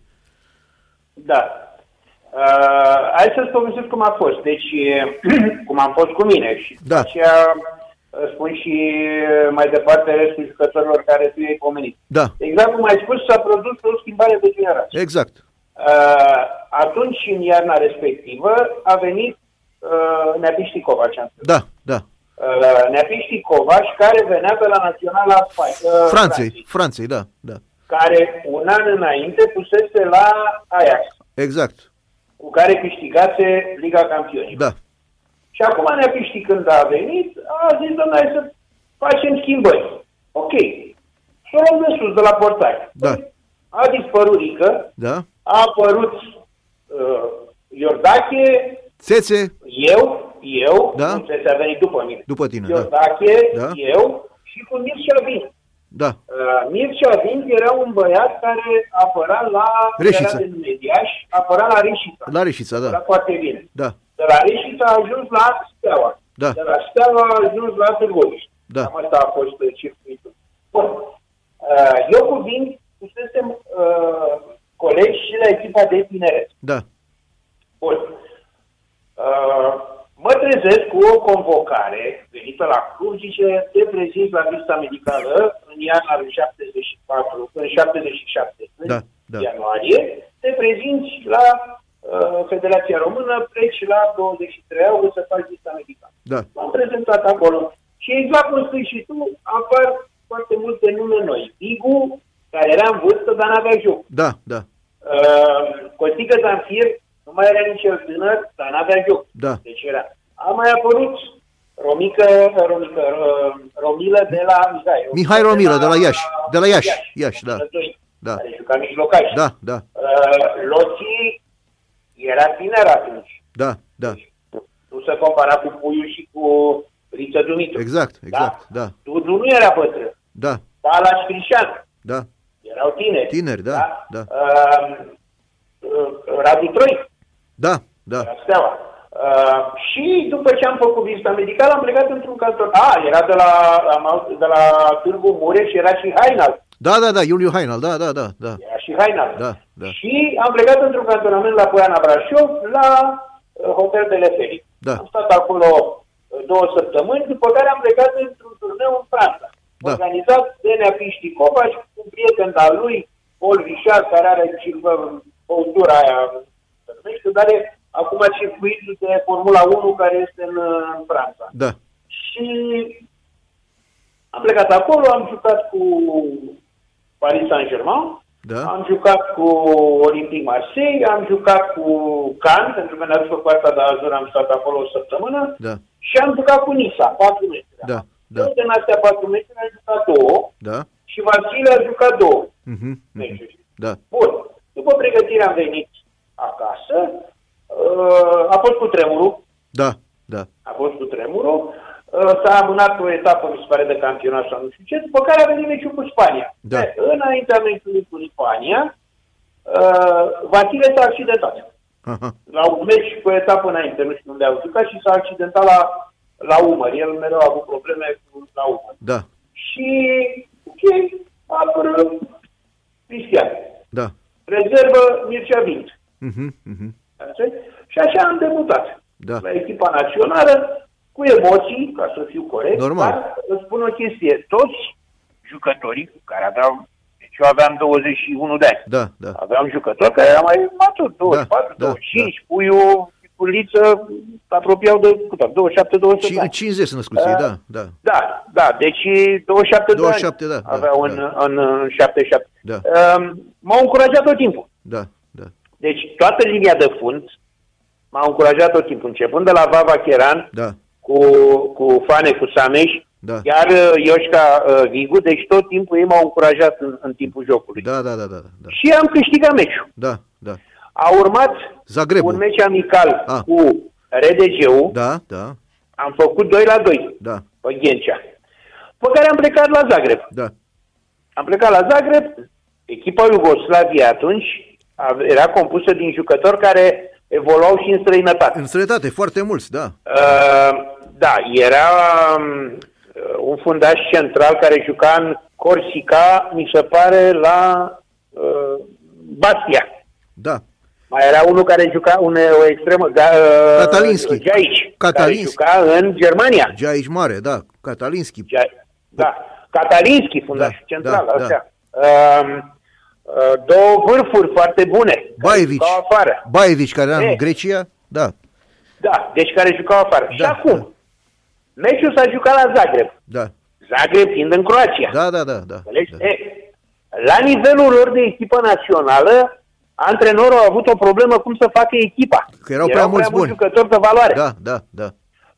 [SPEAKER 2] Da. Uh, hai să-ți povestesc cum a fost. Deci, cum am fost cu mine. Și
[SPEAKER 1] Da.
[SPEAKER 2] după aceea uh, spun și uh, mai departe restul jucătorilor care tu i-ai pomenit.
[SPEAKER 1] Da,
[SPEAKER 2] Exact cum ai spus, s-a produs o schimbare de generație.
[SPEAKER 1] exact.
[SPEAKER 2] Uh, atunci, în iarna respectivă, a venit uh, Neapiști Covaci.
[SPEAKER 1] Da, da.
[SPEAKER 2] uh, Neapiști Covaș, care venea de la Naționala Fa- uh,
[SPEAKER 1] Franței, Franței, da, da.
[SPEAKER 2] care un an înainte pusese la Ajax,
[SPEAKER 1] Exact,
[SPEAKER 2] cu care câștigase Liga Campionilor.
[SPEAKER 1] da.
[SPEAKER 2] Și acum Neapiști când a venit, a zis, domnule, să facem schimbări. Ok. Să o luăm de sus, de la portare.
[SPEAKER 1] Da.
[SPEAKER 2] A dispărut Rică,
[SPEAKER 1] Da?
[SPEAKER 2] a apărut uh, Iordache,
[SPEAKER 1] Țețe,
[SPEAKER 2] eu, eu,
[SPEAKER 1] Da?
[SPEAKER 2] nu se a venit după mine.
[SPEAKER 1] După tine, da.
[SPEAKER 2] Iordache,
[SPEAKER 1] Da.
[SPEAKER 2] eu și cu Mircea Vin.
[SPEAKER 1] da,
[SPEAKER 2] Uh, Mircea Vin era un băiat care apăra la...
[SPEAKER 1] Reșița.
[SPEAKER 2] Era din Mediaș, apăra la Reșița.
[SPEAKER 1] la Reșița,
[SPEAKER 2] Era
[SPEAKER 1] da,
[SPEAKER 2] foarte bine.
[SPEAKER 1] da,
[SPEAKER 2] De la Reșița a ajuns la Steaua.
[SPEAKER 1] Da.
[SPEAKER 2] De la Steaua a ajuns la Târgoviște.
[SPEAKER 1] Da.
[SPEAKER 2] Cam asta a fost uh, circuitul. Bun. Uh, Eu cu Vin, suntem uh, colegi și la echipa de tineret.
[SPEAKER 1] da,
[SPEAKER 2] Bun. Uh, mă trezesc cu o convocare venită la club, zice, te prezint la vista medicală în ianuarie 74, în 77,
[SPEAKER 1] Da,
[SPEAKER 2] în
[SPEAKER 1] da.
[SPEAKER 2] ianuarie, te prezinți la uh, Federația Română, pleci la 23 august să faci vista medicală.
[SPEAKER 1] da,
[SPEAKER 2] M-am prezentat acolo și exact cum spui și tu, apar foarte multe nume noi. Igu, care era în vârstă, dar n-avea joc.
[SPEAKER 1] da, da,
[SPEAKER 2] Uh, Costică Zanfir nu mai era nici el tânăr, dar n-avea joc.
[SPEAKER 1] Da.
[SPEAKER 2] Deci era. A mai apărut Romică, Romică, uh, Romilă de la Mihai.
[SPEAKER 1] Mihai Romilă, de la Iași. De la Iași. Iași, da.
[SPEAKER 2] Romilă doi,
[SPEAKER 1] Da.
[SPEAKER 2] Care juca mijlocaș.
[SPEAKER 1] da, da,
[SPEAKER 2] Uh, Loții era tiner atunci. Deci,
[SPEAKER 1] da, da,
[SPEAKER 2] Nu se compara cu Puiu și cu Riță Dumitru.
[SPEAKER 1] exact, exact, da,
[SPEAKER 2] Dudu nu era bătrân.
[SPEAKER 1] da,
[SPEAKER 2] Balaș Crișan.
[SPEAKER 1] da,
[SPEAKER 2] Erau tineri.
[SPEAKER 1] Tineri, da, da.
[SPEAKER 2] Uh, uh, Radu Troi.
[SPEAKER 1] da, da,
[SPEAKER 2] la Steaua. Uh, și după ce am făcut vizita medicală, am plecat într-un canton. A, era de la, am auzit, de la Târgu Mureș, era și Hainal.
[SPEAKER 1] da, da, da, Iuliu Hainal, da, da, da, da,
[SPEAKER 2] Era și Hainal.
[SPEAKER 1] Da, da.
[SPEAKER 2] Și am plecat într-un cantonament la Poiana Brașov, la uh, hotel de Leferic.
[SPEAKER 1] Da.
[SPEAKER 2] Am stat acolo uh, două săptămâni, după care am plecat într-un turneu în Franța.
[SPEAKER 1] Da.
[SPEAKER 2] Organizat de Neapiști Copaci, cu un prieten al lui, Paul Vișar, care are circul- băutura aia, se numește, dar e acum circuitul de Formula 1 care este în, uh, în Franța.
[SPEAKER 1] da,
[SPEAKER 2] Și am plecat acolo, am jucat cu Paris Saint-Germain,
[SPEAKER 1] Da.
[SPEAKER 2] am jucat cu Olympique Marseille, am jucat cu Cannes, pentru că ne-a dus pe partea de Azur, am stat acolo o săptămână,
[SPEAKER 1] da,
[SPEAKER 2] și am jucat cu Nisa, 4 metri.
[SPEAKER 1] Da, da.
[SPEAKER 2] Eu din astea 4 metri am jucat două
[SPEAKER 1] da,
[SPEAKER 2] și Vasile a jucat două
[SPEAKER 1] mhm, mhm,
[SPEAKER 2] meciuri.
[SPEAKER 1] da,
[SPEAKER 2] Bun. După pregătire am venit acasă, uh, a fost cu tremurul,
[SPEAKER 1] da, da,
[SPEAKER 2] a fost cu tremurul, Ă, s-a amânat o etapă, mi se pare, de campionat sau nu știu ce, după care a venit meciul cu Spania.
[SPEAKER 1] Da.
[SPEAKER 2] E, Înaintea meciului cu Spania, uh, Vasile s-a accidentat.
[SPEAKER 1] aha,
[SPEAKER 2] La un meci cu o etapă înainte, nu știu unde au jucat, și s-a accidentat la, la umăr. El mereu a avut probleme cu la umăr.
[SPEAKER 1] da,
[SPEAKER 2] Și, ok, apără Cristian.
[SPEAKER 1] da,
[SPEAKER 2] Rezervă Mircea Vint.
[SPEAKER 1] mhm, mhm,
[SPEAKER 2] Înțelegi? Și așa am debutat
[SPEAKER 1] Da.
[SPEAKER 2] la echipa națională, cu emoții, ca să fiu corect,
[SPEAKER 1] Normal.
[SPEAKER 2] dar îți spun o chestie, toți jucătorii care aveau, deci eu aveam 21 de ani,
[SPEAKER 1] da, da,
[SPEAKER 2] aveam jucători care erau mai maturi, 24,
[SPEAKER 1] da,
[SPEAKER 2] 25, Puiu, Culiță, se apropiau de cât, am, 27, 28 de
[SPEAKER 1] Cin-
[SPEAKER 2] ani.
[SPEAKER 1] 50 sunt născuți, ei, da, da,
[SPEAKER 2] Da, da, deci 27,
[SPEAKER 1] 27,
[SPEAKER 2] de ani
[SPEAKER 1] da, da,
[SPEAKER 2] aveau în,
[SPEAKER 1] da.
[SPEAKER 2] în, în 77.
[SPEAKER 1] Da.
[SPEAKER 2] Um, m-au încurajat tot timpul.
[SPEAKER 1] da, da,
[SPEAKER 2] Deci toată linia de fund m-a încurajat tot timpul, începând de la Vava Cheran
[SPEAKER 1] da,
[SPEAKER 2] cu, cu Fane, cu Sameș,
[SPEAKER 1] Da.
[SPEAKER 2] iar uh, Ioșca uh, Vigu, deci tot timpul ei m-au încurajat în, în timpul jocului.
[SPEAKER 1] da, da, da, da, da,
[SPEAKER 2] Și am câștigat meciul.
[SPEAKER 1] da, da,
[SPEAKER 2] A urmat
[SPEAKER 1] Zagrebul.
[SPEAKER 2] un meci amical
[SPEAKER 1] Ah.
[SPEAKER 2] cu RDG-ul,
[SPEAKER 1] da, da,
[SPEAKER 2] am făcut 2 la 2
[SPEAKER 1] da,
[SPEAKER 2] pe Ghencea, pe care am plecat la Zagreb.
[SPEAKER 1] da,
[SPEAKER 2] Am plecat la Zagreb, echipa Iugoslaviei atunci a- era compusă din jucători care evoluau și în străinătate.
[SPEAKER 1] în străinătate, foarte mulți, da,
[SPEAKER 2] Uh, da, era um, un fundaș central care juca în Corsica, mi se pare, la uh, Bastia.
[SPEAKER 1] da,
[SPEAKER 2] Mai era unul care juca un, o extremă, ga, uh,
[SPEAKER 1] Catalinski.
[SPEAKER 2] Jaici,
[SPEAKER 1] Catalinski.
[SPEAKER 2] care juca în Germania.
[SPEAKER 1] Geaici Mare, da, Catalinski,
[SPEAKER 2] Jai, da, Catalinski, fundaș
[SPEAKER 1] Da,
[SPEAKER 2] central,
[SPEAKER 1] da, da.
[SPEAKER 2] așa. Uh, uh, două vârfuri foarte bune. care
[SPEAKER 1] Baievici,
[SPEAKER 2] jucau afară.
[SPEAKER 1] Baievici, care era în
[SPEAKER 2] E.
[SPEAKER 1] Grecia, da,
[SPEAKER 2] Da, deci care jucau afară. și
[SPEAKER 1] Da,
[SPEAKER 2] acum, Meciul s-a jucat la Zagreb.
[SPEAKER 1] Da.
[SPEAKER 2] Zagreb fiind în Croația.
[SPEAKER 1] Da, da, da, da.
[SPEAKER 2] Înțelegi?
[SPEAKER 1] da.
[SPEAKER 2] E, la nivelul lor de echipă națională, antrenorul a avut o problemă cum să facă echipa.
[SPEAKER 1] Că erau prea mulți buni.
[SPEAKER 2] jucători de valoare.
[SPEAKER 1] Da, da, da.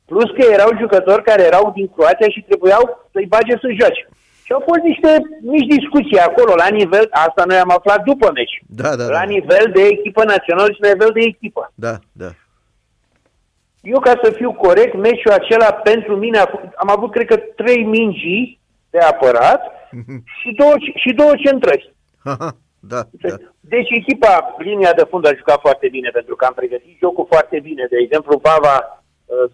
[SPEAKER 2] Plus că erau jucători care erau din Croația și trebuiau să-i bage să joace. Și au fost niște mici discuții acolo, la nivel, asta noi am aflat după meci,
[SPEAKER 1] Da, da,
[SPEAKER 2] la
[SPEAKER 1] da.
[SPEAKER 2] nivel de echipă națională și la nivel de echipă.
[SPEAKER 1] Da, da.
[SPEAKER 2] Eu, ca să fiu corect, meciul acela pentru mine, a fost- am avut, cred că, trei mingi de apărat și două, și două centrări.
[SPEAKER 1] Aha, da, da.
[SPEAKER 2] Deci- Deci echipa, linia de fund a jucat foarte bine pentru că am pregătit jocul foarte bine. De exemplu, Bava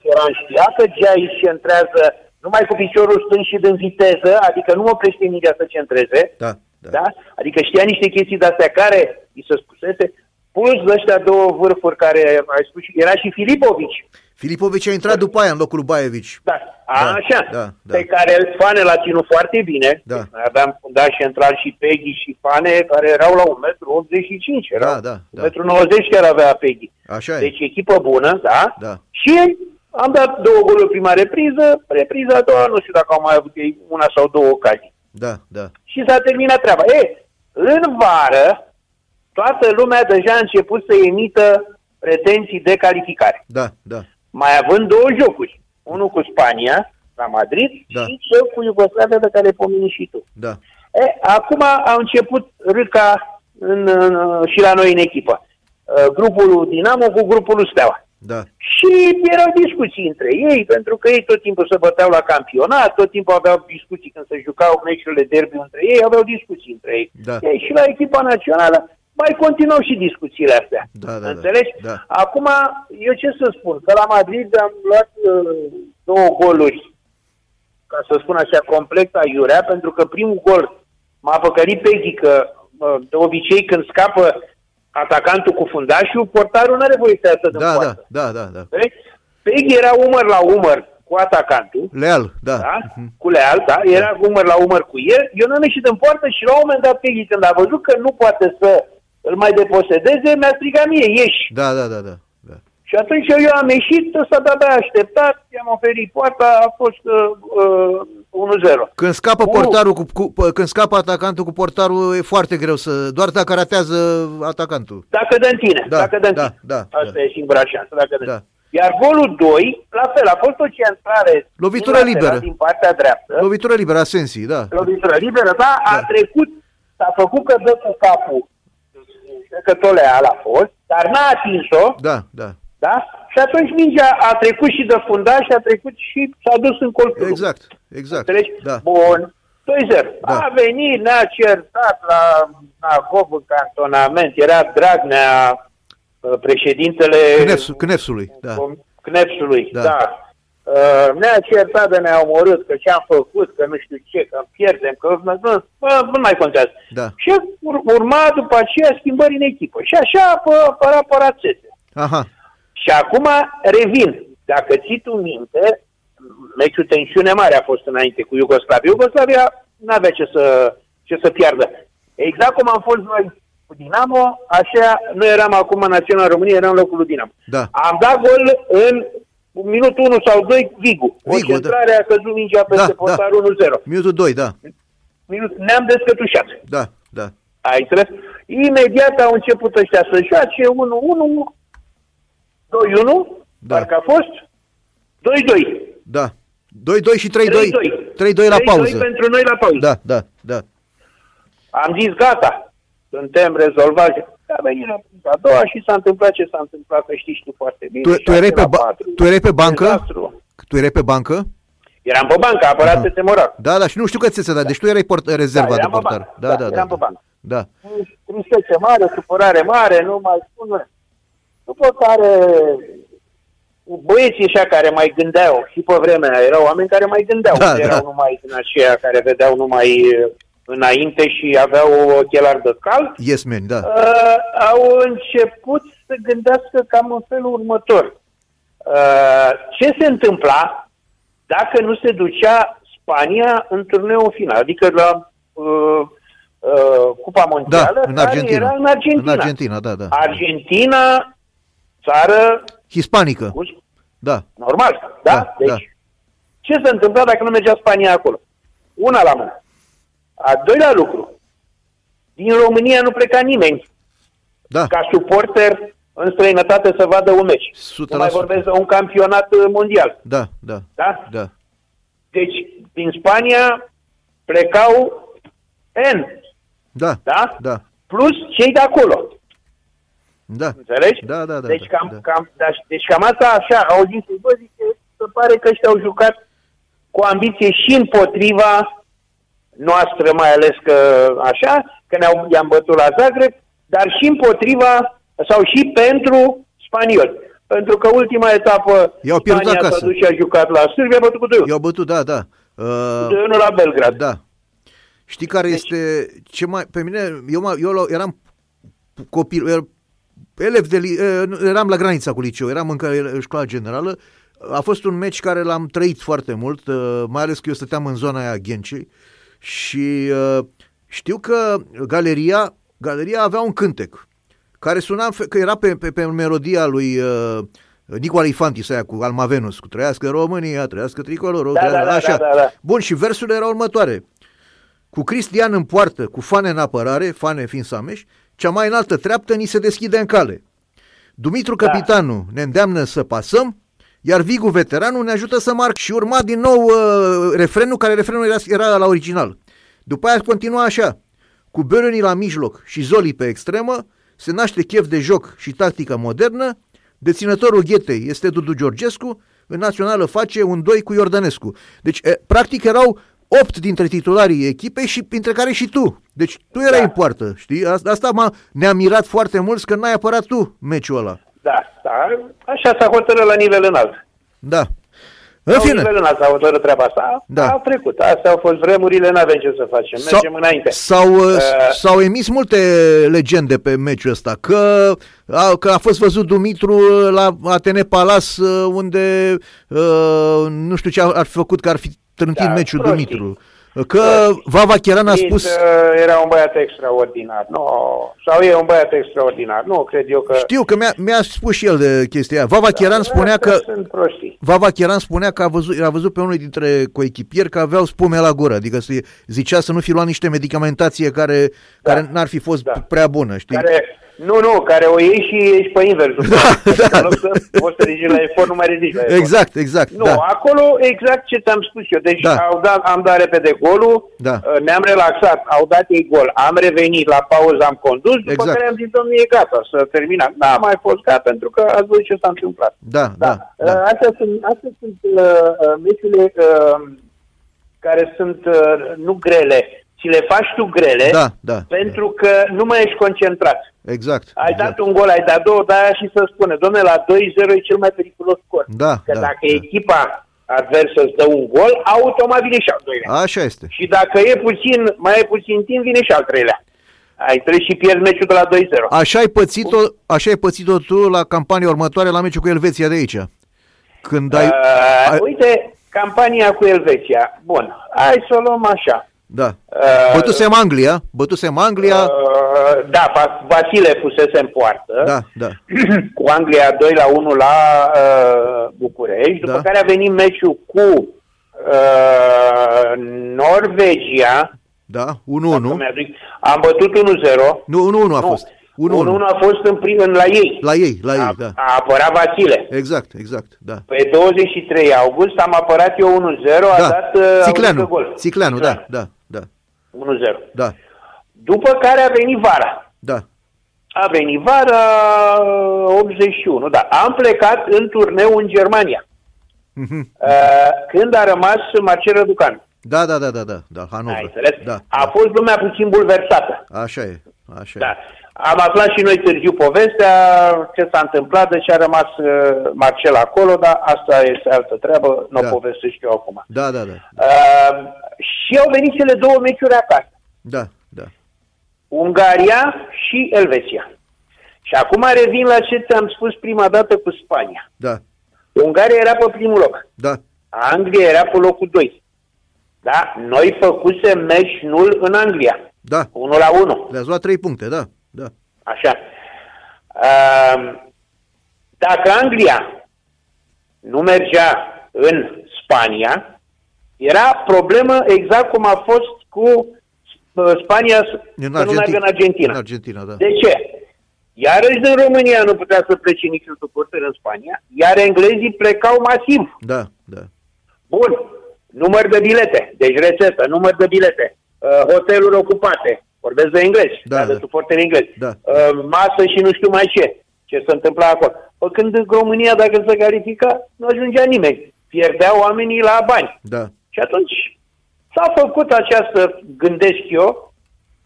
[SPEAKER 2] Feran știa că Gea centrează numai cu piciorul stâng și din viteză, adică nu oprește mingea să centreze,
[SPEAKER 1] Da, da.
[SPEAKER 2] da. da? Adică știa niște chestii de-astea care îi se spusese, plus ăștia două vârfuri care ai spus, și- era și Filipovici,
[SPEAKER 1] Filipovici a intrat după aia în locul lui Baievici.
[SPEAKER 2] da, a,
[SPEAKER 1] Da,
[SPEAKER 2] așa,
[SPEAKER 1] da, da.
[SPEAKER 2] pe care Fane l-a ținut foarte bine.
[SPEAKER 1] Da.
[SPEAKER 2] Mai Aveam fundaș central și Peggy și Fane care erau la 1,85 m, erau
[SPEAKER 1] Da, da, da.
[SPEAKER 2] 1,90 m chiar avea Peggy.
[SPEAKER 1] Așa e.
[SPEAKER 2] Deci echipă bună, da?
[SPEAKER 1] Da.
[SPEAKER 2] Și am dat două goluri prima repriză, repriza a doua, nu știu dacă au mai avut ei una sau două ocazii.
[SPEAKER 1] Da, da.
[SPEAKER 2] Și s-a terminat treaba. E, în vară, toată lumea deja a început să emită pretenții de calificare
[SPEAKER 1] Da, da.
[SPEAKER 2] mai având două jocuri. Unul cu Spania, la Madrid,
[SPEAKER 1] Da.
[SPEAKER 2] și cel cu Iugoslavia de care pomeni și tu.
[SPEAKER 1] Da.
[SPEAKER 2] E, acum a început râca în, în, și la noi în echipă. Uh, Grupul Dinamo cu grupul Steaua.
[SPEAKER 1] Da.
[SPEAKER 2] Și erau discuții între ei, pentru că ei tot timpul se băteau la campionat, tot timpul aveau discuții când se jucau meciurile derby între ei, aveau discuții între ei.
[SPEAKER 1] Da.
[SPEAKER 2] ei și la echipa națională mai continuau și discuțiile astea.
[SPEAKER 1] Da, da, da.
[SPEAKER 2] Înțelegi?
[SPEAKER 1] Da.
[SPEAKER 2] Acum, eu ce să spun? Că la Madrid am luat uh, două goluri, ca să spun așa, complet aiurea, pentru că primul gol m-a păcălit Peggy, că uh, de obicei când scapă atacantul cu fundașul, portarul nu are voie să iasă din
[SPEAKER 1] Da,
[SPEAKER 2] poartă.
[SPEAKER 1] da, da, da, da.
[SPEAKER 2] Înțelegi? Peggy era umăr la umăr cu atacantul,
[SPEAKER 1] Leal, da.
[SPEAKER 2] da? cu Leal, da? era umăr la umăr cu el, eu n-am ieșit în poartă și la un moment dat Peggy, când a văzut că nu poate să îl mai deposedeze, mi-a strigat mie, ieși.
[SPEAKER 1] Da, da, da, da. da.
[SPEAKER 2] Și atunci eu am ieșit, ăsta de-abia a așteptat, i-am oferit poarta, a fost uh, uh, 1-0.
[SPEAKER 1] Când scapă
[SPEAKER 2] Unu.
[SPEAKER 1] portarul cu, cu, pă- când scapă atacantul cu portarul e foarte greu să doar dacă ratează atacantul.
[SPEAKER 2] Dacă dă în tine,
[SPEAKER 1] Da,
[SPEAKER 2] dacă dă în
[SPEAKER 1] da,
[SPEAKER 2] tine.
[SPEAKER 1] da,
[SPEAKER 2] Asta
[SPEAKER 1] da.
[SPEAKER 2] e singura șansă, dacă dă în
[SPEAKER 1] Da.
[SPEAKER 2] tine. Iar golul 2, la fel, a fost o centrare
[SPEAKER 1] Lovitură
[SPEAKER 2] din lateral,
[SPEAKER 1] liberă.
[SPEAKER 2] din partea dreaptă.
[SPEAKER 1] Lovitură liberă a Sensi, da.
[SPEAKER 2] lovitură liberă, da, a trecut, s-a făcut că dă cu capul, cred că Tolea a fost, dar n-a atins-o,
[SPEAKER 1] Da, da.
[SPEAKER 2] da? Și atunci mingea a trecut și de fundaș, a trecut și s-a dus în colțul.
[SPEAKER 1] Exact, exact.
[SPEAKER 2] Înțelegi?
[SPEAKER 1] Da.
[SPEAKER 2] Bun. 2-0.
[SPEAKER 1] Da.
[SPEAKER 2] A venit, ne-a certat la Nagov în cantonament, era Dragnea uh, președintele
[SPEAKER 1] Cnefs, Cnefsului, da.
[SPEAKER 2] com- Knepsului,
[SPEAKER 1] Da.
[SPEAKER 2] da. da. Uh, ne-a certat de ne-a omorât, că ce-am făcut, că nu știu ce, că pierdem, că nu, nu, bă, nu mai contează.
[SPEAKER 1] Da.
[SPEAKER 2] Și ur- urma după aceea schimbări în echipă. Și așa a pă- apărat Parațete.
[SPEAKER 1] Aha.
[SPEAKER 2] Și acum revin. Dacă ții tu minte, meciul tensiune mare a fost înainte cu Iugoslavia. Iugoslavia n-avea ce să, ce să piardă. Exact cum am fost noi cu Dinamo, așa noi eram acum în Național România, eram în locul lui Dinamo.
[SPEAKER 1] Da.
[SPEAKER 2] Am dat gol în minutul 1 sau 2, Vigu.
[SPEAKER 1] Vigu, da.
[SPEAKER 2] o centrare a căzut mingea peste
[SPEAKER 1] Da,
[SPEAKER 2] da,
[SPEAKER 1] da.
[SPEAKER 2] portar 1-0.
[SPEAKER 1] Minutul 2, da.
[SPEAKER 2] Minut, ne-am descătușat.
[SPEAKER 1] Da, da.
[SPEAKER 2] Ai înțeles? Imediat au început ăștia să joace 1-1, 2-1,
[SPEAKER 1] Da.
[SPEAKER 2] parcă a fost, 2-2,
[SPEAKER 1] Da. 2-2 și 3-2.
[SPEAKER 2] 3-2.
[SPEAKER 1] 3-2 la
[SPEAKER 2] 3-2
[SPEAKER 1] pauză.
[SPEAKER 2] pentru noi la pauză.
[SPEAKER 1] Da, da, da.
[SPEAKER 2] Am zis gata, suntem rezolvați. A venit la a doua și s-a întâmplat ce s-a întâmplat, că știi și tu foarte bine.
[SPEAKER 1] Tu, tu, erai, pe ba-
[SPEAKER 2] bancă?
[SPEAKER 1] tu erai pe bancă? Tu erai pe bancă?
[SPEAKER 2] Eram pe bancă, apărat uh-huh. temorat.
[SPEAKER 1] Da, da, și nu știu că ți se da. Deci tu erai port- rezerva
[SPEAKER 2] Da,
[SPEAKER 1] de
[SPEAKER 2] eram pe
[SPEAKER 1] portar.
[SPEAKER 2] bancă.
[SPEAKER 1] Da,
[SPEAKER 2] Da,
[SPEAKER 1] da, da.
[SPEAKER 2] eram pe
[SPEAKER 1] Da.
[SPEAKER 2] bancă.
[SPEAKER 1] da.
[SPEAKER 2] tristețe mare, supărare mare, nu mai spun. După care băieții ăștia care mai gândeau și pe vremea aia, erau oameni care mai gândeau,
[SPEAKER 1] Da,
[SPEAKER 2] da, erau
[SPEAKER 1] da.
[SPEAKER 2] numai din aceia care vedeau numai uh, înainte și aveau ochelari de cal,
[SPEAKER 1] Yes, man, da.
[SPEAKER 2] uh, au început să gândească cam în felul următor. Uh, ce se întâmpla dacă nu se ducea Spania în turneul final, adică la uh, uh, Cupa
[SPEAKER 1] Da,
[SPEAKER 2] Mondială,
[SPEAKER 1] în
[SPEAKER 2] care
[SPEAKER 1] Argentina.
[SPEAKER 2] era în Argentina.
[SPEAKER 1] În Argentina, da, da.
[SPEAKER 2] Argentina, țară,
[SPEAKER 1] Hispanică.
[SPEAKER 2] cum-
[SPEAKER 1] Da,
[SPEAKER 2] normal, da?
[SPEAKER 1] Da,
[SPEAKER 2] deci,
[SPEAKER 1] da.
[SPEAKER 2] Ce se întâmpla dacă nu mergea Spania acolo? Una la mână. A doilea lucru, din România nu pleca nimeni
[SPEAKER 1] Da,
[SPEAKER 2] ca suporter în străinătate să vadă un meci.
[SPEAKER 1] 100%.
[SPEAKER 2] Nu mai vorbesc de un campionat uh, mondial.
[SPEAKER 1] da, da,
[SPEAKER 2] Da?
[SPEAKER 1] da.
[SPEAKER 2] Deci, din Spania plecau N,
[SPEAKER 1] Da,
[SPEAKER 2] da?
[SPEAKER 1] da,
[SPEAKER 2] Plus cei de acolo.
[SPEAKER 1] da.
[SPEAKER 2] Înțelegi?
[SPEAKER 1] Da, da, da,
[SPEAKER 2] Deci
[SPEAKER 1] da,
[SPEAKER 2] cam,
[SPEAKER 1] da.
[SPEAKER 2] cam, da, deci cam asta așa, au zis, bă, zice, se pare că ăștia au jucat cu ambiție și împotriva noastră, mai ales că așa, că ne-au, i-am bătut la Zagreb, dar și împotriva sau și pentru spanioli. Pentru că ultima etapă
[SPEAKER 1] I-au pierdut
[SPEAKER 2] Spania
[SPEAKER 1] acasă.
[SPEAKER 2] s-a dus și a jucat la Sârbia, a bătut cu 2
[SPEAKER 1] I-au bătut, da, da. Uh,
[SPEAKER 2] 1 la Belgrad.
[SPEAKER 1] Da. Știi care este ce mai... Pe mine, eu, m- eu la- eram copil, er- elev de... li- eh, nu, Eram la granița cu liceu, eram încă în școala generală. A fost un meci care l-am trăit foarte mult, eh, mai ales că eu stăteam în zona aia a Ghencei și eh, știu că galeria, galeria avea un cântec care suna, în fe- că era pe, pe, pe melodia lui uh, Nicola Infantis aia cu Almavenus, cu Trăiască România, Trăiască Tricolorul,
[SPEAKER 2] Da, da,
[SPEAKER 1] trăiască-
[SPEAKER 2] da,
[SPEAKER 1] așa.
[SPEAKER 2] da, da, da.
[SPEAKER 1] Bun, și versurile erau următoare. Cu Cristian în poartă, cu fane în apărare, fane fiind Sameș, cea mai înaltă treaptă ni se deschide în cale. Dumitru
[SPEAKER 2] Da.
[SPEAKER 1] Capitanu ne îndeamnă să pasăm, iar Vigu Veteranul ne ajută să marc și urma din nou uh, refrenul, care refrenul era, era la original. După aia continua așa, cu Bărâni la mijloc și Zoli pe extremă, se naște chef de joc și tactică modernă, deținătorul ghetei este Dudu Georgescu, în națională face un 2 cu Iordănescu. Deci, e, practic, erau 8 dintre titularii echipei și printre care și tu. Deci tu erai
[SPEAKER 2] Da.
[SPEAKER 1] în poartă, știi? Asta, asta m-a, ne-a mirat foarte mult că n-ai apărat tu meciul ăla.
[SPEAKER 2] da, da. Așa s-a hotărât la nivel înalt.
[SPEAKER 1] Da. În
[SPEAKER 2] La
[SPEAKER 1] fine,
[SPEAKER 2] nivelul ăsta s-a hotărât treaba asta.
[SPEAKER 1] Da.
[SPEAKER 2] A trecut. Astea au fost vremurile, nu avem ce să facem. Mergem înainte.
[SPEAKER 1] s-au, uh,
[SPEAKER 2] Uh,
[SPEAKER 1] s-au emis multe legende pe meciul ăsta, că a, că a fost văzut Dumitru la Atene Palas uh, unde uh, nu știu ce ar ar fi făcut, că ar fi trântit
[SPEAKER 2] Da,
[SPEAKER 1] meciul
[SPEAKER 2] prostii.
[SPEAKER 1] Dumitru. Că Vava Chiaran a
[SPEAKER 2] Chit,
[SPEAKER 1] spus...
[SPEAKER 2] uh, Era un băiat extraordinar. Nu. Sau e un băiat extraordinar. Nu, cred eu că...
[SPEAKER 1] Știu că mi-a, mi-a spus și el de chestia aia.
[SPEAKER 2] Da,
[SPEAKER 1] Vava Chiaran spunea
[SPEAKER 2] Astea
[SPEAKER 1] că
[SPEAKER 2] Sunt prostii.
[SPEAKER 1] Vava Chiran spunea că a văzut, a văzut pe unul dintre coechipieri că aveau spume la gură, adică se zicea să nu fi luat niște medicamentație care,
[SPEAKER 2] Da.
[SPEAKER 1] care n-ar fi fost
[SPEAKER 2] Da.
[SPEAKER 1] prea bună, știi?
[SPEAKER 2] Care, nu, nu, care o iei și ești pe invers.
[SPEAKER 1] Da,
[SPEAKER 2] Adică
[SPEAKER 1] da.
[SPEAKER 2] În loc să poți să ridici la efort, nu mai ridici la efort.
[SPEAKER 1] Exact, exact,
[SPEAKER 2] Nu,
[SPEAKER 1] da.
[SPEAKER 2] acolo exact ce ți-am spus eu. Deci
[SPEAKER 1] Da.
[SPEAKER 2] au dat, am dat repede golul,
[SPEAKER 1] Da.
[SPEAKER 2] uh, ne-am relaxat, au dat ei gol, am revenit la pauză, am condus, după
[SPEAKER 1] Exact.
[SPEAKER 2] care am zis, domnule, e gata, să terminăm. N-a mai fost gata, pentru că ați văzut ce s-a întâmplat.
[SPEAKER 1] Da, da,
[SPEAKER 2] Uh,
[SPEAKER 1] da.
[SPEAKER 2] Astea sunt, astea sunt uh, uh, meciurile uh, care sunt uh, nu grele, ți le faci tu grele,
[SPEAKER 1] Da, da,
[SPEAKER 2] pentru că nu mai ești concentrat.
[SPEAKER 1] Exact.
[SPEAKER 2] Ai
[SPEAKER 1] exact.
[SPEAKER 2] dat un gol, ai dat două, dar aia și să spune, domne, la 2-0 e cel mai periculos scor.
[SPEAKER 1] Da,
[SPEAKER 2] că
[SPEAKER 1] da,
[SPEAKER 2] dacă
[SPEAKER 1] da.
[SPEAKER 2] echipa adversă îți dă un gol, automat vine și al doilea.
[SPEAKER 1] Da, Așa este.
[SPEAKER 2] Și dacă e puțin, mai e puțin timp, vine și al treilea. Ai treci și pierzi meciul de la 2-0.
[SPEAKER 1] Așa ai pățit-o, așa ai pățit-o tu la campania următoare la meciul cu Elveția de aici. Când ai...
[SPEAKER 2] Uh,
[SPEAKER 1] ai
[SPEAKER 2] Uite, campania cu Elveția. Bun, hai să o luăm așa.
[SPEAKER 1] da.
[SPEAKER 2] Uh,
[SPEAKER 1] Bătusem Anglia, bătusem Anglia,
[SPEAKER 2] Uh, da, Va- Vasile fusese în poartă.
[SPEAKER 1] da, da.
[SPEAKER 2] cu Anglia 2 la 1 la uh, București, după
[SPEAKER 1] Da.
[SPEAKER 2] care a venit meciul cu uh, Norvegia.
[SPEAKER 1] Da,
[SPEAKER 2] dacă
[SPEAKER 1] 1-1.
[SPEAKER 2] mi-aduc. Am bătut 1-0.
[SPEAKER 1] Nu, 1-1 a
[SPEAKER 2] Nu.
[SPEAKER 1] fost.
[SPEAKER 2] 1-1
[SPEAKER 1] 1-1.
[SPEAKER 2] a fost în prim, în, la ei.
[SPEAKER 1] La ei, la
[SPEAKER 2] a,
[SPEAKER 1] ei, da.
[SPEAKER 2] a apărat Vasile.
[SPEAKER 1] Exact, exact, da.
[SPEAKER 2] Pe 23 august am apărat eu 1-0, a dat uh,
[SPEAKER 1] Țicleanu,
[SPEAKER 2] Aurică gol.
[SPEAKER 1] Țicleanu, da, da, da,
[SPEAKER 2] 1-0.
[SPEAKER 1] da,
[SPEAKER 2] După care a venit vara.
[SPEAKER 1] da.
[SPEAKER 2] A venit vara 81, da. Am plecat în turneu în Germania.
[SPEAKER 1] Mhm.
[SPEAKER 2] Uh, când a rămas Marcel Răducan.
[SPEAKER 1] Da, da, da, da, da, da,
[SPEAKER 2] Ai
[SPEAKER 1] Hanover.
[SPEAKER 2] înțeles?
[SPEAKER 1] Da,
[SPEAKER 2] A fost lumea puțin bulversată.
[SPEAKER 1] așa e, așa
[SPEAKER 2] Da.
[SPEAKER 1] e.
[SPEAKER 2] Am aflat și noi târziu povestea, ce s-a întâmplat, de ce a rămas uh, Marcel acolo, dar asta este altă treabă, nu
[SPEAKER 1] Da.
[SPEAKER 2] o povestesc eu acum.
[SPEAKER 1] Da, da, da,
[SPEAKER 2] Uh, și au venit cele două meciuri acasă.
[SPEAKER 1] da, da.
[SPEAKER 2] Ungaria și Elveția. Și acum revin la ce ți-am spus prima dată cu Spania.
[SPEAKER 1] Da,
[SPEAKER 2] Ungaria era pe primul loc.
[SPEAKER 1] da,
[SPEAKER 2] Anglia era pe locul 2. Da? Noi făcusem meci nul în Anglia.
[SPEAKER 1] da.
[SPEAKER 2] 1 la 1.
[SPEAKER 1] Le-ați luat trei puncte, da, da.
[SPEAKER 2] Așa. Um, Dacă Anglia nu mergea în Spania, Era problemă exact cum a fost cu uh, Spania
[SPEAKER 1] În
[SPEAKER 2] să nu meargă în Argentina. Deci-
[SPEAKER 1] În Argentina, da.
[SPEAKER 2] De ce? Iarăși din România nu putea să plece niciun suporter în Spania, iar englezii plecau masiv.
[SPEAKER 1] Da, da.
[SPEAKER 2] Bun, număr de bilete, deci rețetă, număr de bilete, uh, hoteluri ocupate, vorbesc de englezi,
[SPEAKER 1] Da,
[SPEAKER 2] da, de
[SPEAKER 1] da.
[SPEAKER 2] suporteri englezi,
[SPEAKER 1] Da.
[SPEAKER 2] Uh, masă și nu știu mai ce, ce se întâmpla acolo. Păi când în România, dacă se califica, nu ajungea nimeni. Pierdeau oamenii la bani.
[SPEAKER 1] Da.
[SPEAKER 2] Și atunci s-a făcut această, gândesc eu,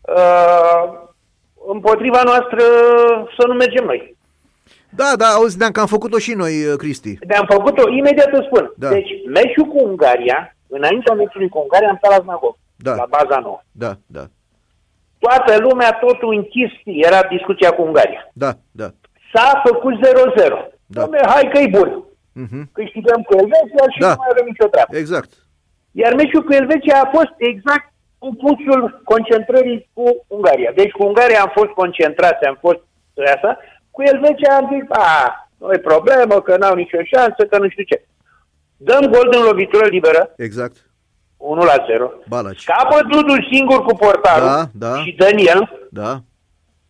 [SPEAKER 2] uh, împotriva noastră să nu mergem noi.
[SPEAKER 1] Da, da, auzi, ne-am cam făcut-o și noi, uh, Cristi.
[SPEAKER 2] Ne-am făcut-o, imediat îți spun.
[SPEAKER 1] Da.
[SPEAKER 2] Deci, meciul cu Ungaria, înaintea meciului cu Ungaria, am stat la Znagov,
[SPEAKER 1] Da.
[SPEAKER 2] la baza nouă.
[SPEAKER 1] Da, da,
[SPEAKER 2] Toată lumea, totul închis, era discuția cu Ungaria.
[SPEAKER 1] da, da.
[SPEAKER 2] S-a făcut 0-0.
[SPEAKER 1] Da.
[SPEAKER 2] Dom'le, hai că e bun.
[SPEAKER 1] Mhm.
[SPEAKER 2] Câștigăm cu Elveția și
[SPEAKER 1] Da.
[SPEAKER 2] nu mai avem nicio treabă.
[SPEAKER 1] Exact.
[SPEAKER 2] Iar meciul cu Elveția a fost exact opusul concentrării cu Ungaria. Deci cu Ungaria am fost concentrați, am fost asta. Cu Elveția am zis, a, nu e problemă, că n-au nicio șansă, că nu știu ce. Dăm gol din lovitură liberă,
[SPEAKER 1] Exact.
[SPEAKER 2] 1 la 0.
[SPEAKER 1] Balaci.
[SPEAKER 2] Scapă Dudu singur cu portarul
[SPEAKER 1] Da, da.
[SPEAKER 2] și Daniel.
[SPEAKER 1] Da.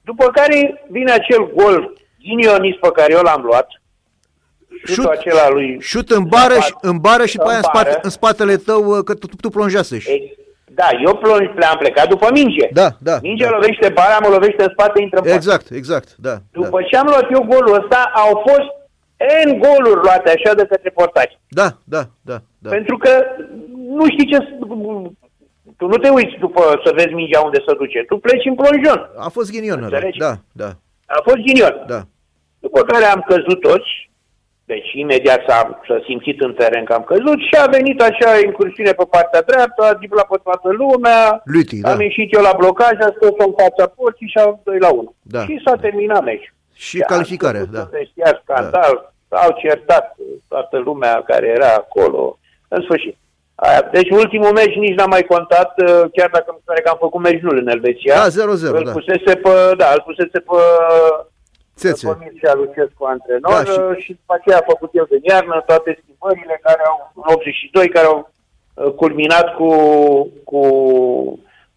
[SPEAKER 2] După care vine acel gol ghinionist pe care eu l-am luat. Șutul
[SPEAKER 1] Șut-
[SPEAKER 2] acela lui...
[SPEAKER 1] Șut în bară, și, în bară și pe
[SPEAKER 2] În
[SPEAKER 1] aia în,
[SPEAKER 2] bară.
[SPEAKER 1] spate, în spatele tău, uh, că tu, tu plonjasești.
[SPEAKER 2] Ex- Da, eu plonj, am plecat după minge.
[SPEAKER 1] Da, da,
[SPEAKER 2] Mingea
[SPEAKER 1] da.
[SPEAKER 2] lovește bara, mă lovește în spate, intră în poartă.
[SPEAKER 1] Exact, exact, da.
[SPEAKER 2] După ce am luat eu golul ăsta, au fost N goluri luate așa de către portari.
[SPEAKER 1] Da, da, da, da. da.
[SPEAKER 2] Pentru că nu știi ce... s- Tu nu te uiți după să vezi mingea unde se duce. Tu pleci în plonjon.
[SPEAKER 1] A fost ghinion ăla.
[SPEAKER 2] Înțelegi?
[SPEAKER 1] Da, da,
[SPEAKER 2] A fost ghinion.
[SPEAKER 1] da.
[SPEAKER 2] După care am căzut toți, deci imediat s-a, s-a simțit în teren că am căzut și a venit așa incursiune pe partea dreaptă, a diplat pe toată lumea,
[SPEAKER 1] Luti, da.
[SPEAKER 2] am ieșit eu la blocaj, a scos în fața porții și a 2 la 1.
[SPEAKER 1] Da.
[SPEAKER 2] Și s-a terminat meciul.
[SPEAKER 1] Și calificarea, da.
[SPEAKER 2] Vestia, scandal, s-au certat toată lumea care era acolo. În sfârșit. Aia. Deci ultimul meci nici n-am mai contat, uh, chiar dacă îmi pare că am făcut meci nul în Elveția.
[SPEAKER 1] Da, 0-0,
[SPEAKER 2] Îl
[SPEAKER 1] da.
[SPEAKER 2] pusese pe, da, îl pusese pe
[SPEAKER 1] Țețe.
[SPEAKER 2] pe Mircea Lucescu antrenor uh,
[SPEAKER 1] Da, și-
[SPEAKER 2] și... și după aceea a făcut el de iarnă toate schimbările care au, în 82, care au uh, culminat cu, cu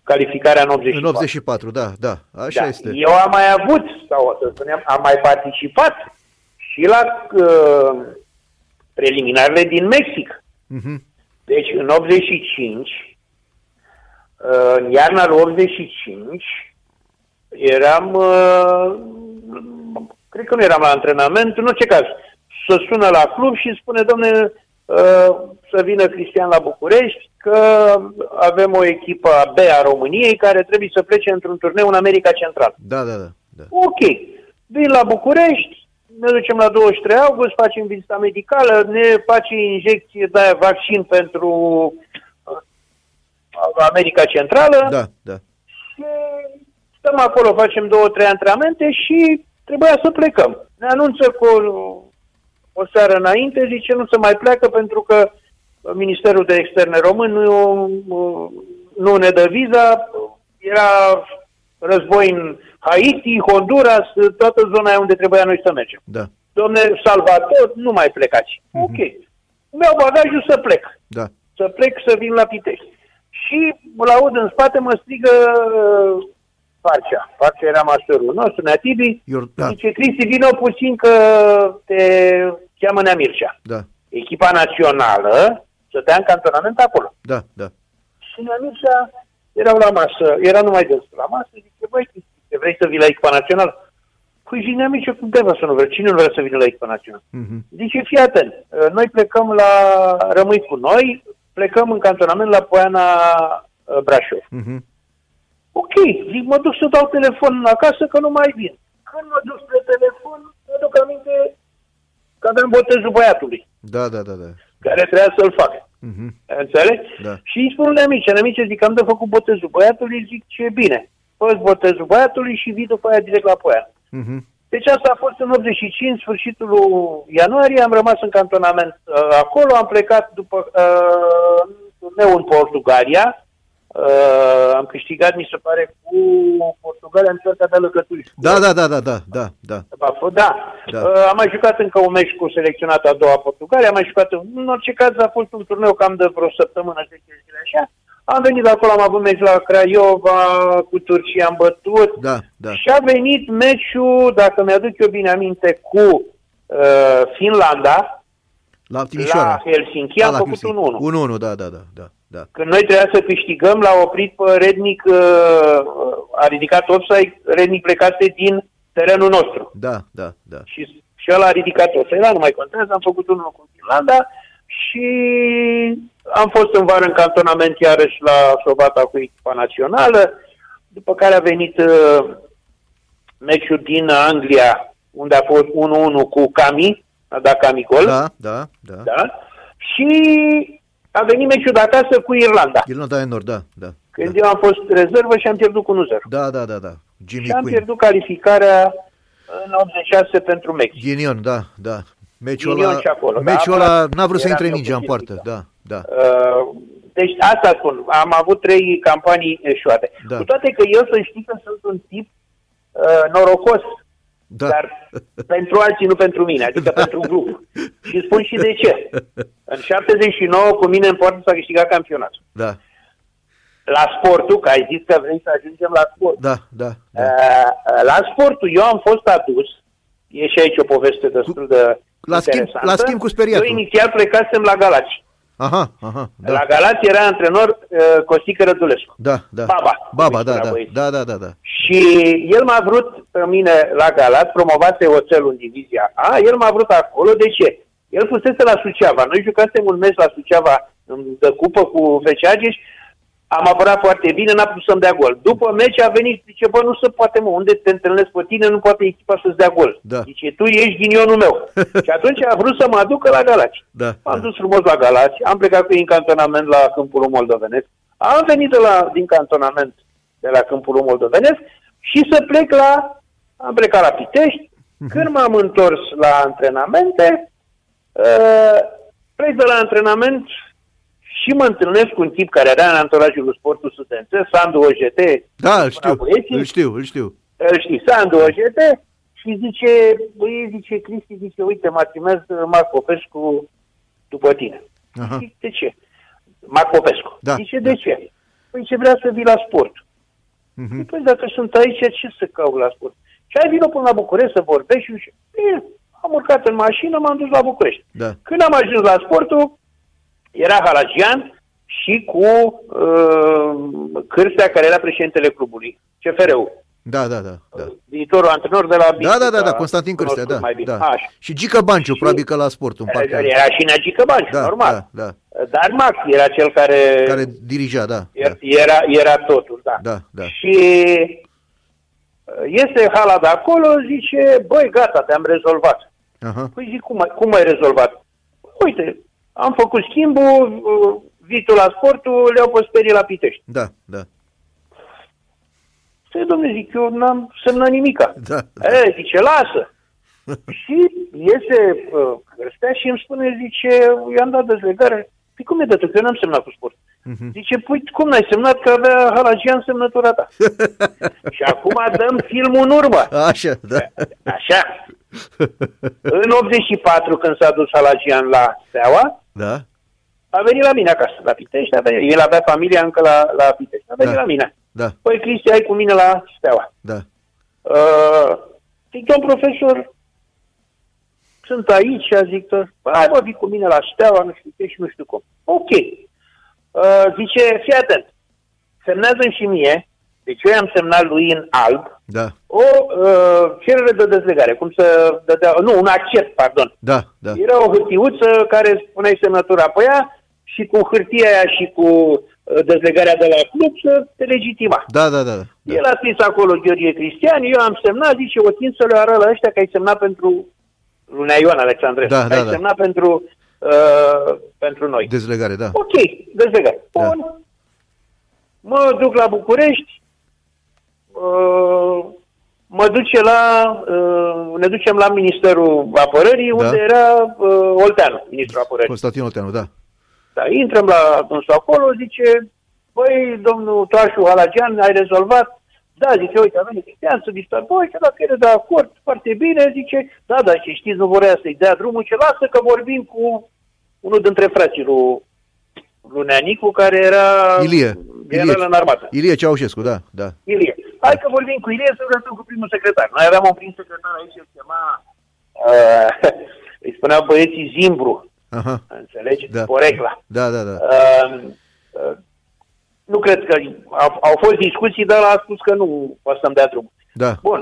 [SPEAKER 2] calificarea în 84.
[SPEAKER 1] În 84, da, da. Așa
[SPEAKER 2] Da.
[SPEAKER 1] este.
[SPEAKER 2] Eu am mai avut, sau să spunem, am mai participat și la uh, preliminarele din Mexic.
[SPEAKER 1] Mhm.
[SPEAKER 2] Deci în 85, uh, în iarna lui 85, eram, uh, cred că nu eram la antrenament, în orice caz, să sună la club și spune, domne, uh, să vină Cristian la București, că avem o echipă B a României care trebuie să plece într-un turneu în America Centrală.
[SPEAKER 1] Da, da, da. da.
[SPEAKER 2] Ok, vin la București, ne ducem la 23 august, facem vizita medicală, ne face injecție de aia vaccin pentru uh, America Centrală
[SPEAKER 1] Da, da.
[SPEAKER 2] și stăm acolo, facem două, trei antrenamente și trebuia să plecăm. Ne anunță cu o, o seară înainte, zice nu se mai pleacă pentru că Ministerul de Externe Român nu, nu ne dă viza, era război în Haiti, Honduras, toată zona aia unde trebuia noi să mergem.
[SPEAKER 1] Da,
[SPEAKER 2] Domne, Salvator, nu mai plecați. Ok. Mi-au bagajul să plec
[SPEAKER 1] da.
[SPEAKER 2] să plec să vin la Pitești. Și îl aud în spate, mă strigă uh, Farcea. Farcea era mașorul nostru, Neatibi.
[SPEAKER 1] Ior, da,
[SPEAKER 2] Zice, Cristi, vină puțin că te cheamă Nea Mircea.
[SPEAKER 1] da,
[SPEAKER 2] Echipa națională stătea în cantonament acolo.
[SPEAKER 1] da, da.
[SPEAKER 2] Și Nea Mircea erau la masă, era numai dânsul la masă. Zice, băi, Cristi, te vrei să vii la echipa națională? Păi zic, Nea Mircea, cum de vă să nu vrea? Cine nu vrea să vină la echipa națională?
[SPEAKER 1] Mhm.
[SPEAKER 2] Zice, fii atent, uh, noi plecăm la, rămâi cu noi, plecăm în cantonament la Poiana uh, Brașov.
[SPEAKER 1] Mhm.
[SPEAKER 2] Ok, zic, mă duc să dau telefon acasă că nu mai vin. Când mă duc spre telefon, mă duc aminte că aveam botezul băiatului,
[SPEAKER 1] Da, da, da, da.
[SPEAKER 2] care trebuia să-l fac.
[SPEAKER 1] Mhm.
[SPEAKER 2] Înțelegi?
[SPEAKER 1] Da.
[SPEAKER 2] Și îi spun nemice, nemice, zic, am de făcut botezul băiatului, zic, ce bine. Fă botezul băiatului și vii după aia direct la Poiana.
[SPEAKER 1] Mhm.
[SPEAKER 2] Deci asta a fost în 85, sfârșitul lui ianuarie, am rămas în cantonament uh, acolo, am plecat după uh, meu în Portugalia, uh, am câștigat, mi se pare, cu Portugalia în cerca de lăcături.
[SPEAKER 1] Da, da, da, da, da, da, da.
[SPEAKER 2] Da.
[SPEAKER 1] Da.
[SPEAKER 2] Uh, am mai jucat încă un meci cu selecționata a doua Portugalia, am mai jucat, în orice caz a fost un turneu cam de vreo săptămână, 10 zile așa. Am venit de acolo, am avut meci la Craiova, cu Turcia am bătut.
[SPEAKER 1] Da, da.
[SPEAKER 2] Și a venit meciul, dacă mi-aduc eu bine aminte, cu uh, Finlanda,
[SPEAKER 1] La Timișoara.
[SPEAKER 2] la Helsinki,
[SPEAKER 1] Da,
[SPEAKER 2] am
[SPEAKER 1] la
[SPEAKER 2] făcut
[SPEAKER 1] Helsinki.
[SPEAKER 2] 1-1.
[SPEAKER 1] 1-1, da, da, da, da. da.
[SPEAKER 2] Când noi trebuia să câștigăm, l-a oprit pe Rednic, uh, a ridicat offside, Rednic plecase din terenul nostru.
[SPEAKER 1] Da, da, da.
[SPEAKER 2] Și, și ăla a ridicat offside, da, nu mai contează, am făcut unul cu Finlanda și am fost în vară în cantonament iarăși la Sovata cu echipa națională, după care a venit uh, meciul din Anglia, unde a fost 1-1 cu Cami, a dat Cami gol, da.
[SPEAKER 1] Da, da, da. da.
[SPEAKER 2] Da? și a venit meciul de acasă cu Irlanda.
[SPEAKER 1] Irlanda e nord, da, da.
[SPEAKER 2] Când eu am fost rezervă și am pierdut cu 1-0.
[SPEAKER 1] Da, da, da, da. Jimmy
[SPEAKER 2] Și am
[SPEAKER 1] Quinn.
[SPEAKER 2] pierdut calificarea în 86 pentru Mexic.
[SPEAKER 1] Ghinion, da, da. Meciul
[SPEAKER 2] Ghinion
[SPEAKER 1] ăla,
[SPEAKER 2] și acolo, da,
[SPEAKER 1] meciul ăla
[SPEAKER 2] apărat.
[SPEAKER 1] n-a vrut să
[SPEAKER 2] Era
[SPEAKER 1] intre
[SPEAKER 2] mi-o
[SPEAKER 1] mingea în
[SPEAKER 2] puțin
[SPEAKER 1] poartă, da, da.
[SPEAKER 2] Uh, Deci asta spun, am avut trei campanii eșuate.
[SPEAKER 1] Da.
[SPEAKER 2] Cu toate că eu să știi că sunt un tip uh, norocos,
[SPEAKER 1] Da.
[SPEAKER 2] dar pentru alții, nu pentru mine, adică pentru grup. Și spun și de ce. În 79 cu mine în poartă s-a câștigat campionatul.
[SPEAKER 1] Da,
[SPEAKER 2] La sportul, că ai zis că vrei să ajungem la sport.
[SPEAKER 1] da, da, da.
[SPEAKER 2] Uh, la sportul eu am fost adus, e și aici o poveste destul de
[SPEAKER 1] La schimb-
[SPEAKER 2] interesantă.
[SPEAKER 1] la schimb cu speriatul.
[SPEAKER 2] Eu inițial plecasem la Galați.
[SPEAKER 1] Aha, aha,
[SPEAKER 2] Da.
[SPEAKER 1] da.
[SPEAKER 2] La Galați era antrenor uh, Costică Rădulescu.
[SPEAKER 1] Da, da.
[SPEAKER 2] Baba.
[SPEAKER 1] Baba,
[SPEAKER 2] Cum
[SPEAKER 1] da,
[SPEAKER 2] îi
[SPEAKER 1] da.
[SPEAKER 2] spunea băieții.
[SPEAKER 1] Da, da, da, da.
[SPEAKER 2] Și el m-a vrut pe mine la Galați, promovase oțelul în divizia A, el m-a vrut acolo, de ce? El fusese la Suceava, noi jucasem un meci la Suceava în de cupă cu FC Argeș, am apărat foarte bine, n-a putut să-mi dea gol. După meci a venit, zice, bă, nu se poate, mă, unde te întâlnesc pe tine, nu poate echipa să-ți dea gol.
[SPEAKER 1] Da.
[SPEAKER 2] Zice, tu ești ghinionul meu. și atunci a vrut să mă aducă la Galați.
[SPEAKER 1] Da,
[SPEAKER 2] M-am
[SPEAKER 1] da.
[SPEAKER 2] dus frumos la Galați, am plecat cu ei în cantonament la Câmpul Moldovenesc, am venit de la, din cantonament de la Câmpul Moldovenesc și să plec la, am plecat la Pitești,
[SPEAKER 1] Mhm.
[SPEAKER 2] când m-am întors la antrenamente, uh, plec de la antrenament și mă întâlnesc cu un tip care era în anturajul lui sportul studențesc, Sandu OJT,
[SPEAKER 1] Da, îl știu,
[SPEAKER 2] băieții.
[SPEAKER 1] îl știu, îl știu.
[SPEAKER 2] îl știi, Sandu OJT, și zice, băie, zice, Cristi, zice, uite, m-a trimis uh, Marc Popescu după tine.
[SPEAKER 1] Aha.
[SPEAKER 2] Zic, de ce? Marc Popescu.
[SPEAKER 1] Da,
[SPEAKER 2] Zice,
[SPEAKER 1] da.
[SPEAKER 2] de ce? Păi ce vrea să vii la sport.
[SPEAKER 1] Mhm.
[SPEAKER 2] Zic, Păi dacă sunt aici, ce să caut la sport? Și ai vină până la București să vorbești și bine, am urcat în mașină, m-am dus la București.
[SPEAKER 1] Da.
[SPEAKER 2] Când am ajuns la sportul, era Halagian și cu uh, Cârstea, care era președintele clubului, CFR-ul,
[SPEAKER 1] Da, da, da, da.
[SPEAKER 2] viitorul antrenor de la
[SPEAKER 1] Da, da, da,
[SPEAKER 2] Bistrița,
[SPEAKER 1] da, Constantin Cârstea,
[SPEAKER 2] cunoscut
[SPEAKER 1] da,
[SPEAKER 2] mai bine.
[SPEAKER 1] da.
[SPEAKER 2] Așa.
[SPEAKER 1] Și Gică Banciu,
[SPEAKER 2] Și-
[SPEAKER 1] probabil că la sportul, în parcă.
[SPEAKER 2] Era și Neagică Banciu,
[SPEAKER 1] Da,
[SPEAKER 2] normal.
[SPEAKER 1] da, da.
[SPEAKER 2] Dar Max era cel care,
[SPEAKER 1] Care dirija, da.
[SPEAKER 2] Era, era, era totul, da.
[SPEAKER 1] Da, da.
[SPEAKER 2] Și uh, iese hala de acolo, zice, băi, gata, te-am rezolvat.
[SPEAKER 1] da. Aha.
[SPEAKER 2] Păi zic, cum ai, cum ai rezolvat? Uite, am făcut schimbul, uh, vitul la sportul, le-au păsperii la Pitești.
[SPEAKER 1] Da, da.
[SPEAKER 2] Să domne, Păi, zic, eu n-am semnat nimica.
[SPEAKER 1] Da, da.
[SPEAKER 2] E, zice, lasă. și iese uh, Cărstea și îmi spune, zice, i-am dat dezlegare. Păi cum e dat? Că eu n-am semnat cu sport.
[SPEAKER 1] Mhm.
[SPEAKER 2] Zice, păi cum n-ai semnat că avea Halagian semnătura ta? și acum dăm filmul în urmă.
[SPEAKER 1] Așa, da.
[SPEAKER 2] Așa. În 84, când s-a dus Halagian la Steaua,
[SPEAKER 1] Da,
[SPEAKER 2] a venit la mine acasă, la Pitești, a venit. El avea familia încă la, la Pitești. A venit
[SPEAKER 1] Da.
[SPEAKER 2] la mine.
[SPEAKER 1] da,
[SPEAKER 2] Păi, Cristi, ai cu mine la Steaua.
[SPEAKER 1] da.
[SPEAKER 2] Uh, zic, domn profesor, sunt aici, a zic, că, hai mă, vii cu mine la Steaua, nu știu ce și nu știu cum. Ok. Uh, zice, fii atent, semnează și mie, deci eu i-am semnat lui în alb,
[SPEAKER 1] Da,
[SPEAKER 2] o uh, cerere de dezlegare, cum să dădea, nu, un accept, pardon.
[SPEAKER 1] da, da.
[SPEAKER 2] Era o hârtiuță care spuneai semnătura pe ea și cu hârtia aia și cu uh, dezlegarea de la club să te legitima.
[SPEAKER 1] Da, da, da. da.
[SPEAKER 2] El a scris acolo Gheorghe Cristian, eu am semnat, zice, o țin să le arăt la ăștia că ai semnat pentru lunea Ioan Alexandrescu,
[SPEAKER 1] Da,
[SPEAKER 2] că
[SPEAKER 1] da,
[SPEAKER 2] ai
[SPEAKER 1] da.
[SPEAKER 2] semnat pentru, uh, pentru noi.
[SPEAKER 1] Dezlegare, da.
[SPEAKER 2] Ok, dezlegat.
[SPEAKER 1] Da.
[SPEAKER 2] Bun. Mă duc la București, uh, mă duce la, uh, ne ducem la Ministerul Apărării,
[SPEAKER 1] Da.
[SPEAKER 2] unde era uh, Olteanu, Ministrul Apărării.
[SPEAKER 1] Constantin Olteanu, da.
[SPEAKER 2] Da, intrăm la dânsul acolo, zice, băi, domnul Toașu Halagian, ai rezolvat? Da, zice, uite, a venit Cristian să discut, băi, că dacă era de acord, foarte bine, zice, da, da, ce știți, nu vorea să-i dea drumul, ce lasă că vorbim cu unul dintre frații lui, lui Neanicu, care era
[SPEAKER 1] Ilie.
[SPEAKER 2] general în armată.
[SPEAKER 1] Ilie Ceaușescu, da, da.
[SPEAKER 2] Ilie. Hai că vorbim cu Ilie să vorbim cu primul secretar. Noi aveam un prim secretar aici, îl chema, uh, îi spunea băieții Zimbru,
[SPEAKER 1] Aha.
[SPEAKER 2] înțelegeți?
[SPEAKER 1] Da.
[SPEAKER 2] Porecla.
[SPEAKER 1] Da, da, da.
[SPEAKER 2] Uh, uh, nu cred că au, au fost discuții, dar a spus că nu o să-mi dea drumul.
[SPEAKER 1] Da.
[SPEAKER 2] Bun.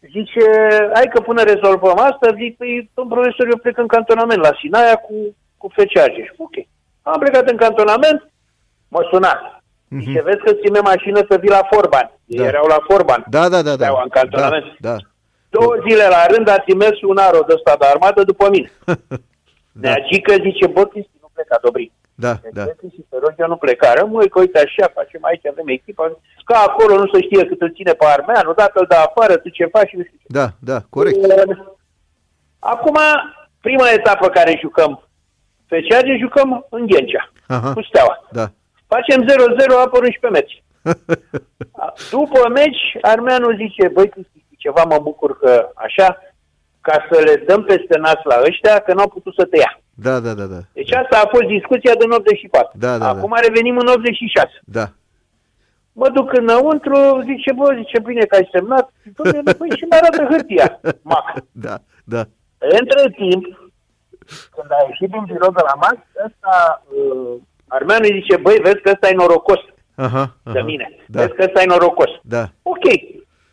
[SPEAKER 2] Zice, hai că până rezolvăm asta, zic, păi, domn profesor, eu plec în cantonament la Sinaia cu, cu feceage. Și, ok. Am plecat în cantonament, mă suna.
[SPEAKER 1] Mhm.
[SPEAKER 2] Zice, vezi că ține mașină să vii la Forban.
[SPEAKER 1] Da.
[SPEAKER 2] Da. Erau la Forban.
[SPEAKER 1] Da, da, da, da.
[SPEAKER 2] Steaua în cantonament.
[SPEAKER 1] Da, da.
[SPEAKER 2] Două zile la rând a trimis un aro de ăsta de armată după mine.
[SPEAKER 1] Da.
[SPEAKER 2] Da. că zice, bă, Cristi, nu pleca, Dobrin.
[SPEAKER 1] Da, da.
[SPEAKER 2] Da. Și te rog, eu nu pleca. Rămâi că uite așa, facem aici, avem echipa. Ca acolo nu se știe cât îl ține pe armeanu, dacă îl dă afară, tu ce faci, nu știu ce.
[SPEAKER 1] Da, da, corect.
[SPEAKER 2] Acum, prima etapă care jucăm pe ceage, jucăm în Ghencea,
[SPEAKER 1] Aha.
[SPEAKER 2] cu steaua.
[SPEAKER 1] Da.
[SPEAKER 2] Facem 0-0, apă 11 meci. După meci, armeanul zice, băi, Cristi, știi ceva mă bucur că așa, ca să le dăm peste nas la ăștia, că n-au putut să te ia.
[SPEAKER 1] Da, da, da, da.
[SPEAKER 2] Deci asta a fost discuția din 84.
[SPEAKER 1] Da, da, da.
[SPEAKER 2] Acum revenim în 86.
[SPEAKER 1] Da.
[SPEAKER 2] Mă duc înăuntru, zice, bă, zice, bine că ai semnat. Dom'le, Păi și mi arată hârtia. Mac.
[SPEAKER 1] Da, da.
[SPEAKER 2] Între timp, când a ieșit din birou de la Mac, ăsta, uh, armeanul îi zice, băi, vezi că ăsta e norocos
[SPEAKER 1] Aha. aha.
[SPEAKER 2] de mine.
[SPEAKER 1] Da,
[SPEAKER 2] Vezi că ăsta e norocos.
[SPEAKER 1] da.
[SPEAKER 2] Ok.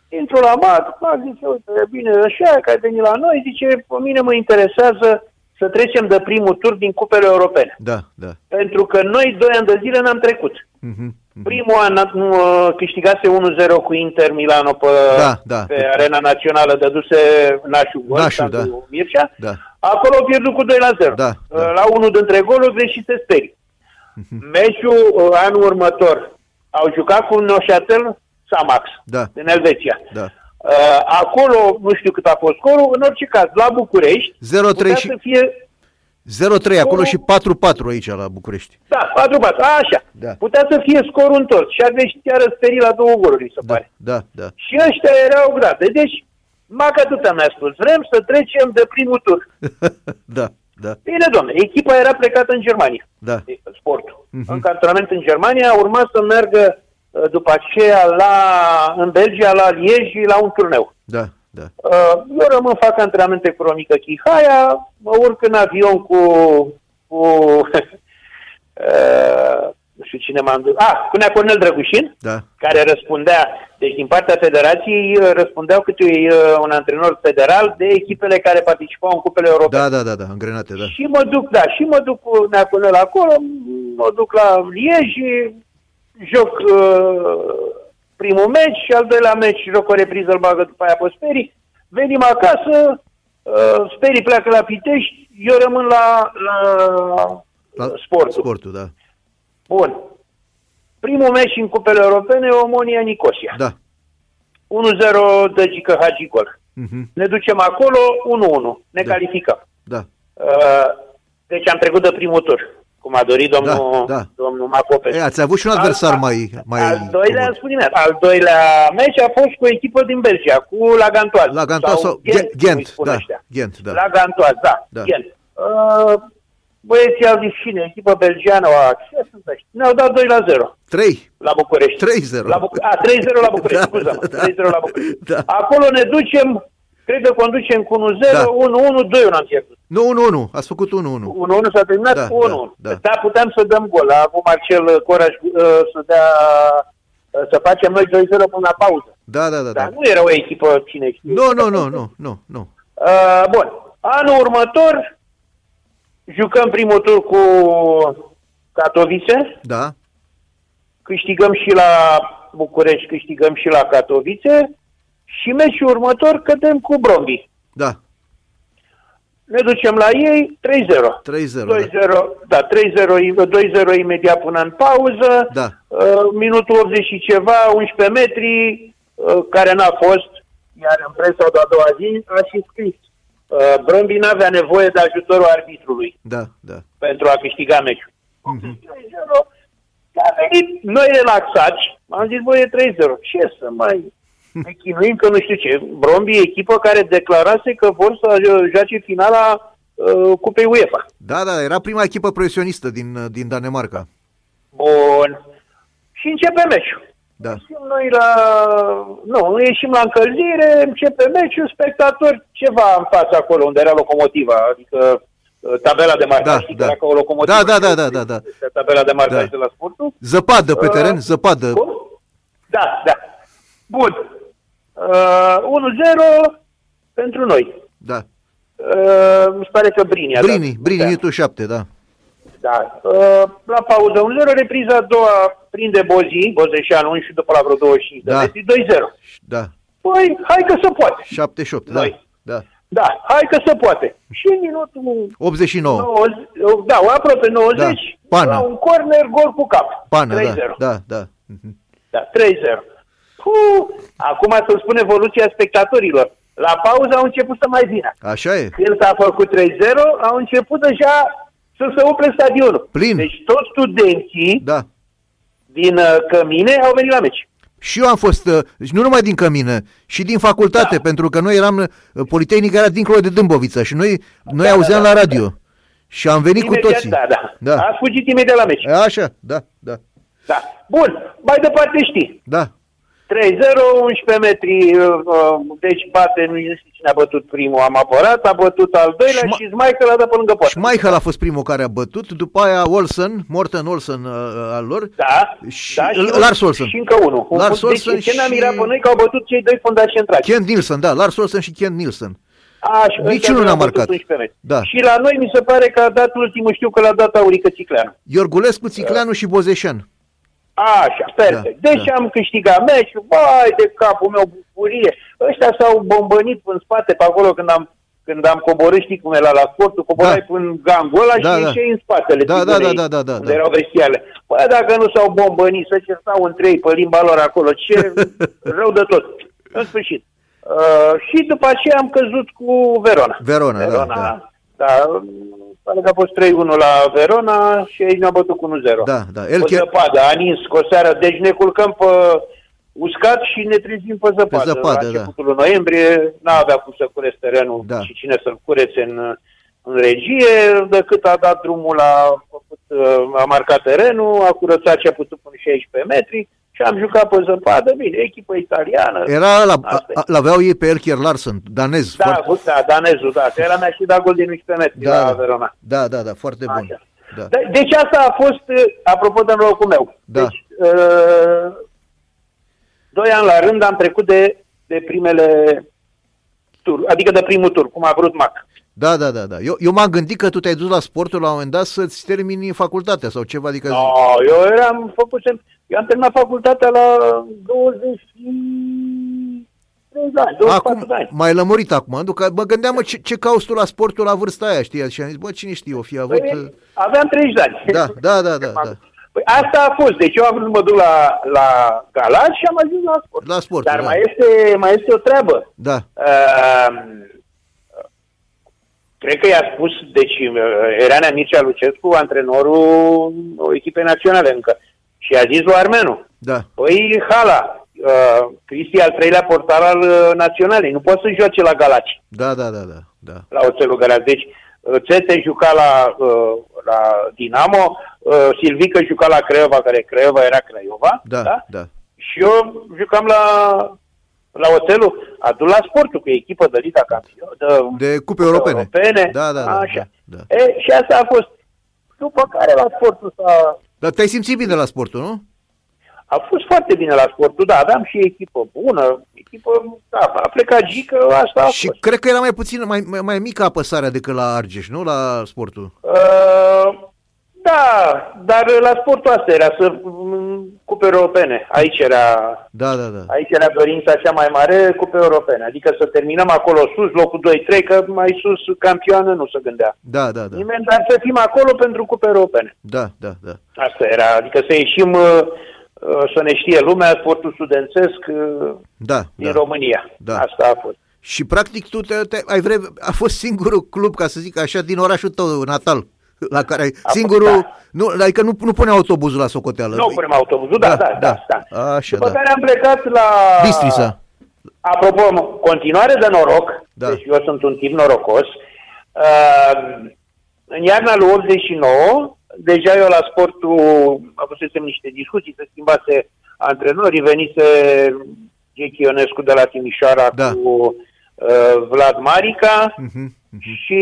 [SPEAKER 2] Intru la Mac, Mac zice, uite, e bine, așa, că ai venit la noi, zice, pe mine mă interesează să trecem de primul tur din cupele europene.
[SPEAKER 1] Da, da.
[SPEAKER 2] Pentru că noi doi ani de zile n-am trecut.
[SPEAKER 1] Mhm, mhm.
[SPEAKER 2] Primul an nu, uh, câștigase 1-0 cu Inter Milano pe,
[SPEAKER 1] Da, da.
[SPEAKER 2] pe arena națională, dăduse Nașu gol,
[SPEAKER 1] Nașu,
[SPEAKER 2] Sandu
[SPEAKER 1] da.
[SPEAKER 2] Mircea.
[SPEAKER 1] Da.
[SPEAKER 2] Acolo au pierdut cu 2 la 0.
[SPEAKER 1] Da, da. Mhm.
[SPEAKER 2] La unul dintre goluri greșit te sperii. Meciul uh, anul următor au jucat cu Neuchâtel Samax
[SPEAKER 1] Da.
[SPEAKER 2] din Elveția.
[SPEAKER 1] Da.
[SPEAKER 2] Uh, Acolo, nu știu cât a fost scorul, în orice caz, la București,
[SPEAKER 1] 0-3
[SPEAKER 2] putea
[SPEAKER 1] și-
[SPEAKER 2] să fie
[SPEAKER 1] 0-3 acolo și 4-4 aici la București.
[SPEAKER 2] da, 4-4, așa.
[SPEAKER 1] Da.
[SPEAKER 2] Putea să fie scorul întors și a greșit chiar sperii la două goluri, mi se
[SPEAKER 1] Da,
[SPEAKER 2] pare.
[SPEAKER 1] da, da.
[SPEAKER 2] Și ăștia erau grade. Deci, Mac atâta mi-a spus, vrem să trecem de primul tur.
[SPEAKER 1] da, da,
[SPEAKER 2] Bine, domne, echipa era plecată în Germania,
[SPEAKER 1] da.
[SPEAKER 2] sportul. În cantonament în Germania, urma să meargă uh, după aceea la, în Belgia, la Liege, la un turneu.
[SPEAKER 1] Da, da.
[SPEAKER 2] Uh, Eu rămân, fac antrenamente cu Romica Chihaia, mă urc în avion cu... cu uh, nu știu cine m-am dus. Ah, cu Nea Cornel Drăgușin
[SPEAKER 1] Da.
[SPEAKER 2] care răspundea, deci din partea federației eh, răspundeau câte uh, un antrenor federal de echipele care participau în cupele europene.
[SPEAKER 1] Da, da, da, da, îngrenate, da.
[SPEAKER 2] Și mă duc, da, și mă duc cu Neaconel acolo, mă duc la Liege, joc uh, primul meci și al doilea meci joc o repriză, îl bagă după aia pe Sperii, venim acasă, uh, Sperii pleacă la Pitești, eu rămân la, la, la sportul.
[SPEAKER 1] Sportul, da.
[SPEAKER 2] Bun. Primul meci în cupele europene, Omonia Nicosia.
[SPEAKER 1] Da.
[SPEAKER 2] 1-0 Dăgică Hagicol.
[SPEAKER 1] Mhm,
[SPEAKER 2] Ne ducem acolo, 1-1, ne
[SPEAKER 1] Da.
[SPEAKER 2] calificăm.
[SPEAKER 1] Da.
[SPEAKER 2] Uh, deci am trecut de primul tur, cum a dorit domnul,
[SPEAKER 1] Da, da.
[SPEAKER 2] domnul Macopes.
[SPEAKER 1] E, ați avut și un adversar
[SPEAKER 2] Al-
[SPEAKER 1] mai... mai
[SPEAKER 2] al, doilea,
[SPEAKER 1] comod.
[SPEAKER 2] spune, al doilea meci a fost cu echipă din Belgia, cu La Gantoaz.
[SPEAKER 1] La Gantoa sau Gent,
[SPEAKER 2] cum îi
[SPEAKER 1] Gent
[SPEAKER 2] spun
[SPEAKER 1] da,
[SPEAKER 2] ăștia.
[SPEAKER 1] Gent, da.
[SPEAKER 2] La Gantoaz, da,
[SPEAKER 1] Da.
[SPEAKER 2] Gent. Uh, băieții au zis cine, echipă belgeană, a, ce sunt ăștia? Ne-au dat 2 la 0.
[SPEAKER 1] 3.
[SPEAKER 2] La București.
[SPEAKER 1] 3-0.
[SPEAKER 2] La Buc- a, 3-0 la București,
[SPEAKER 1] Da,
[SPEAKER 2] scuze-mă.
[SPEAKER 1] da,
[SPEAKER 2] 3-0 la București.
[SPEAKER 1] da.
[SPEAKER 2] Acolo ne ducem, cred că conducem cu 1-0,
[SPEAKER 1] Da.
[SPEAKER 2] 1-1, 2-1 am pierdut.
[SPEAKER 1] Nu, 1-1. Ați făcut 1-1.
[SPEAKER 2] 1-1 s-a terminat,
[SPEAKER 1] Da,
[SPEAKER 2] 1-1.
[SPEAKER 1] da, da.
[SPEAKER 2] puteam să dăm gol. A avut Marcel Coraj uh, să dea uh, să facem noi 2-0 până la pauză.
[SPEAKER 1] Da, da, da,
[SPEAKER 2] Dar
[SPEAKER 1] da.
[SPEAKER 2] nu era o echipă cine știe.
[SPEAKER 1] Nu, nu, nu, nu, nu, nu.
[SPEAKER 2] Uh, bun. Anul următor jucăm primul tur cu Katowice,
[SPEAKER 1] Da,
[SPEAKER 2] câștigăm și la București, câștigăm și la Katowice și meciul următor cădem cu Brombi.
[SPEAKER 1] da.
[SPEAKER 2] Ne ducem la ei 3-0.
[SPEAKER 1] 3-0.
[SPEAKER 2] 2-0,
[SPEAKER 1] Da.
[SPEAKER 2] da, 3-0, im- 2-0 imediat până în pauză.
[SPEAKER 1] Da.
[SPEAKER 2] Uh, minutul 80 și ceva, 11 metri, uh, care n-a fost, iar în presa de-a doua zi a și scris. Uh, Brombi n-avea nevoie de ajutorul arbitrului
[SPEAKER 1] Da, da. Mhm.
[SPEAKER 2] pentru a câștiga meciul. 3-0, a venit noi relaxați, Am zis, băi, e 3-0. Ce să mai ne chinuim că nu știu ce. Brombi e echipă care declarase că vor să joace finala uh, Cupei UEFA.
[SPEAKER 1] Da, da, era prima echipă profesionistă din, din Danemarca.
[SPEAKER 2] Bun. Și începe meciul.
[SPEAKER 1] Da.
[SPEAKER 2] Ieșim noi la... Nu, ieșim la încălzire, începe meciul, spectatori ceva în fața acolo unde era locomotiva, adică uh, tabela de marcaj,
[SPEAKER 1] Da,
[SPEAKER 2] știi
[SPEAKER 1] da.
[SPEAKER 2] că era o locomotivă.
[SPEAKER 1] Da, da, da, da, da, da.
[SPEAKER 2] Este Tabela de marcaj
[SPEAKER 1] Da.
[SPEAKER 2] de la sportul.
[SPEAKER 1] Zăpadă
[SPEAKER 2] Uh,
[SPEAKER 1] pe teren, zăpadă.
[SPEAKER 2] Bun? Da, da. Bun. Uh, 1-0 pentru noi.
[SPEAKER 1] Da.
[SPEAKER 2] Uh, îmi pare că Brini a
[SPEAKER 1] Brini,
[SPEAKER 2] dat.
[SPEAKER 1] Brini,
[SPEAKER 2] Da.
[SPEAKER 1] minutul 7, da.
[SPEAKER 2] Da. Uh, la pauză 1-0, repriza a doua prinde Bozi, Bozeșanu, și după la vreo 25
[SPEAKER 1] Da.
[SPEAKER 2] da. de metri, 2-0.
[SPEAKER 1] Da.
[SPEAKER 2] Păi, hai că se poate.
[SPEAKER 1] 78, da.
[SPEAKER 2] Noi.
[SPEAKER 1] Da.
[SPEAKER 2] Da, hai că se poate. Și în minutul
[SPEAKER 1] 89.
[SPEAKER 2] 90, da, aproape
[SPEAKER 1] Oh.
[SPEAKER 2] 90,
[SPEAKER 1] Da, pana.
[SPEAKER 2] la un corner, gol cu cap.
[SPEAKER 1] Pana,
[SPEAKER 2] 3-0.
[SPEAKER 1] da. Da, da. Mhm.
[SPEAKER 2] Da, 3-0. Puh, acum să spun evoluția spectatorilor. La pauză au început să mai vină.
[SPEAKER 1] Așa e.
[SPEAKER 2] Când s-a făcut 3-0, au început deja să se umple stadionul.
[SPEAKER 1] Plin.
[SPEAKER 2] Deci toți studenții
[SPEAKER 1] Da.
[SPEAKER 2] din uh, Cămine au venit la meci.
[SPEAKER 1] Și eu am fost, uh, deci nu numai din cămină, și din facultate, da. pentru că noi eram, uh, Politehnica era dincolo de Dâmbovița și noi, noi
[SPEAKER 2] da,
[SPEAKER 1] auzeam
[SPEAKER 2] da,
[SPEAKER 1] la
[SPEAKER 2] da.
[SPEAKER 1] radio. Și am venit cu toții.
[SPEAKER 2] Da, da.
[SPEAKER 1] Da.
[SPEAKER 2] A fugit imediat la meci.
[SPEAKER 1] Așa, da, da,
[SPEAKER 2] Da. Bun, mai departe știi.
[SPEAKER 1] da.
[SPEAKER 2] 3-0, 11 metri, uh, uh, deci bate, nu știu cine a bătut primul, am apărat, a bătut al doilea
[SPEAKER 1] Schma-
[SPEAKER 2] și Michael a dat pe lângă
[SPEAKER 1] Și
[SPEAKER 2] poartă.
[SPEAKER 1] Michael a fost primul care a bătut, după aia Olsen, Morten Olsen uh, al lor.
[SPEAKER 2] Da,
[SPEAKER 1] Și-
[SPEAKER 2] da, și,
[SPEAKER 1] Lars Olsen.
[SPEAKER 2] Și încă unul. Un
[SPEAKER 1] Lars
[SPEAKER 2] fund-
[SPEAKER 1] Olsen
[SPEAKER 2] deci, ce ne-a
[SPEAKER 1] și-
[SPEAKER 2] mirat pe noi că au bătut cei doi fundași centrali.
[SPEAKER 1] Kent Nielsen, da, Lars Olsen și Kent Nielsen.
[SPEAKER 2] A, și ăștia
[SPEAKER 1] Niciunul
[SPEAKER 2] doi
[SPEAKER 1] n-a
[SPEAKER 2] au bătut
[SPEAKER 1] marcat.
[SPEAKER 2] 11 metri.
[SPEAKER 1] Da.
[SPEAKER 2] Și la noi mi se pare că a dat ultimul, știu că l-a dat Aurică Cicleanu.
[SPEAKER 1] Iorgulescu, Țicleanu și Bozeșan.
[SPEAKER 2] Așa, perfect.
[SPEAKER 1] Da,
[SPEAKER 2] deci
[SPEAKER 1] da.
[SPEAKER 2] am câștigat meciul, vai de capul meu, bucurie. Ăștia s-au bombănit în spate pe acolo când am, când am coborât, știi cum era la sportul, coborai
[SPEAKER 1] Da.
[SPEAKER 2] până în gangul ăla
[SPEAKER 1] Da,
[SPEAKER 2] și
[SPEAKER 1] da.
[SPEAKER 2] ieșeai în spatele
[SPEAKER 1] Da, da,
[SPEAKER 2] tribunei
[SPEAKER 1] da, da, da, da,
[SPEAKER 2] unde
[SPEAKER 1] da.
[SPEAKER 2] erau vestiale. Bă, dacă nu s-au bombănit, să certau între ei pe limba lor acolo, ce rău de tot. În sfârșit. Uh, și după aceea am căzut cu Verona.
[SPEAKER 1] Verona, da,
[SPEAKER 2] Verona
[SPEAKER 1] da.
[SPEAKER 2] da, pare că a fost 3-1 la Verona și aici ne-a bătut cu 1-0.
[SPEAKER 1] Da, da. El
[SPEAKER 2] o
[SPEAKER 1] chiar-
[SPEAKER 2] zăpadă, a nins cu o seară, deci ne culcăm pe uscat și ne trezim pe
[SPEAKER 1] Pe
[SPEAKER 2] zăpadă.
[SPEAKER 1] zăpadă,
[SPEAKER 2] la începutul da. noiembrie n-avea cum să cureți terenul
[SPEAKER 1] Da.
[SPEAKER 2] și cine să-l curețe în, în regie, decât a dat drumul la... a făcut, uh, a marcat terenul, a curățat ce a putut până 16 metri și am jucat pe zăpadă, bine, echipă italiană.
[SPEAKER 1] Era la, a,
[SPEAKER 2] Asta e.
[SPEAKER 1] a- l-aveau ei pe Elkier Larsen, danez.
[SPEAKER 2] Da,
[SPEAKER 1] foarte,
[SPEAKER 2] foarte... da, danezul, da, că era mea și dat gol din 11 metri
[SPEAKER 1] da,
[SPEAKER 2] la Verona.
[SPEAKER 1] da, da, da, foarte bun.
[SPEAKER 2] Așa.
[SPEAKER 1] Da.
[SPEAKER 2] De- Deci asta a fost, uh, apropo de locul meu.
[SPEAKER 1] Da.
[SPEAKER 2] Deci, uh, doi ani la rând am trecut de, de primele tur, adică de primul tur, cum a vrut Mac.
[SPEAKER 1] Da, da, da, da. Eu, eu m-am gândit că tu te-ai dus la sportul la un moment dat să-ți termini facultatea sau ceva, adică...
[SPEAKER 2] No, Ah, eu eram făcut, eu am terminat facultatea la 23 de ani, 24
[SPEAKER 1] acum,
[SPEAKER 2] de ani.
[SPEAKER 1] mai lămurit acum, pentru că mă gândeam mă, ce, ce cauți tu la sportul la vârsta aia, știi? Și am zis, bă, cine știe, o fi avut...
[SPEAKER 2] Păi, aveam 30 de ani.
[SPEAKER 1] uh, Da, da, da, da, da.
[SPEAKER 2] Păi asta a fost. Deci eu am vrut să mă duc la, la Galați și am ajuns la sport.
[SPEAKER 1] La sport,
[SPEAKER 2] Dar
[SPEAKER 1] da.
[SPEAKER 2] mai, este, mai este o treabă.
[SPEAKER 1] Da,
[SPEAKER 2] Uh, cred că i-a spus, deci uh, era Nea Mircea Lucescu, antrenorul echipei naționale încă, și a zis lui Armenu,
[SPEAKER 1] da,
[SPEAKER 2] păi Hala, uh, Cristi e al treilea portar al uh, naționalei, nu poți să joace la Galați,
[SPEAKER 1] da, da, da, da, da.
[SPEAKER 2] la Oțelul Galați, deci uh, Țete juca la, uh, la Dinamo, uh, Silvică juca la Craiova, care Craiova era Craiova,
[SPEAKER 1] Da, da, da.
[SPEAKER 2] și eu jucam la, la Oțelul, a dus la sportul, cu echipa de Liga Campion, de,
[SPEAKER 1] De cupe europene.
[SPEAKER 2] europene.
[SPEAKER 1] Da, da, da,
[SPEAKER 2] așa.
[SPEAKER 1] da, da.
[SPEAKER 2] E, și asta a fost. După care la sportul s-a...
[SPEAKER 1] Dar te-ai simțit bine la sportul, nu?
[SPEAKER 2] A fost foarte bine la sportul, da, aveam și echipă bună, echipă, da, a plecat Gică, asta a
[SPEAKER 1] și
[SPEAKER 2] Da, fost.
[SPEAKER 1] cred că era mai puțin, mai, mai, mai mică apăsarea decât la Argeș, nu? La sportul.
[SPEAKER 2] Uh, da, dar la sportul asta era să m, cupe europene. Aici era
[SPEAKER 1] Da, da, da.
[SPEAKER 2] Aici era dorința cea mai mare cupe europene, adică să terminăm acolo sus, locul 2-3, că mai sus campioană nu se gândea.
[SPEAKER 1] Da, da, da.
[SPEAKER 2] Nimeni, dar să fim acolo pentru cupe europene.
[SPEAKER 1] Da, da, da.
[SPEAKER 2] Asta era, adică să ieșim, uh, uh, să ne știe lumea, sportul studențesc uh,
[SPEAKER 1] Da, da.
[SPEAKER 2] din România.
[SPEAKER 1] Da.
[SPEAKER 2] Asta a fost.
[SPEAKER 1] Și practic tu te, te, ai vre, a fost singurul club, ca să zic așa, din orașul tău natal. La care singurul... Da. Nu, adică nu, nu pune autobuzul la socoteală.
[SPEAKER 2] Nu punem autobuzul, da, da, da. da,
[SPEAKER 1] da. Așa,
[SPEAKER 2] După
[SPEAKER 1] da.
[SPEAKER 2] care am plecat la...
[SPEAKER 1] Bistrița.
[SPEAKER 2] Apropo, în continuare de noroc,
[SPEAKER 1] Da.
[SPEAKER 2] da. deci eu sunt un tip norocos, uh, în iarna lui 89, deja eu la sportul avusesem niște discuții, se schimbase antrenorii, venise Ghechi Ionescu de la Timișoara
[SPEAKER 1] Da.
[SPEAKER 2] da. cu uh, Vlad Marica
[SPEAKER 1] Mhm, mhm.
[SPEAKER 2] și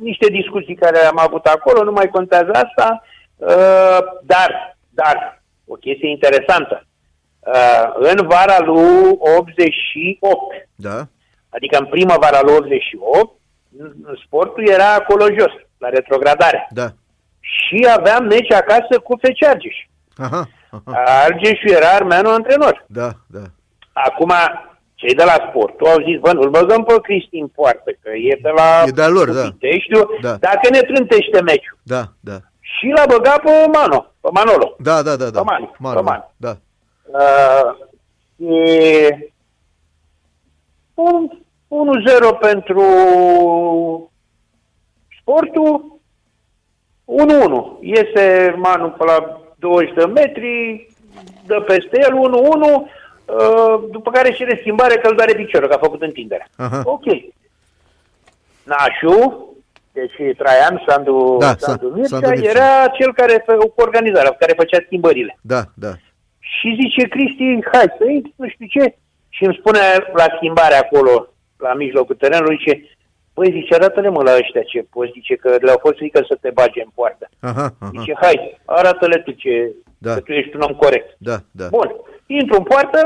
[SPEAKER 2] niște discuții care am avut acolo, nu mai contează asta, uh, dar, dar, o chestie interesantă. Uh, În vara lui 88,
[SPEAKER 1] Da,
[SPEAKER 2] adică în primăvara lui 88, n- n- sportul era acolo jos, la retrogradare.
[SPEAKER 1] da.
[SPEAKER 2] Și aveam meci acasă cu FC Argeș.
[SPEAKER 1] Aha, aha.
[SPEAKER 2] Argeșul era armeanul antrenor.
[SPEAKER 1] Da, da.
[SPEAKER 2] Acum, cei de la sportul au zis, bă, nu-l băgăm pe Cristin Poartă, că e de la
[SPEAKER 1] E de-a lor, da.
[SPEAKER 2] Piteștiu,
[SPEAKER 1] Da.
[SPEAKER 2] dacă ne trântește meciul.
[SPEAKER 1] Da, da.
[SPEAKER 2] Și l-a băgat pe Mano, pe Manolo.
[SPEAKER 1] Da, da, da, da.
[SPEAKER 2] Roman, roman.
[SPEAKER 1] Da.
[SPEAKER 2] Uh, e un, 1-0 pentru sportul, 1-1. Iese Manu pe la 20 de metri, dă peste el, 1-1, uh, după care și reschimbare că îl doare piciorul, că a făcut întinderea.
[SPEAKER 1] Aha.
[SPEAKER 2] Ok. Nașu, deci Traian Sandu,
[SPEAKER 1] Da,
[SPEAKER 2] Sandu
[SPEAKER 1] Sa-
[SPEAKER 2] Mircea,
[SPEAKER 1] Sandu Mircea.
[SPEAKER 2] era cel care fă, cu organizarea, care făcea schimbările.
[SPEAKER 1] Da, da.
[SPEAKER 2] Și zice Cristi, hai să intri, nu știu ce. Și îmi spune la schimbare acolo, la mijlocul terenului, zice, păi zice, arată-le mă la ăștia ce poți, zice că le-au fost frică să te bage în poartă.
[SPEAKER 1] Aha, aha.
[SPEAKER 2] Zice, hai, arată-le tu ce,
[SPEAKER 1] Da.
[SPEAKER 2] că tu ești un om corect.
[SPEAKER 1] Da, da.
[SPEAKER 2] Bun, intru în poartă,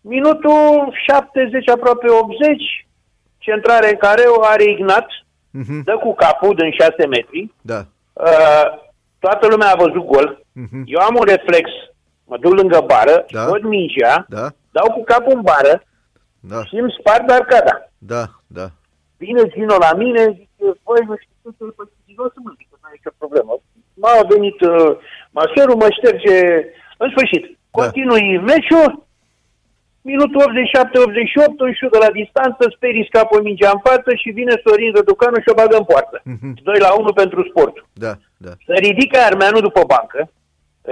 [SPEAKER 2] minutul 70, aproape 80, centrare în care o are Ignat,
[SPEAKER 1] Mhm,
[SPEAKER 2] dă cu capul din 6 metri,
[SPEAKER 1] Da.
[SPEAKER 2] Uh, toată lumea a văzut gol.
[SPEAKER 1] Mhm.
[SPEAKER 2] Eu am un reflex, mă duc lângă bară,
[SPEAKER 1] Da.
[SPEAKER 2] da. văd mingea,
[SPEAKER 1] Da,
[SPEAKER 2] dau cu capul în bară
[SPEAKER 1] da,
[SPEAKER 2] și îmi spart arcada.
[SPEAKER 1] da, da.
[SPEAKER 2] Vine Zino la mine, zice, băi, nu știu ce, pe Zino să mă zic, nu e nicio problemă. M-a venit uh, maserul, mă șterge, în sfârșit.
[SPEAKER 1] Da.
[SPEAKER 2] Continui meciul, minutul 87-88, un șut de la distanță, sperii scapă mingea în față și vine Sorin Răducanu și o bagă în poartă.
[SPEAKER 1] Mhm.
[SPEAKER 2] 2 la 1 pentru sportul.
[SPEAKER 1] Da, da.
[SPEAKER 2] Să ridică armeanul după bancă.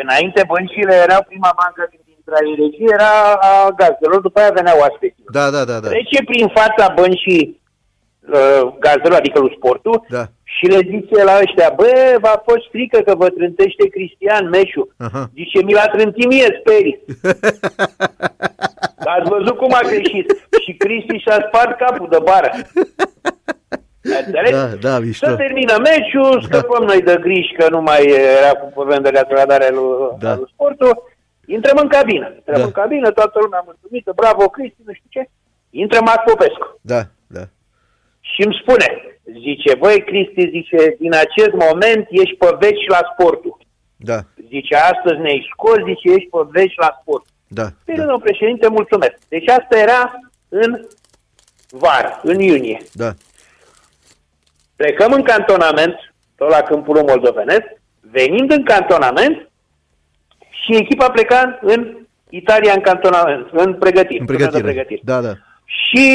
[SPEAKER 2] Înainte băncile erau prima bancă când intra ei regie, era a gazdelor, după aia veneau oaspeții.
[SPEAKER 1] Da, da, da, da.
[SPEAKER 2] Trece prin fața băncii uh, gazdelor, adică lui sportul,
[SPEAKER 1] Da.
[SPEAKER 2] și le zice la ăștia, bă, v-a fost frică că vă trântește Cristian Meșu.
[SPEAKER 1] Aha.
[SPEAKER 2] Zice, mi l-a trântit mie, sperii. Ați văzut cum a greșit. și Cristi și-a spart capul de bară. Ai înțeles?
[SPEAKER 1] Da, da, mișto. Da.
[SPEAKER 2] Să termină meciul, scăpăm noi de griji că nu mai era cu povestea de atradare lui,
[SPEAKER 1] Da.
[SPEAKER 2] da. lui sportul. Intrăm în cabină. Intrăm
[SPEAKER 1] Da.
[SPEAKER 2] da. în cabină, toată lumea mulțumită, bravo Cristi, nu știu ce. Intră Mac Popescu
[SPEAKER 1] Da, da.
[SPEAKER 2] și îmi spune, zice, băi Cristi, zice, din acest moment ești pe veci la sportul.
[SPEAKER 1] Da,
[SPEAKER 2] Zice, astăzi ne-ai scos, zice, ești pe veci la sportul.
[SPEAKER 1] da.
[SPEAKER 2] Bine,
[SPEAKER 1] Da,
[SPEAKER 2] domnul președinte, mulțumesc. Deci asta era în vară, în iunie.
[SPEAKER 1] da.
[SPEAKER 2] Plecăm în cantonament, tot la câmpul moldovenesc, venind în cantonament și echipa pleca în Italia în cantonament, în pregătire.
[SPEAKER 1] În
[SPEAKER 2] turneu de
[SPEAKER 1] pregătire. Da, da.
[SPEAKER 2] Și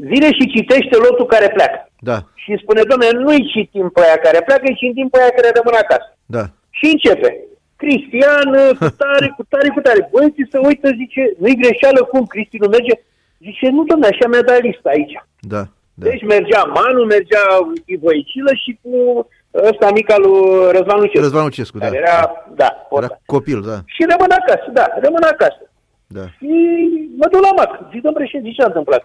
[SPEAKER 2] vine și citește lotul care pleacă.
[SPEAKER 1] Da,
[SPEAKER 2] Și spune, domne, nu-i citim pe aia care pleacă, îi citim pe aia care rămâne acasă.
[SPEAKER 1] da.
[SPEAKER 2] Și începe. Cristian, cu tare, cu tare, cu tare. Băi, ți se uită, zice, nu-i greșeală cum Cristi nu merge? Zice, nu, domne, așa mi-a dat lista aici.
[SPEAKER 1] Da, da.
[SPEAKER 2] Deci mergea Manu, mergea Ivoicilă și cu ăsta mica lui Răzvan Lucescu.
[SPEAKER 1] Răzvan Lucescu, da.
[SPEAKER 2] Care era, da, portar.
[SPEAKER 1] Era copil, da,
[SPEAKER 2] Și rămân acasă, da, rămân acasă.
[SPEAKER 1] da.
[SPEAKER 2] Și mă duc la mac. Zic, domnule președinte, ce s-a întâmplat?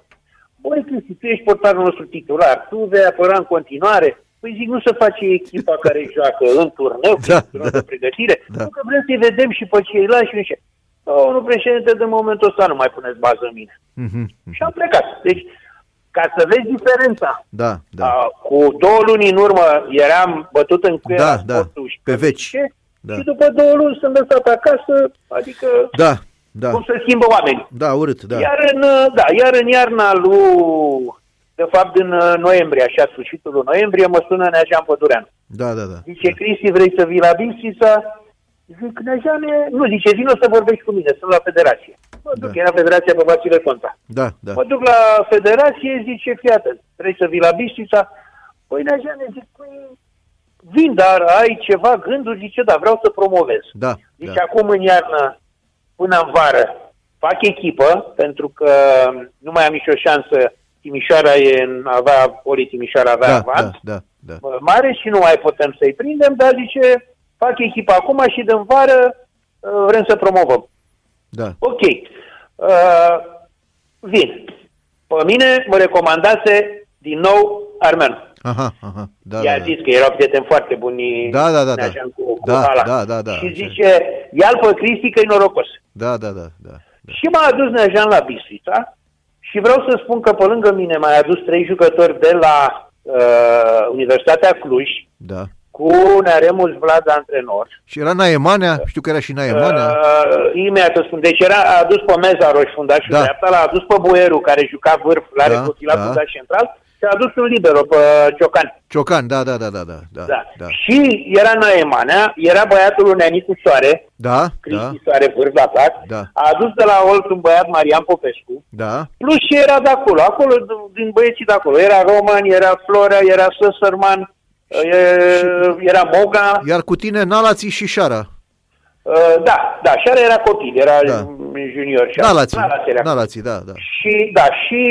[SPEAKER 2] Băi, Cristi, tu ești portarul nostru titular, tu vei apăra în continuare. Păi zic, nu se face echipa care joacă în turneu,
[SPEAKER 1] Da,
[SPEAKER 2] da, da,
[SPEAKER 1] da.
[SPEAKER 2] de pregătire,
[SPEAKER 1] Da.
[SPEAKER 2] da. nu că vrem să-i vedem și pe ceilalți și nu știu. Domnul președinte, de momentul ăsta nu mai puneți bază în mine.
[SPEAKER 1] Mhm.
[SPEAKER 2] Și am plecat. Deci, ca să vezi diferența
[SPEAKER 1] Da, da.
[SPEAKER 2] da. Cu două luni în urmă eram bătut în cuie
[SPEAKER 1] Da,
[SPEAKER 2] la
[SPEAKER 1] da.
[SPEAKER 2] sportul și
[SPEAKER 1] Pe veci.
[SPEAKER 2] ce,
[SPEAKER 1] Da.
[SPEAKER 2] și după două luni sunt lăsat acasă, adică
[SPEAKER 1] Da, da.
[SPEAKER 2] cum se schimbă oamenii.
[SPEAKER 1] Da, urât, da.
[SPEAKER 2] Iar, în, uh, da, iar în iarna lui, de fapt în uh, noiembrie, așa, sfârșitul lui noiembrie, mă sună Neajan Pădureanu.
[SPEAKER 1] Da, da, da.
[SPEAKER 2] Zice, Cristi, vrei să vii la Bistrița? Zic, Neajane, nu, zice, vino să vorbești cu mine, sunt la federație. Mă duc,
[SPEAKER 1] Da.
[SPEAKER 2] era federația pe Vasile Conta.
[SPEAKER 1] Da, da.
[SPEAKER 2] Mă duc la federație, zice, fii atent, trebuie să vii la Bistrița. Păi, Neageane, zic, păi, vin, dar ai ceva gânduri, zice, da, vreau să promovez.
[SPEAKER 1] Da,
[SPEAKER 2] Deci
[SPEAKER 1] da.
[SPEAKER 2] acum în iarnă până în vară fac echipă, pentru că nu mai am nicio șansă. Timișoara e în, avea, Poli Timișoara avea
[SPEAKER 1] Da, da,
[SPEAKER 2] avans
[SPEAKER 1] da, da.
[SPEAKER 2] mare și nu mai putem să-i prindem, dar zice, fac echipa acum și din vară uh, vrem să promovăm.
[SPEAKER 1] da.
[SPEAKER 2] Ok. Uh, vin. Pe mine mă recomandase din nou Armen.
[SPEAKER 1] Aha, aha. Da,
[SPEAKER 2] I-a
[SPEAKER 1] da, da.
[SPEAKER 2] zis că erau prieteni foarte buni
[SPEAKER 1] Da, da, da, da.
[SPEAKER 2] Neajan Cu, cu
[SPEAKER 1] Da,
[SPEAKER 2] Hala.
[SPEAKER 1] da, da, da.
[SPEAKER 2] Și zice, ia-l pe Cristi că e norocos.
[SPEAKER 1] Da, da, da, da.
[SPEAKER 2] Și m-a adus Neajan la Bistrița și vreau să spun că pe lângă mine m-a adus trei jucători de la uh, Universitatea Cluj
[SPEAKER 1] Da.
[SPEAKER 2] cu Neremus Vlad antrenor.
[SPEAKER 1] Și era Naemanea, știu că era și Naemanea.
[SPEAKER 2] Da. Uh, imediat o spun. Deci era a adus pe Meza Roș, fundașul
[SPEAKER 1] Da.
[SPEAKER 2] da. dreapta, l-a adus pe Bueru, care juca vârf la
[SPEAKER 1] Da,
[SPEAKER 2] da, la
[SPEAKER 1] da.
[SPEAKER 2] da. fundaș central, și a adus un libero pe Ciocan.
[SPEAKER 1] Ciocan, da, da, da, da, da, da,
[SPEAKER 2] Da.
[SPEAKER 1] da,
[SPEAKER 2] Și era Naemanea, era băiatul lui Neanicu Soare,
[SPEAKER 1] da, da,
[SPEAKER 2] Cristi Soare, vârf la plac,
[SPEAKER 1] Da.
[SPEAKER 2] a adus de la Olt un băiat Marian Popescu,
[SPEAKER 1] da,
[SPEAKER 2] plus și era de acolo, acolo, d- din băieții de acolo. Era Roman, era Flora, era Săsărman, e- era Moga,
[SPEAKER 1] Iar cu tine Nalații și Șara.
[SPEAKER 2] Uh, da, da, și era copil, era
[SPEAKER 1] Da.
[SPEAKER 2] da. junior. Și
[SPEAKER 1] Nalații,
[SPEAKER 2] era.
[SPEAKER 1] Nalații, da, da.
[SPEAKER 2] Și, da, și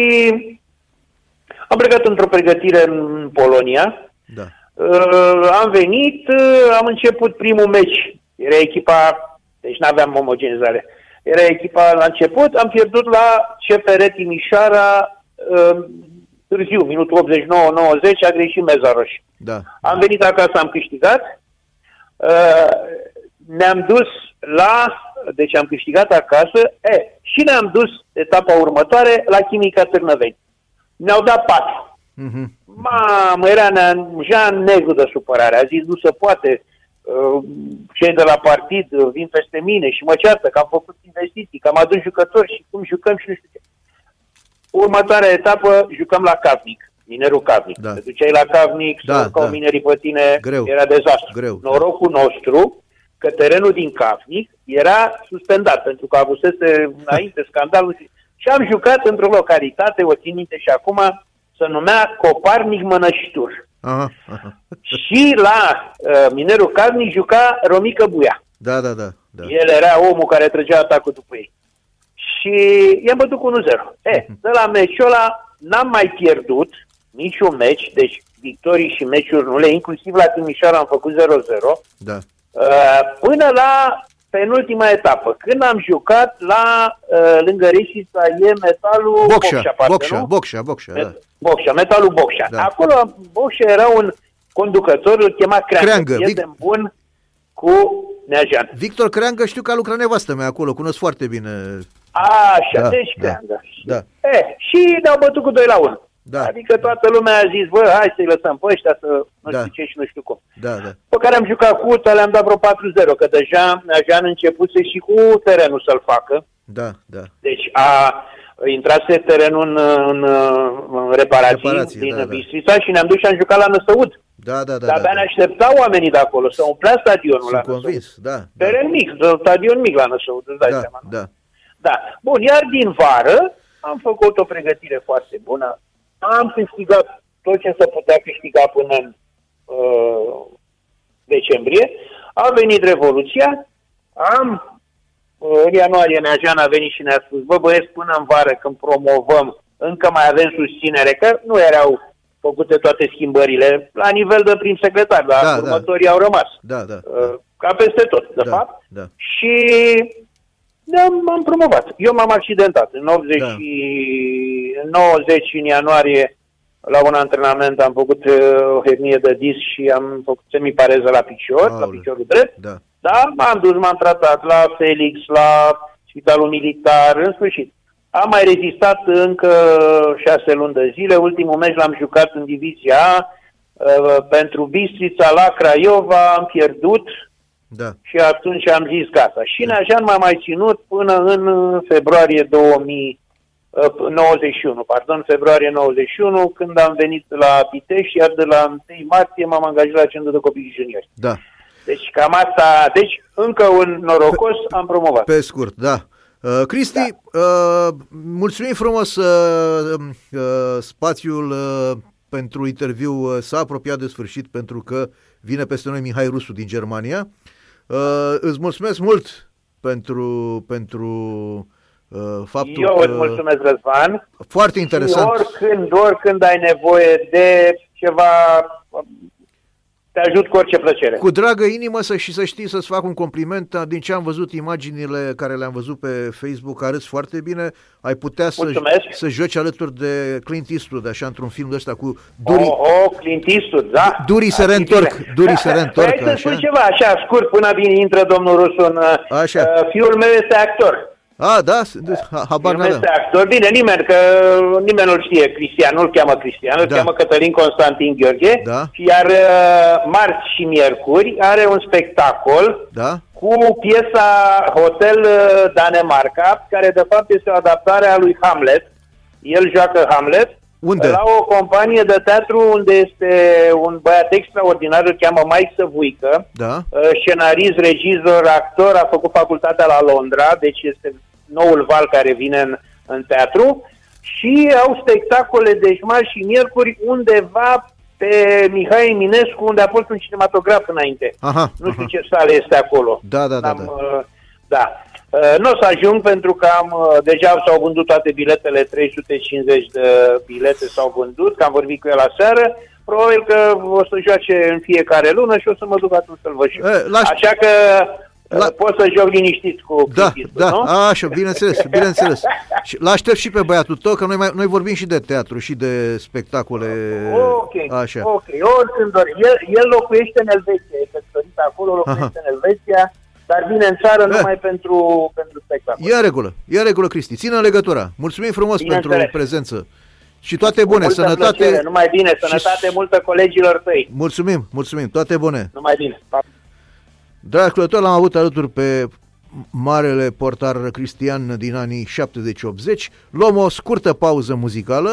[SPEAKER 2] am plecat într-o pregătire în Polonia.
[SPEAKER 1] Da.
[SPEAKER 2] Uh, am venit, uh, am început primul meci. Era echipa, deci nu aveam omogenizare. Era echipa la început, am pierdut la CFR Timișoara uh, târziu, minutul 89-90, a greșit Mezaroș.
[SPEAKER 1] Da.
[SPEAKER 2] Am venit acasă, am câștigat. Uh, ne-am dus la... Deci am câștigat acasă. E, și ne-am dus etapa următoare la Chimica Târnăveni. Ne-au dat patru.
[SPEAKER 1] Mhm.
[SPEAKER 2] Mamă, era ne- Jean negru de supărare. A zis, nu se poate. Uh, Cei de la partid uh, vin peste mine și mă ceartă că am făcut investiții, că am adus jucători și cum jucăm și nu știu ce. Următoarea etapă, jucăm la Cavnic, minerul Cavnic.
[SPEAKER 1] Da.
[SPEAKER 2] Te duceai la Cavnic,
[SPEAKER 1] Da,
[SPEAKER 2] da, să
[SPEAKER 1] da.
[SPEAKER 2] da. minerii pe tine,
[SPEAKER 1] Greu.
[SPEAKER 2] era dezastru.
[SPEAKER 1] Greu.
[SPEAKER 2] Norocul nostru, că terenul din Cavnic era suspendat, pentru că avusese înainte scandalul. și- Și am jucat într-o localitate, o țin minte și acum, se numea Coparnic Mănăștur.
[SPEAKER 1] Aha, aha.
[SPEAKER 2] Și la uh, minerul Cavnic juca Romică Buia.
[SPEAKER 1] Da, da, da, da.
[SPEAKER 2] El era omul care trăgea atacul după ei. Și i-am bătut cu 1-0. E, de la meciul ăla n-am mai pierdut niciun meci, deci victorii și meciuri nule, inclusiv la Timișoara am făcut 0-0,
[SPEAKER 1] Da.
[SPEAKER 2] uh, până la penultima etapă, când am jucat la uh, lângă Reșița e metalul
[SPEAKER 1] Boxea,
[SPEAKER 2] parcă,
[SPEAKER 1] Boxea,
[SPEAKER 2] nu?
[SPEAKER 1] Boxea, Boxea, da.
[SPEAKER 2] Met- Boxea, metalul Boxea.
[SPEAKER 1] Da.
[SPEAKER 2] Da. Acolo Boxea era un conducător, îl chema Creangă,
[SPEAKER 1] Creangă,
[SPEAKER 2] Creangă
[SPEAKER 1] Vic-
[SPEAKER 2] prieten bun cu Neajan.
[SPEAKER 1] Victor Creangă știu că a lucrat nevastă mea acolo, cunosc foarte bine.
[SPEAKER 2] Așa,
[SPEAKER 1] Da,
[SPEAKER 2] da, deci
[SPEAKER 1] da,
[SPEAKER 2] da, da.
[SPEAKER 1] da.
[SPEAKER 2] E, și ne-au bătut cu 2 la 1.
[SPEAKER 1] Da.
[SPEAKER 2] adică toată lumea a zis, bă, hai să-i lăsăm pe ăștia să nu
[SPEAKER 1] Da.
[SPEAKER 2] știu ce și nu știu cum.
[SPEAKER 1] Da, da,
[SPEAKER 2] Pe care am jucat cu Uta, le-am dat vreo 4-0, că deja Neajan începuse și cu terenul să-l facă.
[SPEAKER 1] da, da.
[SPEAKER 2] Deci a intrase terenul în, în, în reparații,
[SPEAKER 1] Reparații,
[SPEAKER 2] reparații din
[SPEAKER 1] da,
[SPEAKER 2] da,
[SPEAKER 1] da.
[SPEAKER 2] Bistrița și ne-am dus și am jucat la Năsăud.
[SPEAKER 1] Da, da, da,
[SPEAKER 2] Dar
[SPEAKER 1] da,
[SPEAKER 2] abia
[SPEAKER 1] da.
[SPEAKER 2] ne așteptau oamenii de acolo să umplea stadionul la
[SPEAKER 1] Sunt
[SPEAKER 2] Năsăud.
[SPEAKER 1] convins, da. Da,
[SPEAKER 2] Teren mic, stadion mic la Năsăud, îți dai
[SPEAKER 1] da,
[SPEAKER 2] seama. nu?
[SPEAKER 1] da.
[SPEAKER 2] Da. Bun, iar din vară am făcut o pregătire foarte bună. Am câștigat tot ce se putea câștiga până în uh, decembrie. A venit Revoluția, am uh, în ianuarie Neajan a venit și ne-a spus, bă băieți, până în vară când promovăm, încă mai avem susținere, că nu erau făcute toate schimbările la nivel de prim secretar, dar
[SPEAKER 1] Da, da.
[SPEAKER 2] da, următorii au rămas.
[SPEAKER 1] Da, da.
[SPEAKER 2] Uh, ca peste tot, de
[SPEAKER 1] Da,
[SPEAKER 2] fapt.
[SPEAKER 1] da.
[SPEAKER 2] Și ne-am am promovat. Eu m-am accidentat în 80,
[SPEAKER 1] Da.
[SPEAKER 2] și- în 90 în ianuarie la un antrenament am făcut uh, o hernie de dis și am făcut semipareză la picior, la
[SPEAKER 1] Aoleu.
[SPEAKER 2] piciorul drept.
[SPEAKER 1] Da.
[SPEAKER 2] Da, m-am dus, m-am tratat la Felix, la Spitalul Militar, în sfârșit. Am mai rezistat încă șase luni de zile. Ultimul meci l-am jucat în divizia A uh, pentru Bistrița la Craiova, am pierdut
[SPEAKER 1] Da.
[SPEAKER 2] și atunci am zis gata. Și Neajan m-a mai ținut până în uh, februarie uh, 2091, pardon, februarie 91, când am venit la Pitești, iar de la 1 martie m-am angajat la Centrul de Copii Juniori.
[SPEAKER 1] Da.
[SPEAKER 2] Deci cam asta, deci încă un norocos am promovat.
[SPEAKER 1] Pe scurt, da. Uh, Cristi,
[SPEAKER 2] Da.
[SPEAKER 1] uh, mulțumim frumos uh, uh, um, spațiul uh, pentru interviu. uh, S-a apropiat de sfârșit pentru că vine peste noi Mihai Rusu din Germania. Uh, îți mulțumesc mult pentru, pentru uh, faptul
[SPEAKER 2] Eu
[SPEAKER 1] că...
[SPEAKER 2] îți mulțumesc, Răzvan.
[SPEAKER 1] Foarte interesant.
[SPEAKER 2] Și oricând, oricând ai nevoie de ceva, te ajut cu orice plăcere.
[SPEAKER 1] Cu dragă inimă să, și să știi să-ți fac un compliment. Din ce am văzut imaginile care le-am văzut pe Facebook, arăți foarte bine. Ai putea să,
[SPEAKER 2] Mulțumesc.
[SPEAKER 1] să joci alături de Clint Eastwood, așa, într-un film de ăsta cu
[SPEAKER 2] Duri...
[SPEAKER 1] Duri,
[SPEAKER 2] Oh, oh, Clint Eastwood, da.
[SPEAKER 1] Durii se
[SPEAKER 2] Ar fi
[SPEAKER 1] reîntorc,
[SPEAKER 2] bine.
[SPEAKER 1] durii se reîntorc,
[SPEAKER 2] Păi Hai să spun
[SPEAKER 1] așa.
[SPEAKER 2] ceva, așa, scurt, până vine, intră domnul Rusu în... uh,
[SPEAKER 1] Așa.
[SPEAKER 2] uh, Fiul meu este actor.
[SPEAKER 1] A, da? S- de- ha- Habar
[SPEAKER 2] Fiul meu
[SPEAKER 1] n
[SPEAKER 2] este actor. Bine, nimeni, că nimeni nu-l știe, Cristian, nu-l cheamă Cristian, îl
[SPEAKER 1] Da.
[SPEAKER 2] cheamă Cătălin Constantin Gheorghe.
[SPEAKER 1] Da.
[SPEAKER 2] Iar uh, marți și miercuri are un spectacol
[SPEAKER 1] Da?
[SPEAKER 2] cu piesa Hotel uh, Danemarca, care de fapt este o adaptare a lui Hamlet. El joacă Hamlet.
[SPEAKER 1] Unde?
[SPEAKER 2] La o companie de teatru unde este un băiat extraordinar, îl cheamă Mike Săvuică,
[SPEAKER 1] Da?
[SPEAKER 2] uh, scenarist, regizor, actor, a făcut facultatea la Londra, deci este noul val care vine în, în teatru. Și au spectacole de marți și miercuri undeva pe Mihai Eminescu, unde a fost un cinematograf înainte.
[SPEAKER 1] Aha.
[SPEAKER 2] Nu știu
[SPEAKER 1] aha.
[SPEAKER 2] ce sală este acolo.
[SPEAKER 1] Da, da, da,
[SPEAKER 2] Am,
[SPEAKER 1] da.
[SPEAKER 2] uh, da. Uh, Nu o să ajung pentru că am, uh, deja s-au vândut toate biletele, 350 de bilete s-au vândut, că am vorbit cu el aseară. Probabil că o să joace în fiecare lună și o să mă duc atunci să-l văd și eu.
[SPEAKER 1] E, lași-
[SPEAKER 2] Așa că
[SPEAKER 1] Eh, La-
[SPEAKER 2] la... pot să joc liniștit cu
[SPEAKER 1] Da,
[SPEAKER 2] Clint Eastwood,
[SPEAKER 1] da,
[SPEAKER 2] nu?
[SPEAKER 1] a, așa, bineînțeles, bineînțeles. Și l-aștept și pe băiatul tău, că noi, mai, noi vorbim și de teatru și de spectacole,
[SPEAKER 2] Ok,
[SPEAKER 1] așa.
[SPEAKER 2] ok. Oricând ori. El, el locuiește în Elveția, e căsătorit acolo, locuiește în Elveția, dar vine în țară
[SPEAKER 1] Eh.
[SPEAKER 2] numai pentru, pentru spectacol.
[SPEAKER 1] E în regulă, e în regulă, Cristi. Ține legătura. Mulțumim frumos
[SPEAKER 2] Bineînțeles.
[SPEAKER 1] pentru prezență. Și toate bune,
[SPEAKER 2] Multă
[SPEAKER 1] sănătate.
[SPEAKER 2] Plăcere, numai bine,
[SPEAKER 1] și-
[SPEAKER 2] sănătate multă colegilor tăi.
[SPEAKER 1] Mulțumim, mulțumim, toate bune.
[SPEAKER 2] Numai bine. Pa.
[SPEAKER 1] Dragi ascultători, l-am avut alături pe marele portar cristian din anii 70-80. Luăm o scurtă pauză muzicală.